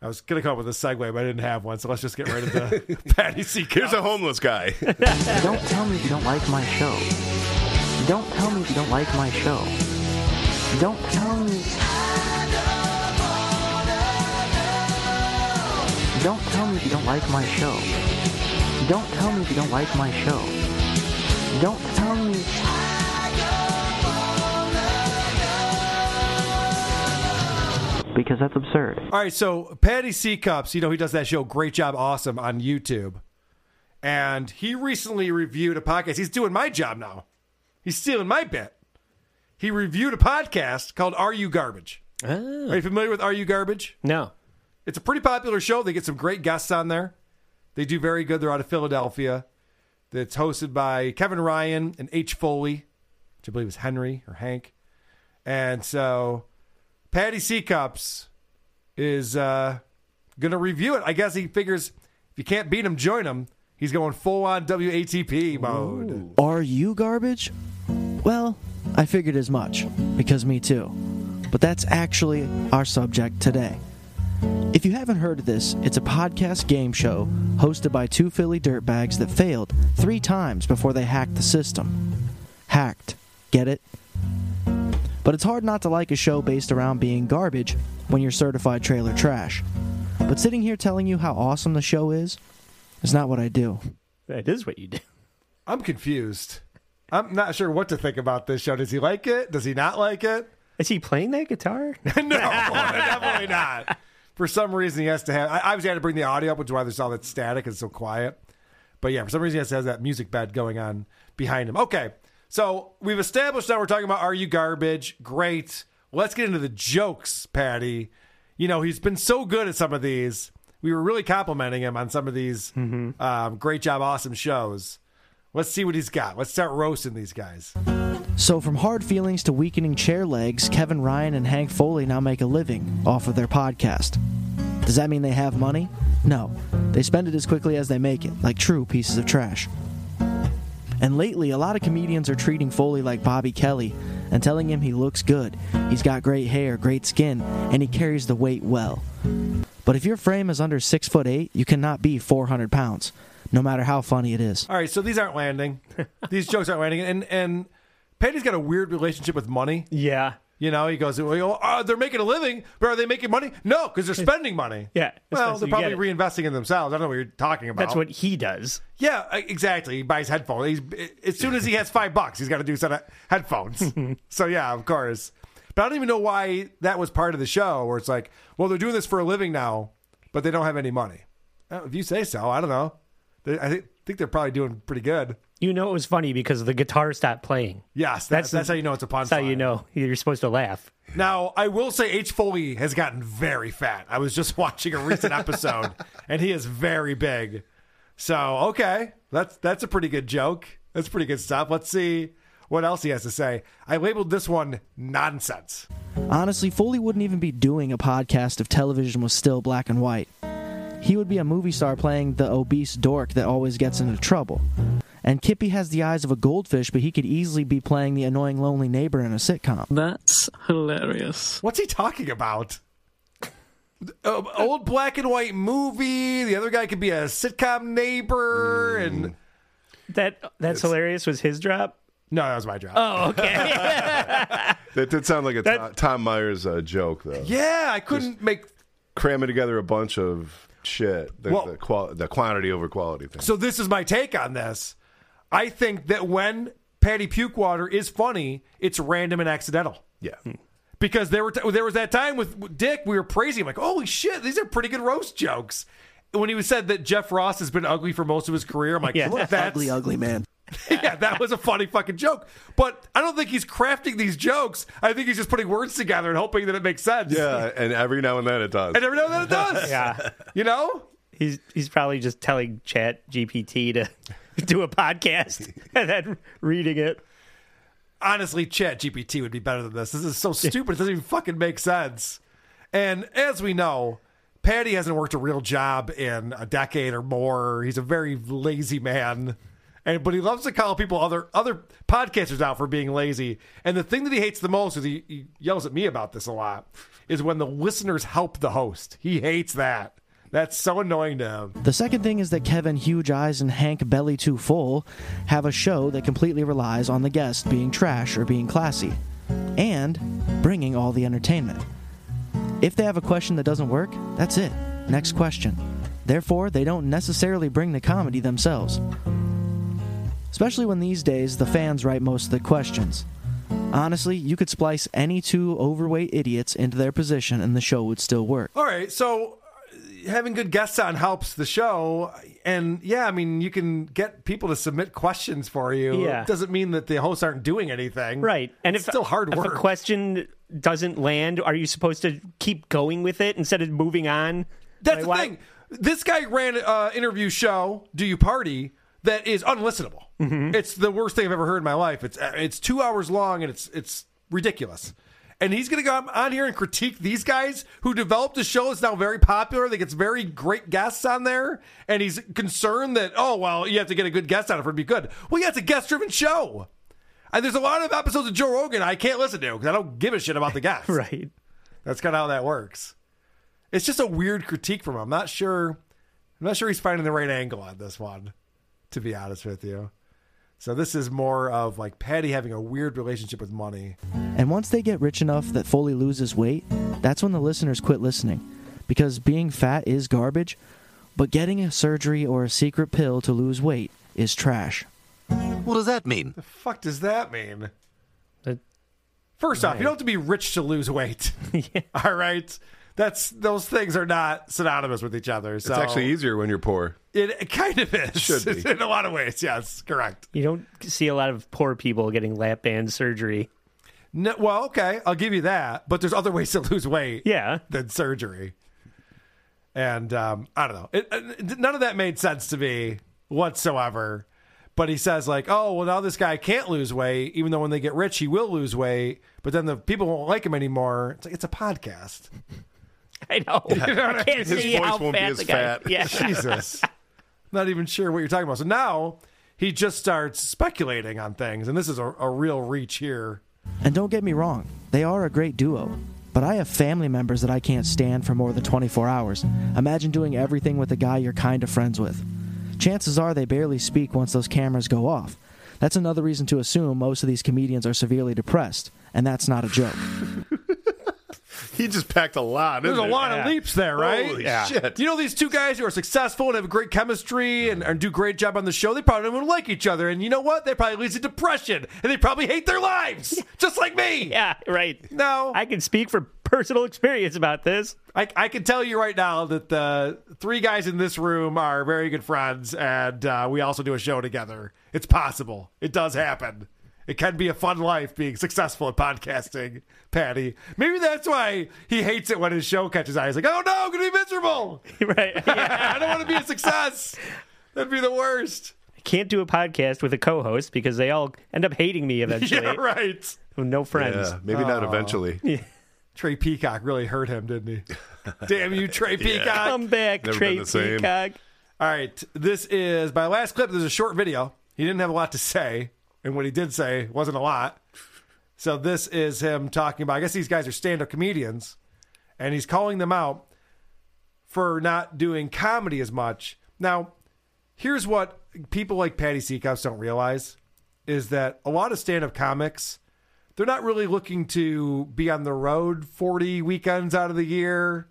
Speaker 1: I was going to come up with a segue, but I didn't have one. So let's just get right into Patty C.
Speaker 11: Here's a homeless guy.
Speaker 1: Don't
Speaker 8: tell me you don't like my show. Don't tell me you don't like my show. Don't tell me. Don't tell me you don't like my show. Don't tell me you don't like my show. Don't tell me. Because that's absurd.
Speaker 1: All right, so Patty C Cups, you know, he does that show Great Job Awesome on YouTube. And he recently reviewed a podcast. He's doing my job now. He's stealing my bit. He reviewed a podcast called Are You Garbage? Are you familiar with Are You Garbage?
Speaker 6: No.
Speaker 1: It's a pretty popular show. They get some great guests on there. They do very good. They're out of Philadelphia. That's hosted by Kevin Ryan and H. Foley, which I believe is Henry or Hank. And so Patty C. Cups is uh, going to review it. I guess he figures if you can't beat him, join him. He's going full on WATP mode.
Speaker 22: Are you garbage? Well, I figured as much, because me too. But that's actually our subject today. If you haven't heard of this, it's a podcast game show hosted by two Philly dirtbags that failed three times before they hacked the system. Hacked. Get it? But it's hard not to like a show based around being garbage when you're certified trailer trash. But sitting here telling you how awesome the show is is not what I do.
Speaker 6: That is what you do.
Speaker 1: I'm confused. I'm not sure what to think about this show. Does he like it? Does he not like it?
Speaker 6: Is he playing that guitar?
Speaker 1: definitely not. For some reason, he has to have. I obviously had to bring the audio up, which is why there's all that static and so quiet. But yeah, for some reason, he has to have that music bed going on behind him. Okay, so we've established now we're talking about are you garbage? Great. Let's get into the jokes, Patty. You know he's been so good at some of these. We were really complimenting him on some of these um, great job, awesome shows. Let's see what he's got. Let's start roasting these guys.
Speaker 22: So, from hard feelings to weakening chair legs, Kevin Ryan and Hank Foley now make a living off of their podcast. Does that mean they have money? No. They spend it as quickly as they make it, like true pieces of trash. And lately, a lot of comedians are treating Foley like Bobby Kelly and telling him he looks good, he's got great hair, great skin, and he carries the weight well. But if your frame is under 6 foot 8, you cannot be 400 pounds, no matter how funny it is.
Speaker 1: All right, so these aren't landing. these jokes aren't landing, and and Patty's got a weird relationship with money.
Speaker 6: Yeah,
Speaker 1: you know, he goes, well, uh, they're making a living, but are they making money? No, because they're spending money.
Speaker 6: Yeah,
Speaker 1: well,
Speaker 6: so
Speaker 1: they're
Speaker 6: you get
Speaker 1: probably reinvesting in themselves. I don't know what you're talking about.
Speaker 6: That's what he does.
Speaker 1: Yeah, uh, exactly. He buys headphones. He's, as soon as he has five bucks, he's got to do some headphones. so yeah, of course. But I don't even know why that was part of the show, where it's like, well, they're doing this for a living now, but they don't have any money. Uh, If you say so, I don't know. They, I thi- think they're probably doing pretty good.
Speaker 6: You know it was funny because the guitar stopped playing.
Speaker 1: Yes, that's- that's how you know it's a punchline.
Speaker 6: That's how you know you're supposed to laugh.
Speaker 1: Now, I will say H. Foley has gotten very fat. I was just watching a recent episode, and he is very big. So, okay, that's that's a pretty good joke. That's pretty good stuff. Let's see what else he has to say. I labeled this one nonsense.
Speaker 22: Honestly, Foley wouldn't even be doing a podcast if television was still black and white. He would be a movie star playing the obese dork that always gets into trouble. And Kippy has the eyes of a goldfish, but he could easily be playing the annoying lonely neighbor in a sitcom.
Speaker 8: That's hilarious.
Speaker 1: What's he talking about? Uh, old black and white movie. The other guy could be a sitcom neighbor, and
Speaker 6: That that's hilarious. Was his drop?
Speaker 1: No, that was my job.
Speaker 6: Oh, okay.
Speaker 11: That did sound like a Tom, Tom Myers uh, joke, though.
Speaker 1: Yeah, I couldn't make
Speaker 11: Cramming together a bunch of shit. The,
Speaker 1: Well-
Speaker 11: the, qual- the quantity over quality thing.
Speaker 1: So this is my take on this. I think that when Patty Pukewater is funny, it's random and accidental.
Speaker 11: Yeah.
Speaker 1: Because there were t- there was that time with Dick, we were praising him like, "Holy shit, these are pretty good roast jokes." When he said that Jeff Ross has been ugly for most of his career, I'm like,
Speaker 22: Yeah.
Speaker 1: "Look, that's
Speaker 22: Ugly, ugly man."
Speaker 1: yeah, that was a funny fucking joke. But I don't think he's crafting these jokes. I think he's just putting words together and hoping that it makes sense.
Speaker 11: Yeah, and every now and then it does.
Speaker 1: and every now and then it does.
Speaker 6: Yeah.
Speaker 1: You know?
Speaker 6: He's he's probably just telling Chat GPT to do a podcast and then reading it.
Speaker 1: honestly, Chat GPT would be better than this. This is so stupid. It doesn't even fucking make sense. And as we know, Patty hasn't worked a real job in a decade or more. He's a very lazy man. And but he loves to call people other other podcasters out for being lazy. And the thing that he hates the most is he, he yells at me about this a lot is when the listeners help the host. He hates that. That's so annoying to him.
Speaker 22: The second thing is that Kevin Huge Eyes and Hank Belly Too Full have a show that completely relies on the guest being trash or being classy, and bringing all the entertainment. If they have a question that doesn't work, that's it. Next question. Therefore, they don't necessarily bring the comedy themselves. Especially when these days the fans write most of the questions. Honestly, you could splice any two overweight idiots into their position and the show would still work.
Speaker 1: All right, so uh, having good guests on helps the show, and yeah, I mean you can get people to submit questions for you.
Speaker 6: Yeah.
Speaker 1: It doesn't mean that the hosts aren't doing anything,
Speaker 6: Right. And
Speaker 1: it's
Speaker 6: if
Speaker 1: still hard
Speaker 6: if
Speaker 1: work.
Speaker 6: a question doesn't land, are you supposed to keep going with it instead of moving on?
Speaker 1: That's the thing. This guy ran an uh, interview show, Do You Party, that is unlistenable. It's the worst thing I've ever heard in my life. It's uh, it's two hours long and it's it's ridiculous. And he's going to go on- on here and critique these guys who developed a show that's now very popular. That gets very great guests on there, and he's concerned that oh well, you have to get a good guest on it for it to be good. Well, yeah, it's a guest-driven show, and there's a lot of episodes of Joe Rogan I can't listen to because I don't give a shit about the guest.
Speaker 6: right.
Speaker 1: That's kind of how that works. It's just a weird critique from him. I'm not sure. I'm not sure he's finding the right angle on this one, to be honest with you. So this is more of like Patty having a weird relationship with money.
Speaker 22: And once they get rich enough that Foley loses weight, that's when the listeners quit listening. Because being fat is garbage, but getting a surgery or a secret pill to lose weight is trash.
Speaker 1: What does that mean? The fuck does that mean? First off, you don't have to be rich to lose weight. All right, that's those things are not synonymous with each other. So
Speaker 11: It's actually easier when you're poor.
Speaker 1: It kind of is
Speaker 11: Should be.
Speaker 1: in a lot of ways. Yes, correct.
Speaker 6: You don't see a lot of poor people getting lap band surgery.
Speaker 1: No, well, okay, I'll give you that. But there's other ways to lose weight,
Speaker 6: yeah,
Speaker 1: than surgery. And um, I don't know. It, it- none of that made sense to me whatsoever. But he says like, oh well, now this guy can't lose weight, even though when they get rich he will lose weight. But then the people won't like him anymore. It's like it's a podcast.
Speaker 6: I know. I can't
Speaker 1: His
Speaker 6: see
Speaker 1: voice
Speaker 6: how
Speaker 1: won't be
Speaker 6: fat
Speaker 1: as
Speaker 6: the guy.
Speaker 1: fat.
Speaker 6: Yeah.
Speaker 1: Jesus. Not even sure what you're talking about. So now he just starts speculating on things, and this is a, a real reach here.
Speaker 22: And don't get me wrong, they are a great duo. But I have family members that I can't stand for more than 24 hours. Imagine doing everything with a guy you're kind of friends with. Chances are they barely speak once those cameras go off. That's another reason to assume most of these comedians are severely depressed, and that's not a joke.
Speaker 11: He just packed a lot.
Speaker 1: There's a
Speaker 11: isn't it?
Speaker 1: lot of leaps there, right?
Speaker 11: Holy shit.
Speaker 1: You know these two guys who are successful and have great chemistry and, and do great job on the show. They probably don't even like each other, and you know what? They probably leads to depression, and they probably hate their lives, just like me.
Speaker 6: Yeah, right.
Speaker 1: No,
Speaker 6: I can speak from personal experience about this.
Speaker 1: I, I can tell you right now that the three guys in this room are very good friends, and uh, we also do a show together. It's possible. It does happen. It can be a fun life being successful at podcasting, Patty. Maybe that's why he hates it when his show catches eyes. Like, oh no, I'm gonna be miserable.
Speaker 6: Right.
Speaker 1: I don't want to be a success. That'd be the worst.
Speaker 6: I can't do a podcast with a co-host because they all end up hating me eventually.
Speaker 1: Yeah, right.
Speaker 6: With Oh, no friends.
Speaker 11: Yeah, maybe not eventually.
Speaker 1: Trey Peacock really hurt him, didn't he? Damn you, Trey
Speaker 11: Yeah.
Speaker 1: Peacock.
Speaker 11: Come back, Never been Trey the same. Peacock.
Speaker 1: All right. This is my last clip. This is a short video. He didn't have a lot to say, and what he did say wasn't a lot. So this is him talking about I guess these guys are stand-up comedians, and he's calling them out for not doing comedy as much. Now, here's what people like Patty Seacouse don't realize is that a lot of stand-up comics they're not really looking to be on the road 40 weekends out of the year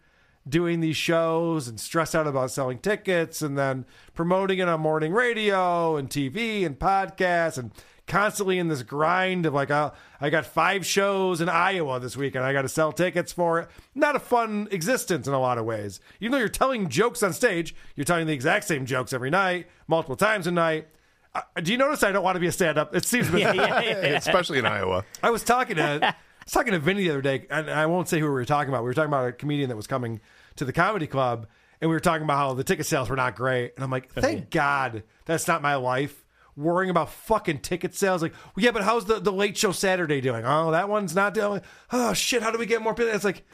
Speaker 1: doing these shows and stress out about selling tickets and then promoting it on morning radio and TV and podcasts and constantly in this grind of like uh, I got five shows in Iowa this week and I got to sell tickets for it. Not a fun existence in a lot of ways. Even though you're telling jokes on stage, you're telling the exact same jokes every night, multiple times a night. Uh, do you notice I don't want to be a stand-up? It seems
Speaker 11: Yeah, yeah, yeah. Especially in Iowa.
Speaker 1: I was talking to I was talking to Vinny the other day, and I won't say who we were talking about. We were talking about a comedian that was coming to the comedy club, and we were talking about how the ticket sales were not great. And I'm like, thank God that's not my life. Worrying about fucking ticket sales, like, well, yeah, but how's the, the late show Saturday doing? Oh, that one's not doing. Oh shit, how do we get more people? It's like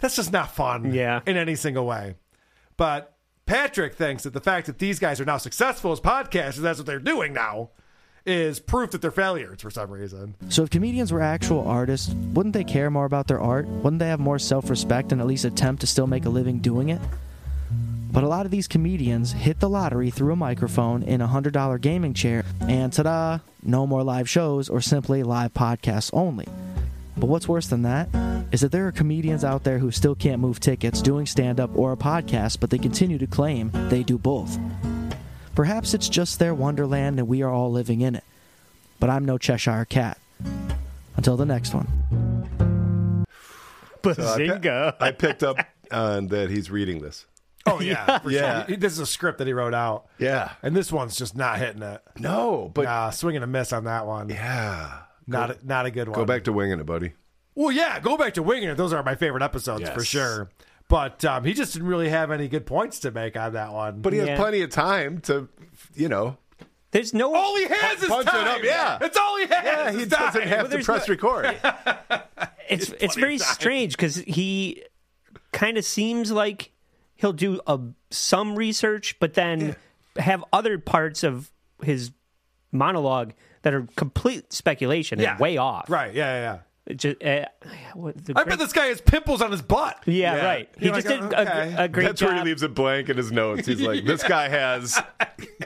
Speaker 1: that's just not fun, yeah, in any single way. But Patrick thinks that the fact that these guys are now successful as podcasters, that's what they're doing now, is proof that they're failures for some reason.
Speaker 22: So, if comedians were actual artists, wouldn't they care more about their art? Wouldn't they have more self respect and at least attempt to still make a living doing it? But a lot of these comedians hit the lottery through a microphone in a $100 gaming chair, and ta da, no more live shows or simply live podcasts only. But what's worse than that is that there are comedians out there who still can't move tickets doing stand up or a podcast, but they continue to claim they do both. Perhaps it's just their wonderland and we are all living in it. But I'm no Cheshire cat. Until the next one.
Speaker 11: Bazinga. I, picked up on that he's reading this.
Speaker 1: Oh yeah, for
Speaker 11: Yeah.
Speaker 1: Sure. He- This is a script that he wrote out.
Speaker 11: Yeah,
Speaker 1: and this one's just not hitting it.
Speaker 11: No, but
Speaker 1: nah, swing and a miss on that one.
Speaker 11: Yeah,
Speaker 1: not
Speaker 11: Go-
Speaker 1: a, not a good one.
Speaker 11: Go back to winging it, buddy.
Speaker 1: Well, yeah, go back to winging it. Those are my favorite episodes for
Speaker 11: Yes.
Speaker 1: sure. But um, he just didn't really have any good points to make on that one.
Speaker 11: But he has plenty of time to, you know.
Speaker 6: There's no
Speaker 1: all he has is
Speaker 11: punch
Speaker 1: time.
Speaker 11: it up. Yeah,
Speaker 1: it's all he has.
Speaker 11: Yeah, he
Speaker 1: is
Speaker 11: doesn't
Speaker 1: time.
Speaker 11: have to press record.
Speaker 6: it's it's very strange because he kind of seems like he'll do a, some research, but then have other parts of his monologue that are complete speculation
Speaker 1: Yeah.
Speaker 6: and way off.
Speaker 1: Right? Yeah, yeah. yeah.
Speaker 6: It Just, uh, what, the
Speaker 1: I
Speaker 6: great-
Speaker 1: bet this guy has pimples on his butt.
Speaker 6: Yeah, right. He just did a- a great
Speaker 11: That's where he
Speaker 6: job.
Speaker 11: leaves it blank in his notes. He's like, "This guy has."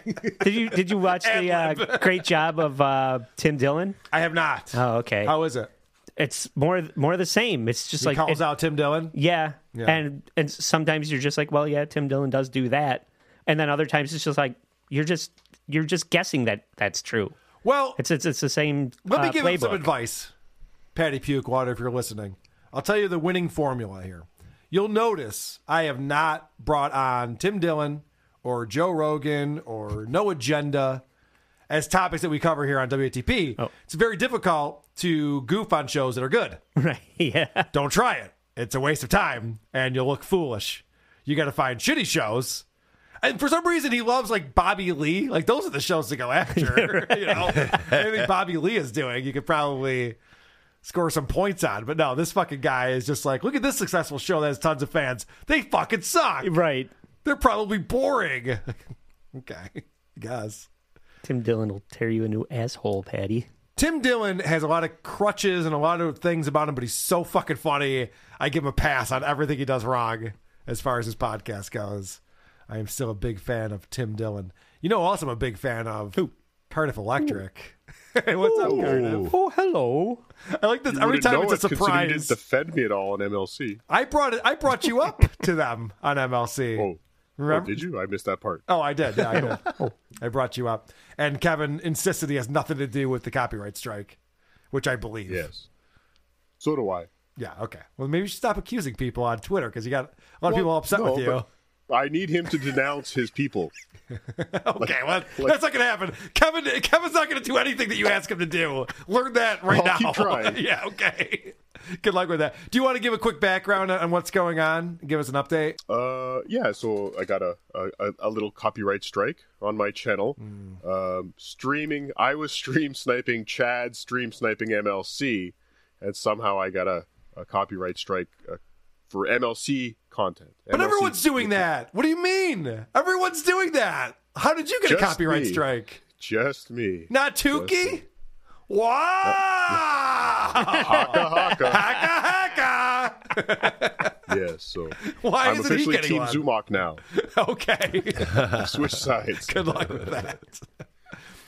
Speaker 6: did you did you watch the uh, great job of uh, Tim Dillon?
Speaker 1: I have not.
Speaker 6: Oh, okay.
Speaker 1: How is it?
Speaker 6: It's more more the same. It's just
Speaker 1: He
Speaker 6: like
Speaker 1: calls
Speaker 6: it-
Speaker 1: out Tim Dillon.
Speaker 6: Yeah.
Speaker 1: Yeah.
Speaker 6: And and sometimes you're just like, well, yeah, Tim Dillon does do that. And then other times it's just like you're just you're just guessing that that's true.
Speaker 1: Well,
Speaker 6: it's it's, it's the same.
Speaker 1: Let me
Speaker 6: uh,
Speaker 1: give him some
Speaker 6: playbook.
Speaker 1: advice, Patty Pukewater, if you're listening. I'll tell you the winning formula here. You'll notice I have not brought on Tim Dillon or Joe Rogan or No Agenda as topics that we cover here on WATP.
Speaker 6: Oh.
Speaker 1: It's very difficult to goof on shows that are good.
Speaker 6: Right. Yeah.
Speaker 1: Don't try it. It's a waste of time and you'll look foolish. You got to find shitty shows. And for some reason, he loves like Bobby Lee. Like those are the shows to go after. You know, anything Bobby Lee is doing, you could probably score some points on. But no, this fucking guy is just like, look at this successful show that has tons of fans. They fucking suck.
Speaker 6: Right.
Speaker 1: They're probably boring. okay, I guess.
Speaker 6: Tim Dillon will tear you a new asshole, Patty.
Speaker 1: Tim Dillon has a lot of crutches and a lot of things about him, but he's so fucking funny. I give him a pass on everything he does wrong as far as his podcast goes. I am still a big fan of Tim Dillon. You know, who else I'm a big fan of who Cardiff Electric. hey, what's up, Cardiff?
Speaker 6: Oh, hello.
Speaker 1: I like this
Speaker 10: You
Speaker 1: every
Speaker 10: wouldn't
Speaker 1: time.
Speaker 10: know
Speaker 1: It's a
Speaker 10: it, considering You didn't
Speaker 1: surprise.
Speaker 10: defend me at all on MLC.
Speaker 1: I brought it. I brought you up to them on MLC.
Speaker 10: Oh,
Speaker 1: Remember?
Speaker 10: did you? I missed that part.
Speaker 1: Oh, I did. Yeah, I did. I brought you up. And Kevin insisted he has nothing to do with the copyright strike, which I believe. Yes.
Speaker 10: So do I.
Speaker 1: Yeah, okay. Well, maybe you should stop accusing people on Twitter because you got a lot
Speaker 10: Well,
Speaker 1: of people upset
Speaker 10: no,
Speaker 1: with you.
Speaker 10: but I need him to denounce his people.
Speaker 1: okay, well, That's not going to happen. Kevin Kevin's not going to do anything that you ask him to do. Learn that right
Speaker 10: I'll
Speaker 1: now.
Speaker 10: keep trying.
Speaker 1: yeah, okay. Good luck with that. Do you want to give a quick background on what's going on? Give us an update.
Speaker 10: Uh, yeah. So I got a a, a little copyright strike on my channel.
Speaker 1: Hmm.
Speaker 10: Um, streaming, I was stream sniping Chad, stream sniping MLC, and somehow I got a, a copyright strike uh, for MLC content.
Speaker 1: But
Speaker 10: MLC
Speaker 1: everyone's doing that. What do you mean? Everyone's doing that. How did you get a
Speaker 10: Just
Speaker 1: copyright
Speaker 10: me.
Speaker 1: strike?
Speaker 10: Just me.
Speaker 1: Not Tukey? Wow!
Speaker 10: Haka haka.
Speaker 1: haka
Speaker 10: Yeah. So
Speaker 1: Why
Speaker 10: I'm
Speaker 1: isn't he
Speaker 10: officially
Speaker 1: getting
Speaker 10: Team
Speaker 1: one?
Speaker 10: Zumok now.
Speaker 1: haka! Okay.
Speaker 10: Switch sides.
Speaker 1: Good luck with that.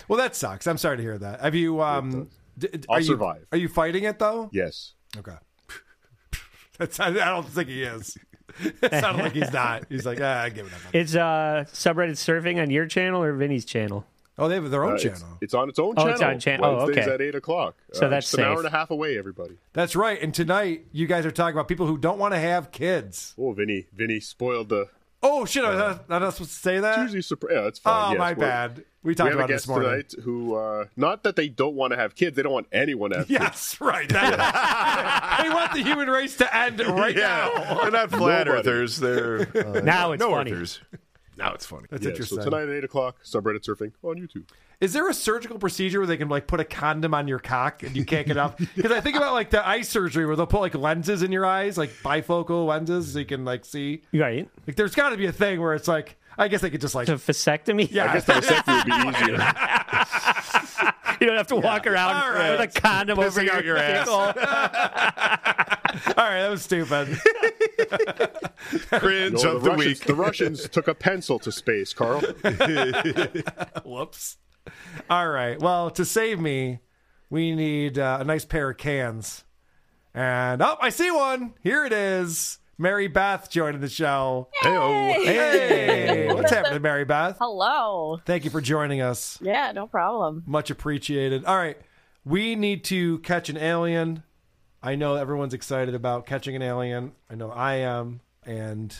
Speaker 1: Well, that sucks. I'm sorry to hear that. Have you? Um, d- d-
Speaker 10: I'll
Speaker 1: are you,
Speaker 10: survive.
Speaker 1: Are you fighting it though?
Speaker 10: Yes.
Speaker 1: Okay. That's, I don't think he is. it sounded like he's not. He's like, ah, I give it up.
Speaker 6: It's uh, subreddit surfing on your channel or Vinny's channel?
Speaker 1: Oh, they have their
Speaker 10: Uh, it's- It's, on its own
Speaker 6: Oh,
Speaker 10: channel.
Speaker 6: it's on chan- oh,
Speaker 10: Wednesdays
Speaker 6: okay.
Speaker 10: at eight o'clock.
Speaker 6: So
Speaker 10: Uh,
Speaker 6: that's
Speaker 10: just an hour
Speaker 6: safe.
Speaker 10: and a half away. Everybody.
Speaker 1: That's right. And tonight, you guys are talking about people who don't want to have kids.
Speaker 10: Oh, Vinny, Vinny spoiled the.
Speaker 1: Oh shit! I'm not, I'm not supposed to say that.
Speaker 10: uh, It's usually surprise. Yeah, it's fine.
Speaker 1: Oh,
Speaker 10: yes,
Speaker 1: my
Speaker 10: we're-
Speaker 1: bad. We talked
Speaker 10: have
Speaker 1: about
Speaker 10: a
Speaker 1: it this
Speaker 10: guest
Speaker 1: morning.
Speaker 10: tonight who, uh, not that they don't want to have kids, they don't want anyone to have kids.
Speaker 1: Yes, right. They want the human race to end right
Speaker 11: Yeah.
Speaker 1: now.
Speaker 11: They're not flat earthers. They're uh,
Speaker 1: Now it's
Speaker 11: no
Speaker 1: funny.
Speaker 11: earthers. Now it's funny.
Speaker 1: That's
Speaker 10: Yeah,
Speaker 1: interesting.
Speaker 10: So tonight at eight o'clock, subreddit surfing on YouTube.
Speaker 1: Is there a surgical procedure where they can like put a condom on your cock and you can't get off? Because I think about like the eye surgery where they'll put like lenses in your eyes, like bifocal lenses, so you can like see.
Speaker 6: Right.
Speaker 1: Like there's got to be a thing where it's like I guess they could just like
Speaker 6: a vasectomy.
Speaker 1: Yeah,
Speaker 6: I guess
Speaker 1: the
Speaker 10: vasectomy would be easier.
Speaker 6: You don't have to walk around
Speaker 1: All right.
Speaker 6: with a condom
Speaker 1: Pissing
Speaker 6: over
Speaker 1: out your ass.
Speaker 6: ass.
Speaker 1: All right, that was stupid.
Speaker 10: You know,
Speaker 11: Cringe
Speaker 10: the
Speaker 11: of the
Speaker 10: Russians-
Speaker 11: week.
Speaker 10: The Russians took a pencil to space, Carl.
Speaker 1: Whoops. All right. Well, to save me, we need uh, a nice pair of cans. And oh, I see one. Here it is. Mary Beth joining the show.
Speaker 11: Hey.
Speaker 1: Hey. What's happening, Mary Beth?
Speaker 14: Hello.
Speaker 1: Thank you for joining us.
Speaker 14: Yeah, no problem.
Speaker 1: Much appreciated. All right. We need to catch an alien. I know everyone's excited about catching an alien. I know I am. And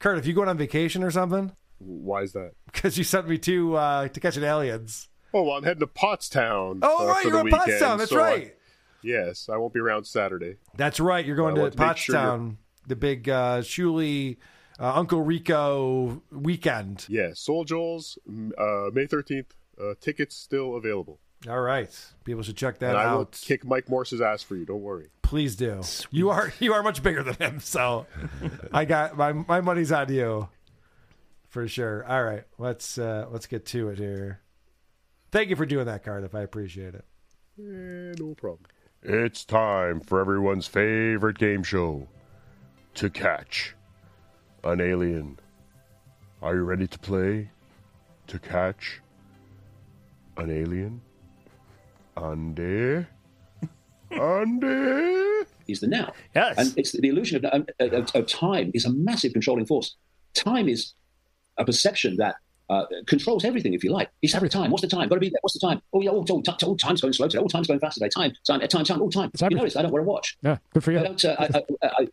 Speaker 1: Kurt, if you going on vacation or something?
Speaker 10: Why is that?
Speaker 1: Because you sent me to uh, to catch an aliens.
Speaker 10: Oh, well, I'm heading to Pottstown.
Speaker 1: Oh,
Speaker 10: uh,
Speaker 1: right,
Speaker 10: for
Speaker 1: you're
Speaker 10: the
Speaker 1: in Pottstown,
Speaker 10: weekend,
Speaker 1: that's
Speaker 10: so I-
Speaker 1: right.
Speaker 10: yes, I won't be around Saturday.
Speaker 1: That's right. You're going
Speaker 10: I
Speaker 1: to
Speaker 10: want to make sure
Speaker 1: Pottstown, the big uh, Shuley, uh, Uncle Rico weekend.
Speaker 10: Yeah, Soul Joel's m- uh, May 13th. Uh, tickets still available.
Speaker 1: All right, people should check that
Speaker 10: and I will
Speaker 1: out.
Speaker 10: kick Mike Morse's ass for you. Don't worry.
Speaker 1: Please do. You are you are much bigger than him, so I got my my money's on you for sure. All right, let's uh, let's get to it here. Thank you for doing that, Cardiff. I appreciate it.
Speaker 10: Eh, no problem.
Speaker 15: It's time for everyone's favorite game show to catch an alien. Are you ready to play to catch an alien? Andy? Andy?
Speaker 23: is the now.
Speaker 6: Yes.
Speaker 23: And it's the illusion of, of, of time is a massive controlling force. Time is a perception that uh, controls everything, if you like. It's every time. What's the time? Got to be there. What's the time? Oh, yeah. Oh, oh, ti- oh, time's going slow today. Oh, time's going fast today. Time, time, eh, time, time. Oh, time. You notice I don't wear a watch.
Speaker 15: Yeah, good for
Speaker 23: I don't. Uh, I, I, I,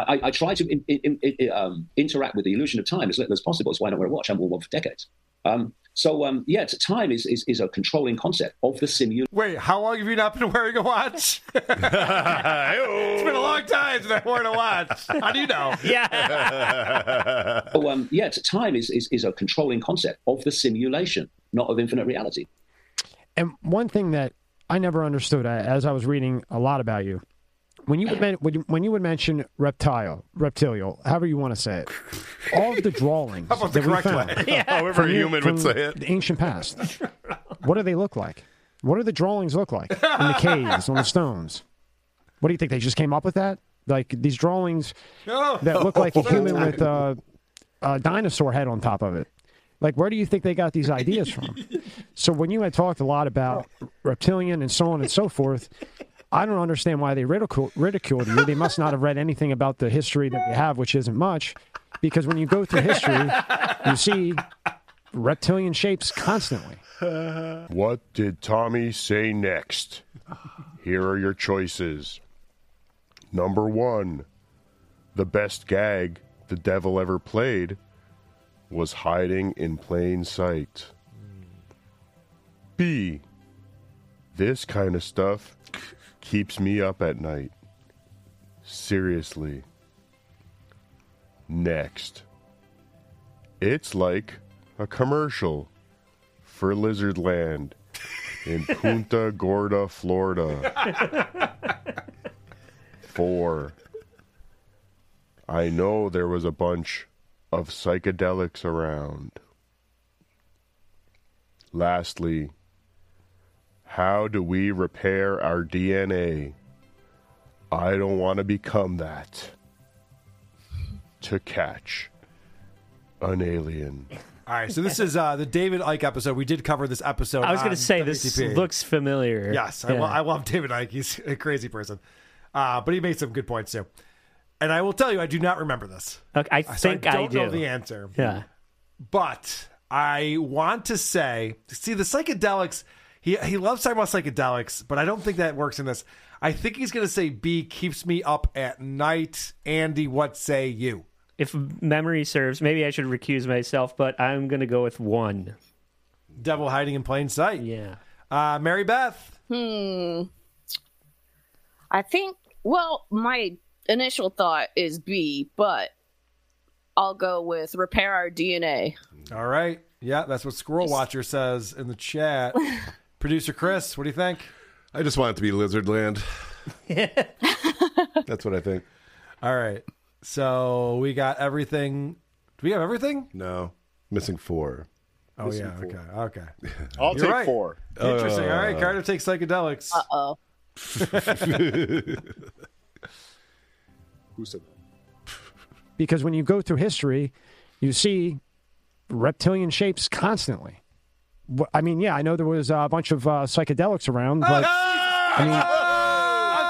Speaker 23: I, I try to in, in, in, um, interact with the illusion of time as little as possible. It's why I don't wear a watch. I haven't worn one for decades. Um, so, um, yeah, it's- time is, is, is a controlling concept of the simulation.
Speaker 1: Wait, how long have you not been wearing a watch? it's been a long time since I've worn a watch. How do you know?
Speaker 23: Yeah. so, um, yeah, it's- time is, is, is a controlling concept of the simulation, not of infinite reality.
Speaker 24: And one thing that I never understood uh, as I was reading a lot about you, when you would men- when you- when you would mention reptile, reptilial, however you want to say it, all of the drawings
Speaker 11: How about the
Speaker 24: that we
Speaker 11: correct
Speaker 24: found,
Speaker 11: way? Yeah. However
Speaker 24: from
Speaker 11: a
Speaker 24: your-
Speaker 11: human would
Speaker 24: from
Speaker 11: say it.
Speaker 24: the ancient past. What do they look like? What do the drawings look like in the caves on the stones? What do you think they just came up with that? Like these drawings
Speaker 1: No.
Speaker 24: that look like a human with a, a dinosaur head on top of it. Like, where do you think they got these ideas from? so, when you had talked a lot about reptilian and so on and so forth, I don't understand why they ridicule, ridiculed you. They must not have read anything about the history that we have, which isn't much, because when you go through history, you see reptilian shapes constantly.
Speaker 15: What did Tommy say next? Here are your choices. Number one, the best gag the devil ever played was hiding in plain sight. B, this kind of stuff keeps me up at night. Seriously. Next, it's like a commercial for Lizardland in Punta Gorda, Florida. Four. I know there was a bunch of psychedelics around. Lastly, how do we repair our DNA? I don't want to become that. To catch an alien.
Speaker 1: All right, so this is uh, the David Ike episode. We did cover this episode.
Speaker 6: I was going
Speaker 1: on
Speaker 6: to say this
Speaker 1: WCP.
Speaker 6: looks familiar.
Speaker 1: Yes, I,
Speaker 6: Yeah.
Speaker 1: lo- I love David Icke. He's a crazy person, uh, but he made some good points too. And I will tell you, I do not remember this.
Speaker 6: Okay, I
Speaker 1: So
Speaker 6: think
Speaker 1: I
Speaker 6: I
Speaker 1: don't know
Speaker 6: do.
Speaker 1: the answer.
Speaker 6: Yeah.
Speaker 1: but I want to say, see the psychedelics. He he loves talking about psychedelics, but I don't think that works in this. I think he's going to say B keeps me up at night. Andy, what say you?
Speaker 6: If memory serves, maybe I should recuse myself, but I'm going to go with one.
Speaker 1: Devil hiding in plain sight.
Speaker 6: Yeah.
Speaker 1: Uh, Mary Beth.
Speaker 5: Hmm. I think, well, my initial thought is B, but I'll go with repair our DNA.
Speaker 1: All right. Yeah, that's what Squirrel Watcher says in the chat. Producer Chris, what do you think?
Speaker 11: I just want it to be Lizardland. That's what I think.
Speaker 1: All right. So we got everything. Do we have everything?
Speaker 11: No, missing four.
Speaker 1: Oh,
Speaker 11: Missing
Speaker 1: yeah.
Speaker 11: four.
Speaker 1: Okay. Okay.
Speaker 11: I'll
Speaker 1: You're
Speaker 11: take
Speaker 1: right.
Speaker 11: four.
Speaker 1: Interesting. All right.
Speaker 11: Uh.
Speaker 1: Carter takes psychedelics.
Speaker 5: Uh oh.
Speaker 10: Who said
Speaker 24: because when you go through history, you see reptilian shapes constantly. Wh- I mean, yeah, I know there was uh, a bunch of uh, psychedelics around, but I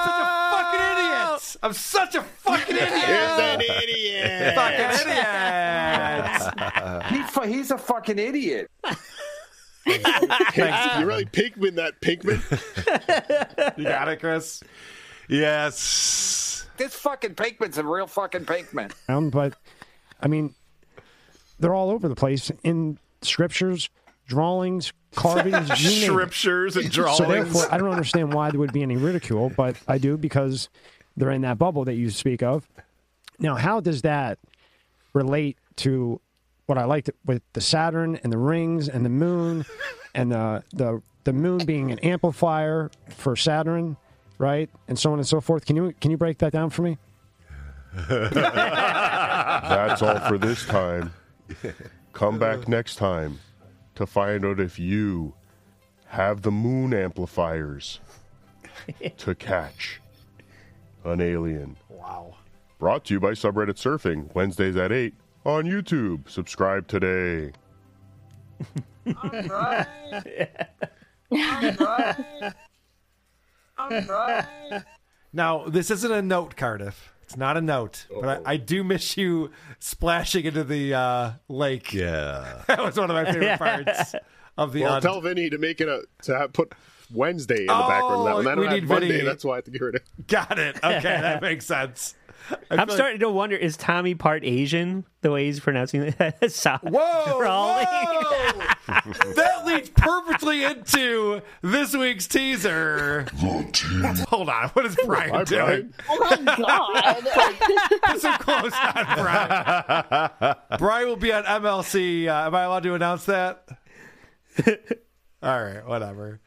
Speaker 24: mean,
Speaker 1: fucking idiots. I'm such a fucking idiot.
Speaker 13: an
Speaker 1: idiot. fucking idiot.
Speaker 13: He fu- he's a fucking idiot.
Speaker 10: that? you really Pinkman that Pinkman?
Speaker 1: you got it, Chris.
Speaker 11: Yes.
Speaker 13: This fucking Pinkman's a real fucking Pinkman.
Speaker 24: around, but I mean, they're all over the place in scriptures, drawings, carvings, you name it.
Speaker 11: Scriptures and
Speaker 24: So
Speaker 11: drawings.
Speaker 24: therefore, I don't understand why there would be any ridicule, but I do because they're in that bubble that you speak of. Now, how does that relate to what I liked with the Saturn and the rings and the moon and the the the moon being an amplifier for Saturn, right? And so on and so forth. Can you can you break that down for me?
Speaker 10: That's all for this time. Come back next time to find out if you have the moon amplifiers to catch an alien.
Speaker 1: Wow.
Speaker 10: Brought to you by subreddit surfing, Wednesdays at 8 on YouTube. Subscribe today.
Speaker 1: Now, this isn't a note, Cardiff. It's not a note, but I, I do miss you splashing into the uh, lake.
Speaker 11: Yeah.
Speaker 1: That was one of my favorite parts of the
Speaker 10: well,
Speaker 1: odd-
Speaker 10: tell Vinny to make it a to have, put Wednesday in the background. of that
Speaker 1: Oh,
Speaker 10: one. I
Speaker 1: we
Speaker 10: don't have
Speaker 1: need
Speaker 10: Monday.
Speaker 1: Vinny.
Speaker 10: That's why I have to get rid of.
Speaker 1: Got it. Okay, that makes sense. I
Speaker 6: I'm
Speaker 1: feel
Speaker 6: starting to wonder is Tommy part Asian? The way he's pronouncing it. So- Raleigh.
Speaker 1: whoa! that leads perfectly into this week's teaser. Hold on, what is Brian
Speaker 13: Hi,
Speaker 1: doing?
Speaker 13: Brian.
Speaker 5: Oh my god.
Speaker 1: Put some clothes on, Brian. Brian will be on MLC. Uh, am I allowed to announce that? All right, whatever.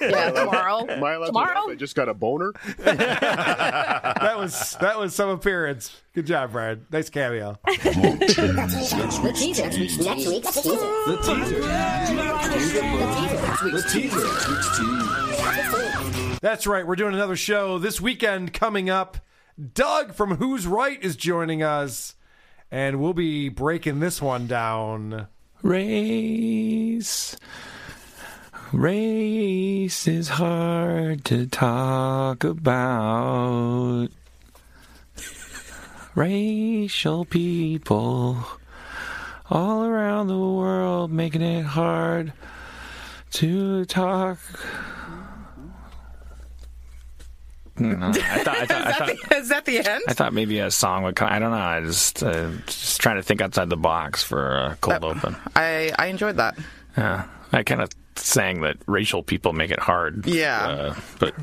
Speaker 5: Yeah, tomorrow.
Speaker 10: Am I allowed to
Speaker 5: Tomorrow?
Speaker 10: laugh? I just got a boner.
Speaker 1: That was that was some appearance. Good job, Brian. Nice cameo.
Speaker 13: The teaser. Next week's teaser. The teaser. The teaser.
Speaker 1: That's right. We're doing another show this weekend coming up. Doug from Who's Right is joining us, and we'll be breaking this one down.
Speaker 8: Race. Race is hard to talk about. Racial people all around the world making it hard to talk. No,
Speaker 9: Uh,
Speaker 8: I thought, I thought, I thought,
Speaker 14: Is that the end?
Speaker 8: I thought maybe a song would come. I don't know. I just uh, just trying to think outside the box for a cold open.
Speaker 14: Uh, I, I enjoyed that.
Speaker 8: Yeah, I kind of sang that racial people make it hard.
Speaker 14: Yeah.
Speaker 8: uh, but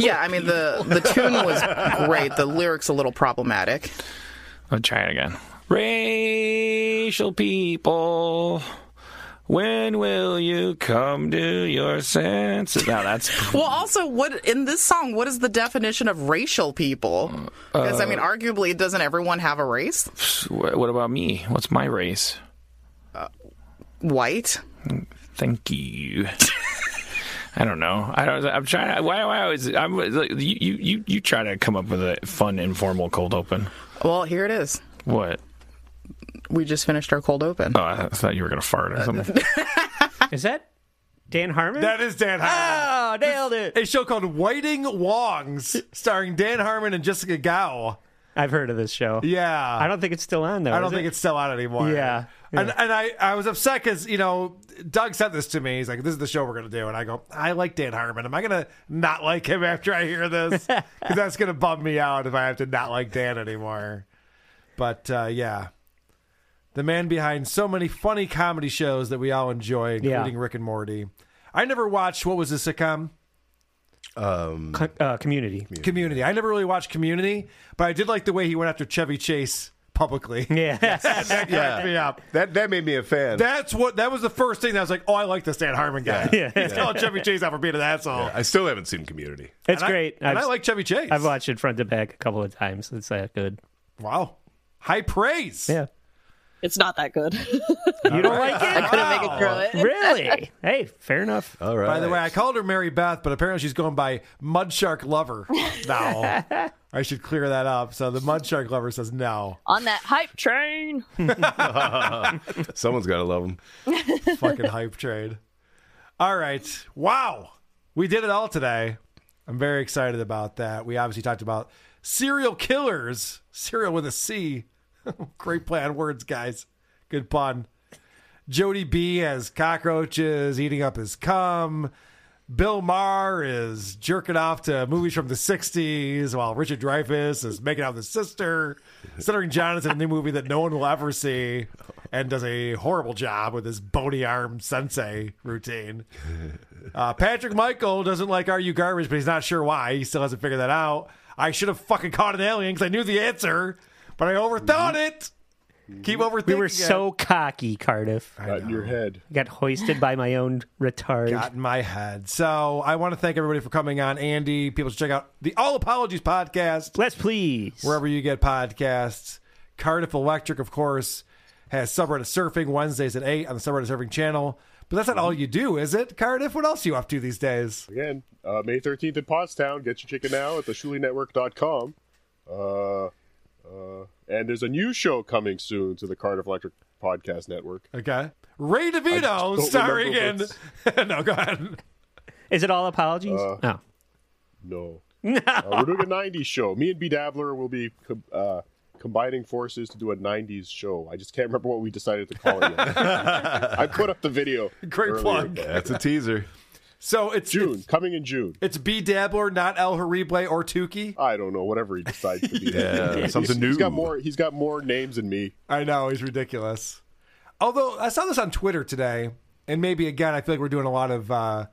Speaker 14: yeah, I mean the the tune was great. The lyrics a little problematic.
Speaker 8: I'll try it again. Racial people, when will you come to your senses? Now that's
Speaker 14: Well, also, what in this song? What is the definition of racial people? Because I mean,
Speaker 9: Uh,
Speaker 14: arguably, doesn't everyone have a race?
Speaker 8: Wh- what about me? What's my race?
Speaker 14: Uh, White.
Speaker 8: Thank you. I don't know. I don't. I'm trying. To, why? Why always? I'm. like, You. You. you- You try to come up with a fun, informal cold open.
Speaker 14: Well, here it is.
Speaker 8: What?
Speaker 14: we just finished our cold open. Uh,
Speaker 9: Oh, I thought you were gonna fart or something.
Speaker 6: Is that Dan Harmon?
Speaker 1: That is Dan Harmon.
Speaker 6: Oh, nailed it.
Speaker 1: A show called Whiting Wongs, starring Dan Harmon and Jessica Gao.
Speaker 6: I've heard of this show.
Speaker 1: Yeah.
Speaker 6: I don't think it's still on though.
Speaker 1: I don't
Speaker 6: is
Speaker 1: think
Speaker 6: it?
Speaker 1: it's still out anymore.
Speaker 6: Yeah,
Speaker 1: And, and I, I was upset because, you know, Doug sent this to me. He's like, this is the show we're going to do. And I go, I like Dan Harmon. Am I going to not like him after I hear this? Because that's going to bum me out if I have to not like Dan anymore. But uh, yeah, the man behind so many funny comedy shows that we all enjoy,
Speaker 6: Yeah.
Speaker 1: including Rick and Morty. I never watched, what was the sitcom?
Speaker 11: Um,
Speaker 6: uh, community.
Speaker 1: Community. I never really watched Community, but I did like the way he went after Chevy Chase publicly.
Speaker 6: Yeah.
Speaker 1: that cracked me up.
Speaker 11: That that made me a fan.
Speaker 1: That's what that was the first thing that I was like, oh, I like this Dan Harmon guy.
Speaker 11: Yeah.
Speaker 1: He's calling Chevy Chase out for being an asshole.
Speaker 11: I still haven't seen Community.
Speaker 6: It's
Speaker 1: And I-
Speaker 6: great.
Speaker 1: and I like Chevy Chase.
Speaker 6: I've watched it front to back a couple of times. It's that good.
Speaker 1: Wow. High praise.
Speaker 6: Yeah.
Speaker 5: It's not that good.
Speaker 6: You don't like it?
Speaker 5: I couldn't make it through it.
Speaker 6: Really? Hey, fair enough.
Speaker 11: All right.
Speaker 1: By the way, I called her Mary Beth, but apparently she's going by Mud Shark Lover now. I should clear that up. So the Mud Shark Lover says no.
Speaker 5: On that hype train.
Speaker 11: Someone's got to love him.
Speaker 1: Fucking hype trade. All right. Wow. We did it all today. I'm very excited about that. We obviously talked about serial killers, serial with a C. Great play on words, guys. Good pun. Jody B has cockroaches eating up his cum. Bill Maher is jerking off to movies from the 60s while Richard Dreyfuss is making out with his sister. Stuttering John is in a new movie that no one will ever see and does a horrible job with his bony arm sensei routine. Uh, Patrick Michael doesn't like Are You Garbage, but he's not sure why. He still hasn't figured that out. I should have fucking caught an alien because I knew the answer, but I overthought it. Keep overthinking
Speaker 6: Mm-hmm. We were
Speaker 1: it.
Speaker 6: so cocky, Cardiff.
Speaker 10: Got in your head.
Speaker 6: Got hoisted by my own retard.
Speaker 1: got in my head. So I want to thank everybody for coming on. Andy, people should check out the All Apologies podcast.
Speaker 6: Let's please.
Speaker 1: Wherever you get podcasts. Cardiff Electric, of course, has subreddit surfing Wednesdays at 8 on the subreddit surfing channel. But that's not all you do, is it, Cardiff? What else are you up to these days?
Speaker 10: Again, uh, May 13th in Pottstown. Get your ticket now at theshulinetwork.com. Uh, uh, and there's a new show coming soon to the Cardiff Electric Podcast Network.
Speaker 1: Okay. Ray DeVito
Speaker 10: don't
Speaker 1: starring in.
Speaker 10: remember
Speaker 1: no, go ahead.
Speaker 6: Is it all apologies?
Speaker 10: Uh,
Speaker 6: oh.
Speaker 10: No. Uh, we're doing a 90s show. Me and B Dabbler will be com- uh, combining forces to do a 90s show. I just can't remember what we decided to call it yet. I put up the video.
Speaker 1: Great
Speaker 10: earlier.
Speaker 1: plug.
Speaker 11: That's a teaser.
Speaker 1: So it's
Speaker 10: June,
Speaker 1: It's,
Speaker 10: coming in June.
Speaker 1: it's B Dabbler, not El Harible or Tukey.
Speaker 10: I don't know, whatever he decides to be.
Speaker 11: Yeah,
Speaker 10: He's-
Speaker 11: something
Speaker 10: He's got
Speaker 11: new.
Speaker 10: more. He's got more names than me.
Speaker 1: I know he's ridiculous. Although I saw this on Twitter today, and maybe again, I feel like we're doing a lot of uh,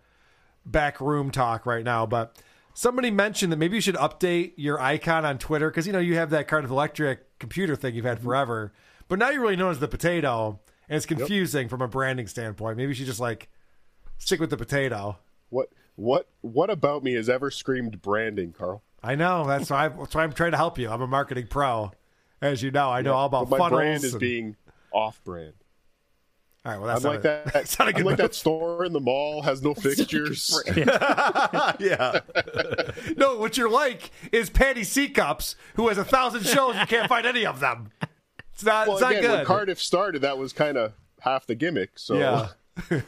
Speaker 1: back room talk right now. But somebody mentioned that maybe you should update your icon on Twitter because you know you have that Cardiff Electric computer thing you've had
Speaker 10: Mm-hmm.
Speaker 1: forever, but now you're really known as the potato, and it's confusing from a branding standpoint. Maybe you should just like stick with the potato.
Speaker 10: What? What? What about me has ever screamed branding, Carl?
Speaker 1: I know that's why. I'm, that's why I'm trying to help you. I'm a marketing pro, as you know. I know all about
Speaker 10: But my
Speaker 1: funnels.
Speaker 10: brand is
Speaker 1: and-
Speaker 10: being off-brand.
Speaker 1: all right. Well,
Speaker 10: I'm
Speaker 1: that's
Speaker 10: like
Speaker 1: not a-
Speaker 10: that.
Speaker 1: That's not a
Speaker 10: I'm
Speaker 1: good
Speaker 10: like
Speaker 1: move.
Speaker 10: that store in the mall has no fixtures.
Speaker 11: yeah.
Speaker 1: No, what you're like is Patty Seacups, who has a thousand shows. You can't find any of them. It's not.
Speaker 10: well,
Speaker 1: it's not
Speaker 10: again, when
Speaker 1: good.
Speaker 10: Cardiff started, that was kind of half the gimmick. So
Speaker 1: Yeah.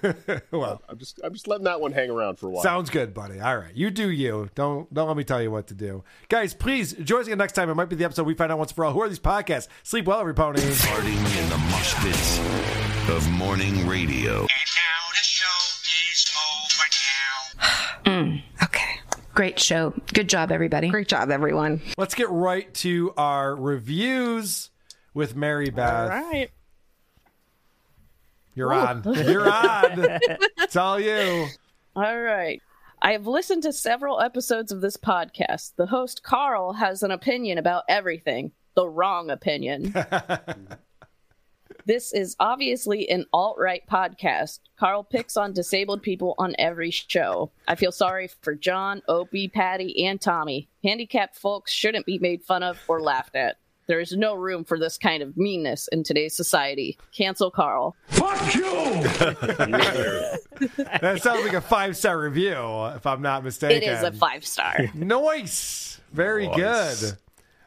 Speaker 1: well,
Speaker 10: I'm just I'm just letting that one hang around for a while.
Speaker 1: sounds good, buddy. All right, you do you. Don't don't let me tell you what to do, guys. Please join us again next time. It might be the episode we find out once for all. Who are these podcasts? Sleep well, everybody.
Speaker 12: Farting in the mosh pits of morning radio.
Speaker 16: Great show. Good job, everybody. Great job, everyone.
Speaker 1: Let's get right to our reviews with Mary Beth.
Speaker 5: right.
Speaker 1: You're
Speaker 5: Ooh.
Speaker 1: on. You're on. it's all you.
Speaker 5: All right. I have listened to several episodes of this podcast. The host, Carl, has an opinion about everything, the wrong opinion. this is obviously an alt right podcast. Carl picks on disabled people on every show. I feel sorry for John, Opie, Patty, and Tommy. Handicapped folks shouldn't be made fun of or laughed at. There is no room for this kind of meanness in today's society. Cancel Carl.
Speaker 1: Fuck you. that sounds like a five star review, if I'm not mistaken.
Speaker 5: It is a five star.
Speaker 1: Nice. Very
Speaker 11: Nice.
Speaker 1: good.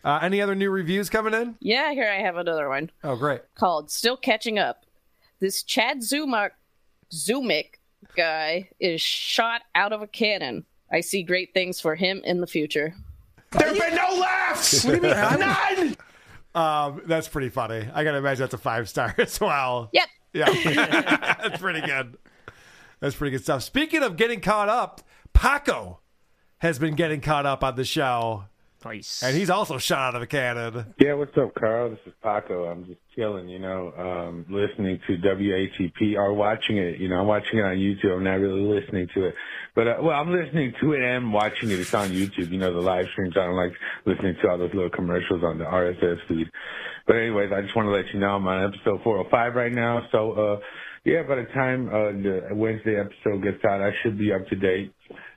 Speaker 1: Uh, any other new reviews coming in?
Speaker 5: Yeah, here I have another one
Speaker 1: Oh, great.
Speaker 5: called Still Catching Up. This Chad Zumar- Zumik guy is shot out of a cannon. I see great things for him in the future.
Speaker 7: There have been no laughs. None.
Speaker 1: Um, that's pretty funny. I gotta imagine that's a five star as well.
Speaker 5: Yep.
Speaker 1: Yeah. that's pretty good. That's pretty good stuff. Speaking of getting caught up, Paco has been getting caught up on the show.
Speaker 6: Nice.
Speaker 1: And he's also shot out of a cannon.
Speaker 4: Yeah, what's up, Carl? This is Paco. I'm just chilling, you know, um, listening to WATP or watching it. You know, I'm watching it on YouTube. I'm not really listening to it, but uh, well, I'm listening to it and watching it. It's on YouTube. You know, the live streams. I don't like listening to all those little commercials on the RSS feed. But anyways, I just want to let you know I'm on episode 405 right now. So, uh, yeah, by the time uh, the Wednesday episode gets out, I should be up to date.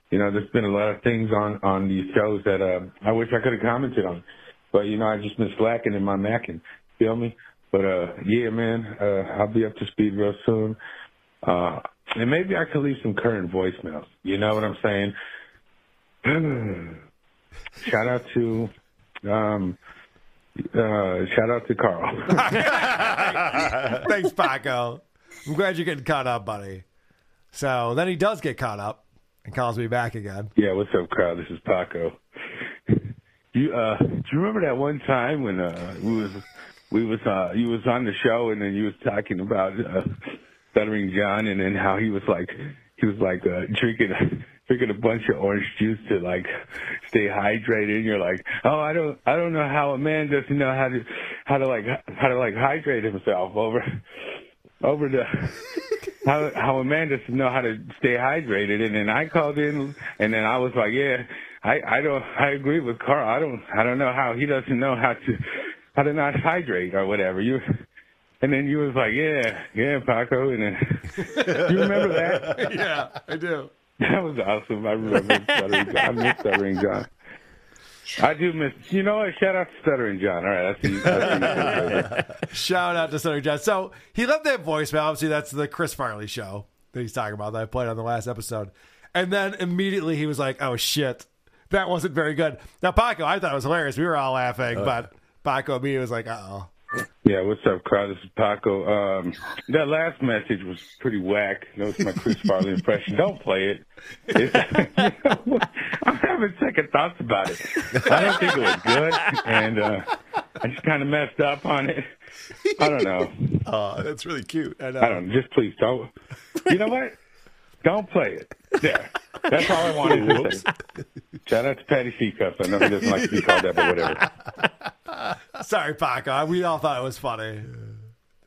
Speaker 4: You know, there's been a lot of things on on these shows that uh, I wish I could have commented on. But you know, I've just been slacking in my macking. Feel me? But uh yeah, man, uh I'll be up to speed real soon. Uh and maybe I can leave some current voicemails. You know what I'm saying? shout out to um uh shout out to Carl.
Speaker 1: Thanks, Paco. I'm glad you're getting caught up, buddy. So then he does get caught up and calls me back again.
Speaker 4: Yeah, what's up, Kyle? This is Paco. you uh do you remember that one time when uh we was we was uh you was on the show and then you was talking about uh stuttering John and then how he was like he was like uh drinking drinking a bunch of orange juice to like stay hydrated and you're like, Oh, I don't I don't know how a man doesn't know how to how to like how to like hydrate himself over over the how how a man doesn't know how to stay hydrated and then I called in and then I was like, Yeah, I, I don't I agree with Carl. I don't I don't know how he doesn't know how to how to not hydrate or whatever. You and then you was like, Yeah, yeah, Paco and then you remember that?
Speaker 1: yeah, I do.
Speaker 4: That was awesome. I remember Stuttering John. I miss Stuttering John. I do miss you know what? Shout out to Stuttering John. All right, I see you. I see you.
Speaker 1: Shout out to Senator John. So he left that voicemail. Obviously, that's the Chris Farley show that he's talking about that I played on the last episode. And then immediately he was like, oh, shit, that wasn't very good. Now, Paco, I thought it was hilarious. We were all laughing,
Speaker 4: Uh.
Speaker 1: but Paco immediately was like, uh oh.
Speaker 4: Yeah, what's up, crowd? This is Paco. Um, that last message was pretty whack. That was my Chris Farley impression. Don't play it. It's- I'm having second thoughts about it. I don't think it was good, and uh, I just kind of messed up on it. I don't know.
Speaker 11: Uh, that's really cute.
Speaker 4: I don't. know. Just please don't. You know what? Don't play it. There. That's all I wanted to say. Shout out to Patty Seacup. I know he doesn't like to be called that, but whatever.
Speaker 1: Sorry, Paco. We all thought it was funny.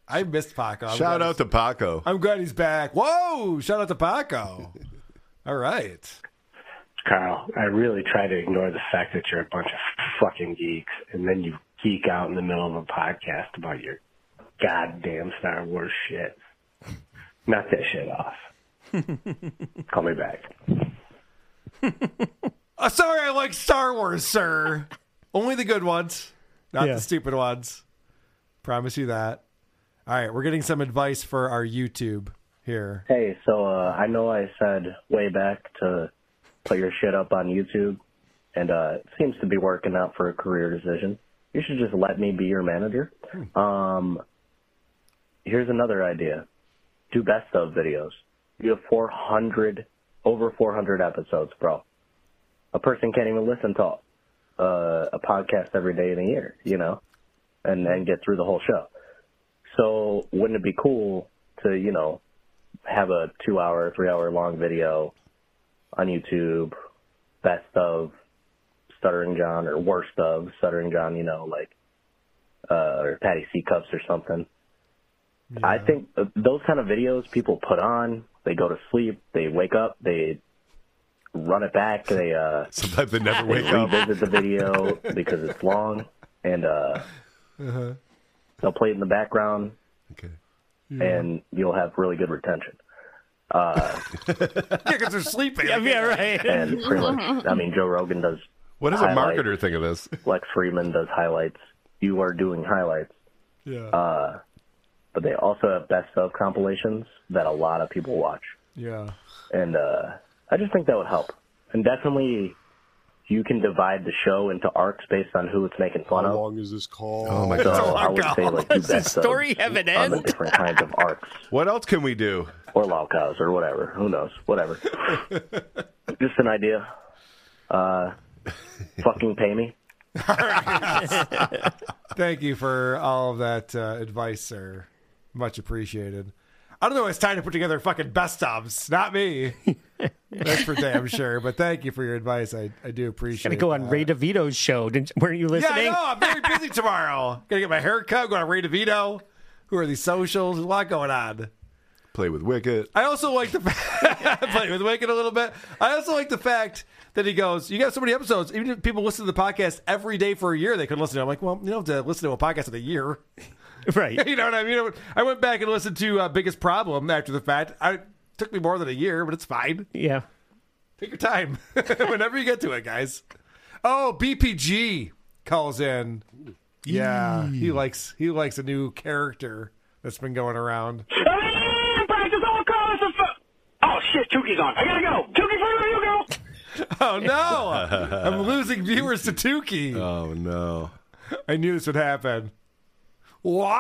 Speaker 1: I missed Paco. I'm
Speaker 11: Shout
Speaker 1: glad
Speaker 11: out to Paco.
Speaker 1: he's- I'm glad he's back. Whoa! Shout out to Paco. all right.
Speaker 17: Kyle, I really try to ignore the fact that you're a bunch of fucking geeks, and then you geek out in the middle of a podcast about your goddamn Star Wars shit. Knock that shit off. Call me back.
Speaker 1: Uh, sorry, I like Star Wars, sir. Only the good ones, not
Speaker 6: Yeah.
Speaker 1: the stupid ones. Promise you that. All right, we're getting some advice for our YouTube here.
Speaker 17: Hey, so uh, I know I said way back to put your shit up on YouTube, and uh, it seems to be working out for a career decision. You should just let me be your manager. Um, here's another idea: do best of videos. You have 400, over 400 episodes, bro. A person can't even listen to uh, a podcast every day in a year, you know, and and get through the whole show. So wouldn't it be cool to, you know, have a two hour, three hour long video on YouTube, best of Stuttering John or worst of Stuttering John, you know, like, uh, or Patty C Cups or something. I think uh, those kind of videos people put on, they go to sleep, they wake up, they run it back, they, uh,
Speaker 11: sometimes they never
Speaker 17: they
Speaker 11: wake up.
Speaker 17: revisit the video because it's long and, uh,
Speaker 11: Uh-huh.
Speaker 17: they'll play it in the background.
Speaker 11: Yeah.
Speaker 17: And you'll have really good retention. Uh,
Speaker 1: yeah, because they're sleeping.
Speaker 17: Yeah, yeah,
Speaker 1: right.
Speaker 17: and pretty much, I mean, Joe Rogan does.
Speaker 11: What does a
Speaker 17: highlights.
Speaker 11: marketer think of this?
Speaker 17: Lex Freeman does highlights. You are doing highlights.
Speaker 1: Yeah.
Speaker 17: Uh, but they also have best of compilations that a lot of people watch,
Speaker 1: Yeah.
Speaker 17: and uh, I just think that would help. And definitely you can divide the show into arcs based on who it's making fun of. How
Speaker 15: long is this call?
Speaker 11: Oh my
Speaker 17: so
Speaker 11: God.
Speaker 17: I would say like you
Speaker 11: Does the
Speaker 17: bet those
Speaker 11: story have an
Speaker 17: on the
Speaker 11: end?
Speaker 17: different kinds of arcs
Speaker 11: What else can we do?
Speaker 17: or Laukas or whatever. Who knows? Whatever. Just an idea. Uh, fucking pay me.
Speaker 1: Thank you for all of that uh, advice, sir. Much appreciated. I don't know. It's time to put together fucking best ofs. Not me. That's for damn sure. But thank you for your advice. I, I do appreciate.
Speaker 6: Gonna go on
Speaker 1: that.
Speaker 6: Ray DeVito's show. Didn't, weren't you listening?
Speaker 1: Yeah, I know. I'm very busy tomorrow. Gonna get my hair cut. Going to Ray DeVito. Who are these socials? There's a lot going on.
Speaker 11: Play with Wicket.
Speaker 1: I also like the play with Wicked a little bit. I also like the fact that he goes, "You got so many episodes. Even if people listen to the podcast every day for a year, they could listen to." It. I'm like, "Well, you don't have to listen to a podcast of a year,
Speaker 6: right?"
Speaker 1: you know what I mean? I went back and listened to uh, Biggest Problem after the fact. I it took me more than a year, but it's fine.
Speaker 6: Yeah.
Speaker 1: Take your time whenever you get to it, guys. Oh, BPG calls in. Yeah, he likes he likes a new character that's been going around.
Speaker 13: practice all colors of. Oh shit, Tookie's on. I gotta go. Tookie, for you go.
Speaker 1: Oh no! I'm losing viewers to Tukey.
Speaker 11: Oh no!
Speaker 1: I knew this would happen. Wow!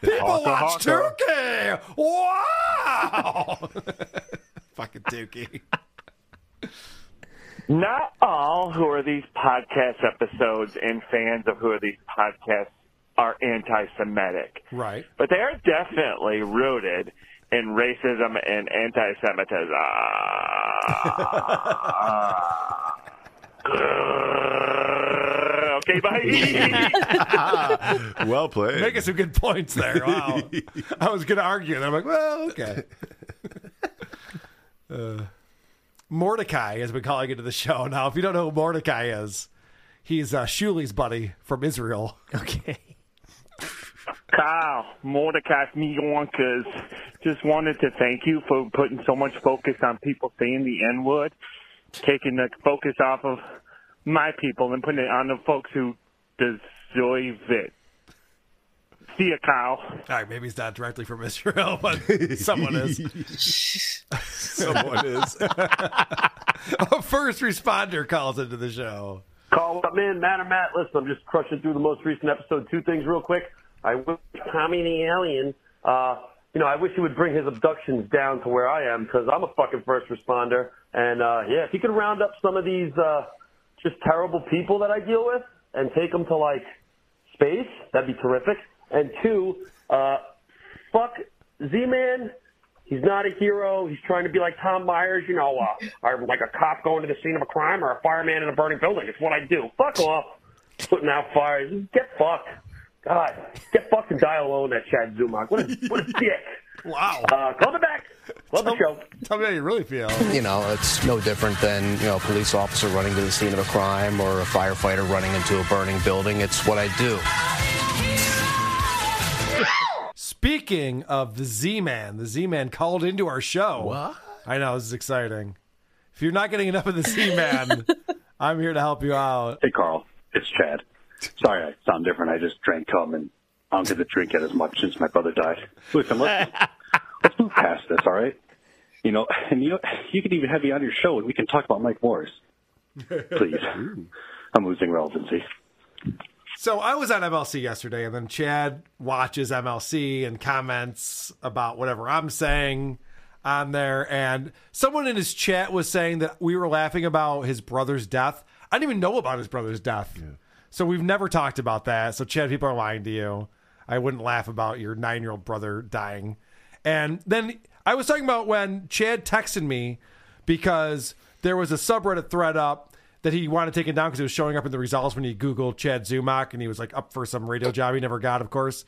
Speaker 1: People
Speaker 13: Hawker,
Speaker 1: watch
Speaker 13: hawker.
Speaker 1: Tukey. Wow! Fucking Tukey.
Speaker 2: Not all who are these podcast episodes and fans of who are these podcasts are anti Semitic,
Speaker 1: Right.
Speaker 2: but they are definitely rooted in racism and anti Uh, Semitism. okay, bye.
Speaker 11: well played.
Speaker 1: Making some good points there. Wow. I was going to argue, and I'm like, well, okay. uh, Mordecai has been calling into the show. Now, if you don't know who Mordecai is, he's uh, Shuli's buddy from Israel. Okay.
Speaker 2: Kyle, Mordecai from New Yonkers, just wanted to thank you for putting so much focus on people saying the N word, taking the focus off of my people and putting it on the folks who deserve it. See ya, Kyle.
Speaker 1: All right, maybe he's not directly from Israel, but someone is.
Speaker 11: someone is.
Speaker 1: A first responder calls into the show.
Speaker 3: Call up in, Matt or Matt. Listen, I'm just crushing through the most recent episode. Two things real quick. I wish Tommy the Alien, uh, you know, I wish he would bring his abductions down to where I am because I'm a fucking first responder. And uh, yeah, if he could round up some of these uh, just terrible people that I deal with and take them to like space, that'd be terrific. And two, uh, fuck Z-Man. He's not a hero. He's trying to be like Tom Myers, you know, uh, or like a cop going to the scene of a crime or a fireman in a burning building. It's what I do. Fuck off. Putting out fires. Get fucked. God, get fucked and die alone, that Chad Zumach. What a, what a dick.
Speaker 1: Wow.
Speaker 3: Uh, call me back. Love the show.
Speaker 1: Tell me how you really feel.
Speaker 19: You know, it's no different than, you know, a police officer running to the scene of a crime or a firefighter running into a burning building. It's what I do.
Speaker 1: Speaking of the Z Man, the Z Man called into our show. What? I know, this is exciting. If you're not getting enough of the Z Man, I'm here to help you out.
Speaker 20: Hey, Carl. It's Chad. Sorry I sound different. I just drank cum and I don't get to drink it as much since my brother died. Listen, let's, let's move past this, all right? You know, and you you can even have me on your show and we can talk about Mike Morris. Please. I'm losing relevancy.
Speaker 1: So I was on MLC yesterday, and then Chad watches MLC and comments about whatever I'm saying on there. And someone in his chat was saying that we were laughing about his brother's death. I didn't even know about his brother's death. So we've never talked about that. So Chad, people are lying to you. I wouldn't laugh about your nine year old brother dying. And then I was talking about when Chad texted me because there was a subreddit thread up that he wanted to take it down because it was showing up in the results when he Googled Chad Zumach and he was like up for some radio job he never got, of course.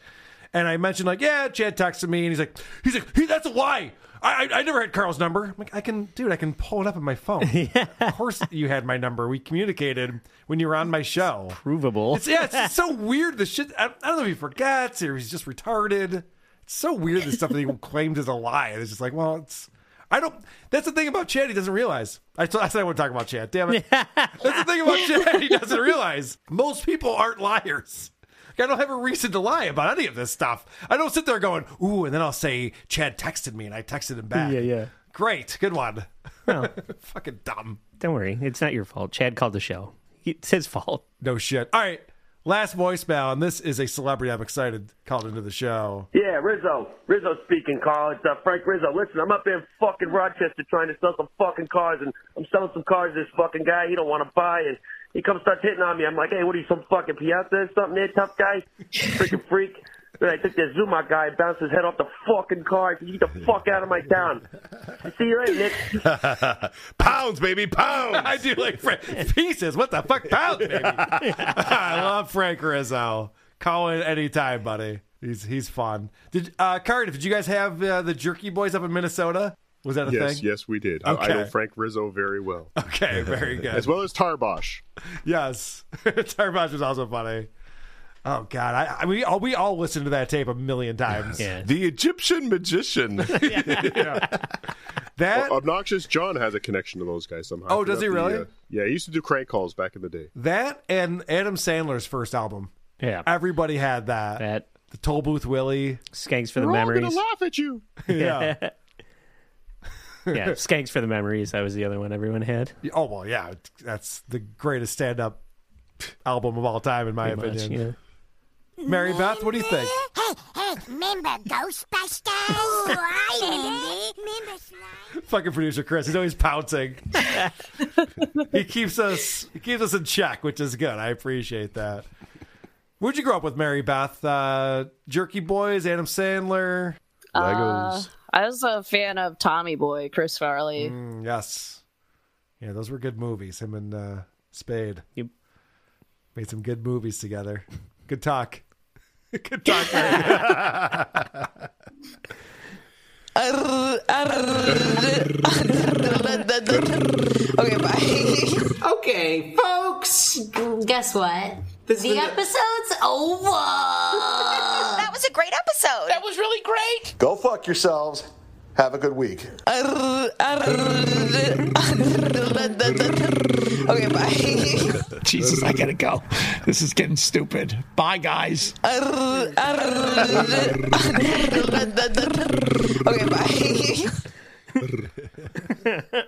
Speaker 1: And I mentioned like, yeah, Chad texted me and he's like, he's like, he, that's a lie. I, I, I never had Carl's number. I'm like, I can, dude, I can pull it up on my phone. Of course you had my number. We communicated when you were on my show.
Speaker 6: Provable.
Speaker 1: It's, yeah, it's just so weird. The shit. I, I don't know if he forgets or he's just retarded. It's so weird. The stuff that he claims is a lie. It's just like, well, it's. I don't. That's the thing about Chad. He doesn't realize. I, t- I said I want to talk about Chad. Damn it. that's the thing about Chad. He doesn't realize most people aren't liars. Like, I don't have a reason to lie about any of this stuff. I don't sit there going, ooh, and then I'll say Chad texted me and I texted him back.
Speaker 6: Yeah, yeah.
Speaker 1: Great, good one. Fucking dumb.
Speaker 6: Don't worry, it's not your fault. Chad called the show. It's his fault.
Speaker 1: No shit. All right. Last voicemail, and this is a celebrity I'm excited called into the show.
Speaker 25: Yeah, Rizzo. Rizzo speaking, Carl. It's uh, Frank Rizzo. Listen, I'm up in fucking Rochester trying to sell some fucking cars, and I'm selling some cars to this fucking guy. He don't want to buy, and he comes starts hitting on me. I'm like, hey, what are you, some fucking Piazza or something there, tough guy? Freaking freak. Then I took that Zuma guy and bounced his head off the fucking car. I said, Get the fuck out of my town. See you later, Nick.
Speaker 26: pounds, baby, pounds.
Speaker 1: I do like Frank. Pieces. What the fuck? Pounds, baby. I love Frank Rizzo. Call in anytime, buddy. He's he's fun. Did uh, Cardiff? Did you guys have uh, the Jerky Boys up in Minnesota? Was that a
Speaker 10: yes,
Speaker 1: thing?
Speaker 10: yes, we did. I,
Speaker 1: Okay.
Speaker 10: I know Frank Rizzo very well.
Speaker 1: Okay, very good.
Speaker 10: As well as Tarbosh.
Speaker 1: Yes, Tarbosh was also funny. Oh God, I, I we all we all listened to that tape a million times.
Speaker 26: The Egyptian magician.
Speaker 1: That
Speaker 10: Well, obnoxious John has a connection to those guys somehow.
Speaker 1: Oh, does he
Speaker 10: Throughout the,
Speaker 1: really?
Speaker 10: uh, yeah, he used to do crank calls back in the day.
Speaker 1: That and Adam Sandler's first album.
Speaker 6: Yeah.
Speaker 1: Everybody had that.
Speaker 6: That.
Speaker 1: The Toll Booth Willie.
Speaker 6: Skanks for the
Speaker 10: We're all
Speaker 6: memories.
Speaker 10: gonna laugh at you.
Speaker 1: yeah.
Speaker 6: yeah, Skanks for the memories. That was the other one everyone had.
Speaker 1: Oh, well, yeah. That's the greatest stand up album of all time, in my
Speaker 6: Pretty much,
Speaker 1: opinion. Mary Beth, what do you think?
Speaker 13: Hey, hey, remember Ghostbusters? right, Andy. Remember
Speaker 1: Fucking producer Chris. He's always pouncing. he keeps us he keeps us in check, which is good. I appreciate that. Where'd you grow up with Mary Beth? Uh, Jerky Boys, Adam Sandler,
Speaker 5: Uh, I was a fan of Tommy Boy, Chris Farley.
Speaker 1: Mm, yes. Yeah, those were good movies. Him and uh, Spade.
Speaker 6: Yep.
Speaker 1: Made some good movies together. Good talk. good talk. Frank.
Speaker 13: okay, bye. okay, folks. Guess what? the episode's over. that was a great episode. That was really great.
Speaker 11: Go fuck yourselves. Have a good week.
Speaker 13: okay, bye.
Speaker 17: Jesus, I gotta go. This is getting stupid. Bye, guys.
Speaker 13: okay, bye.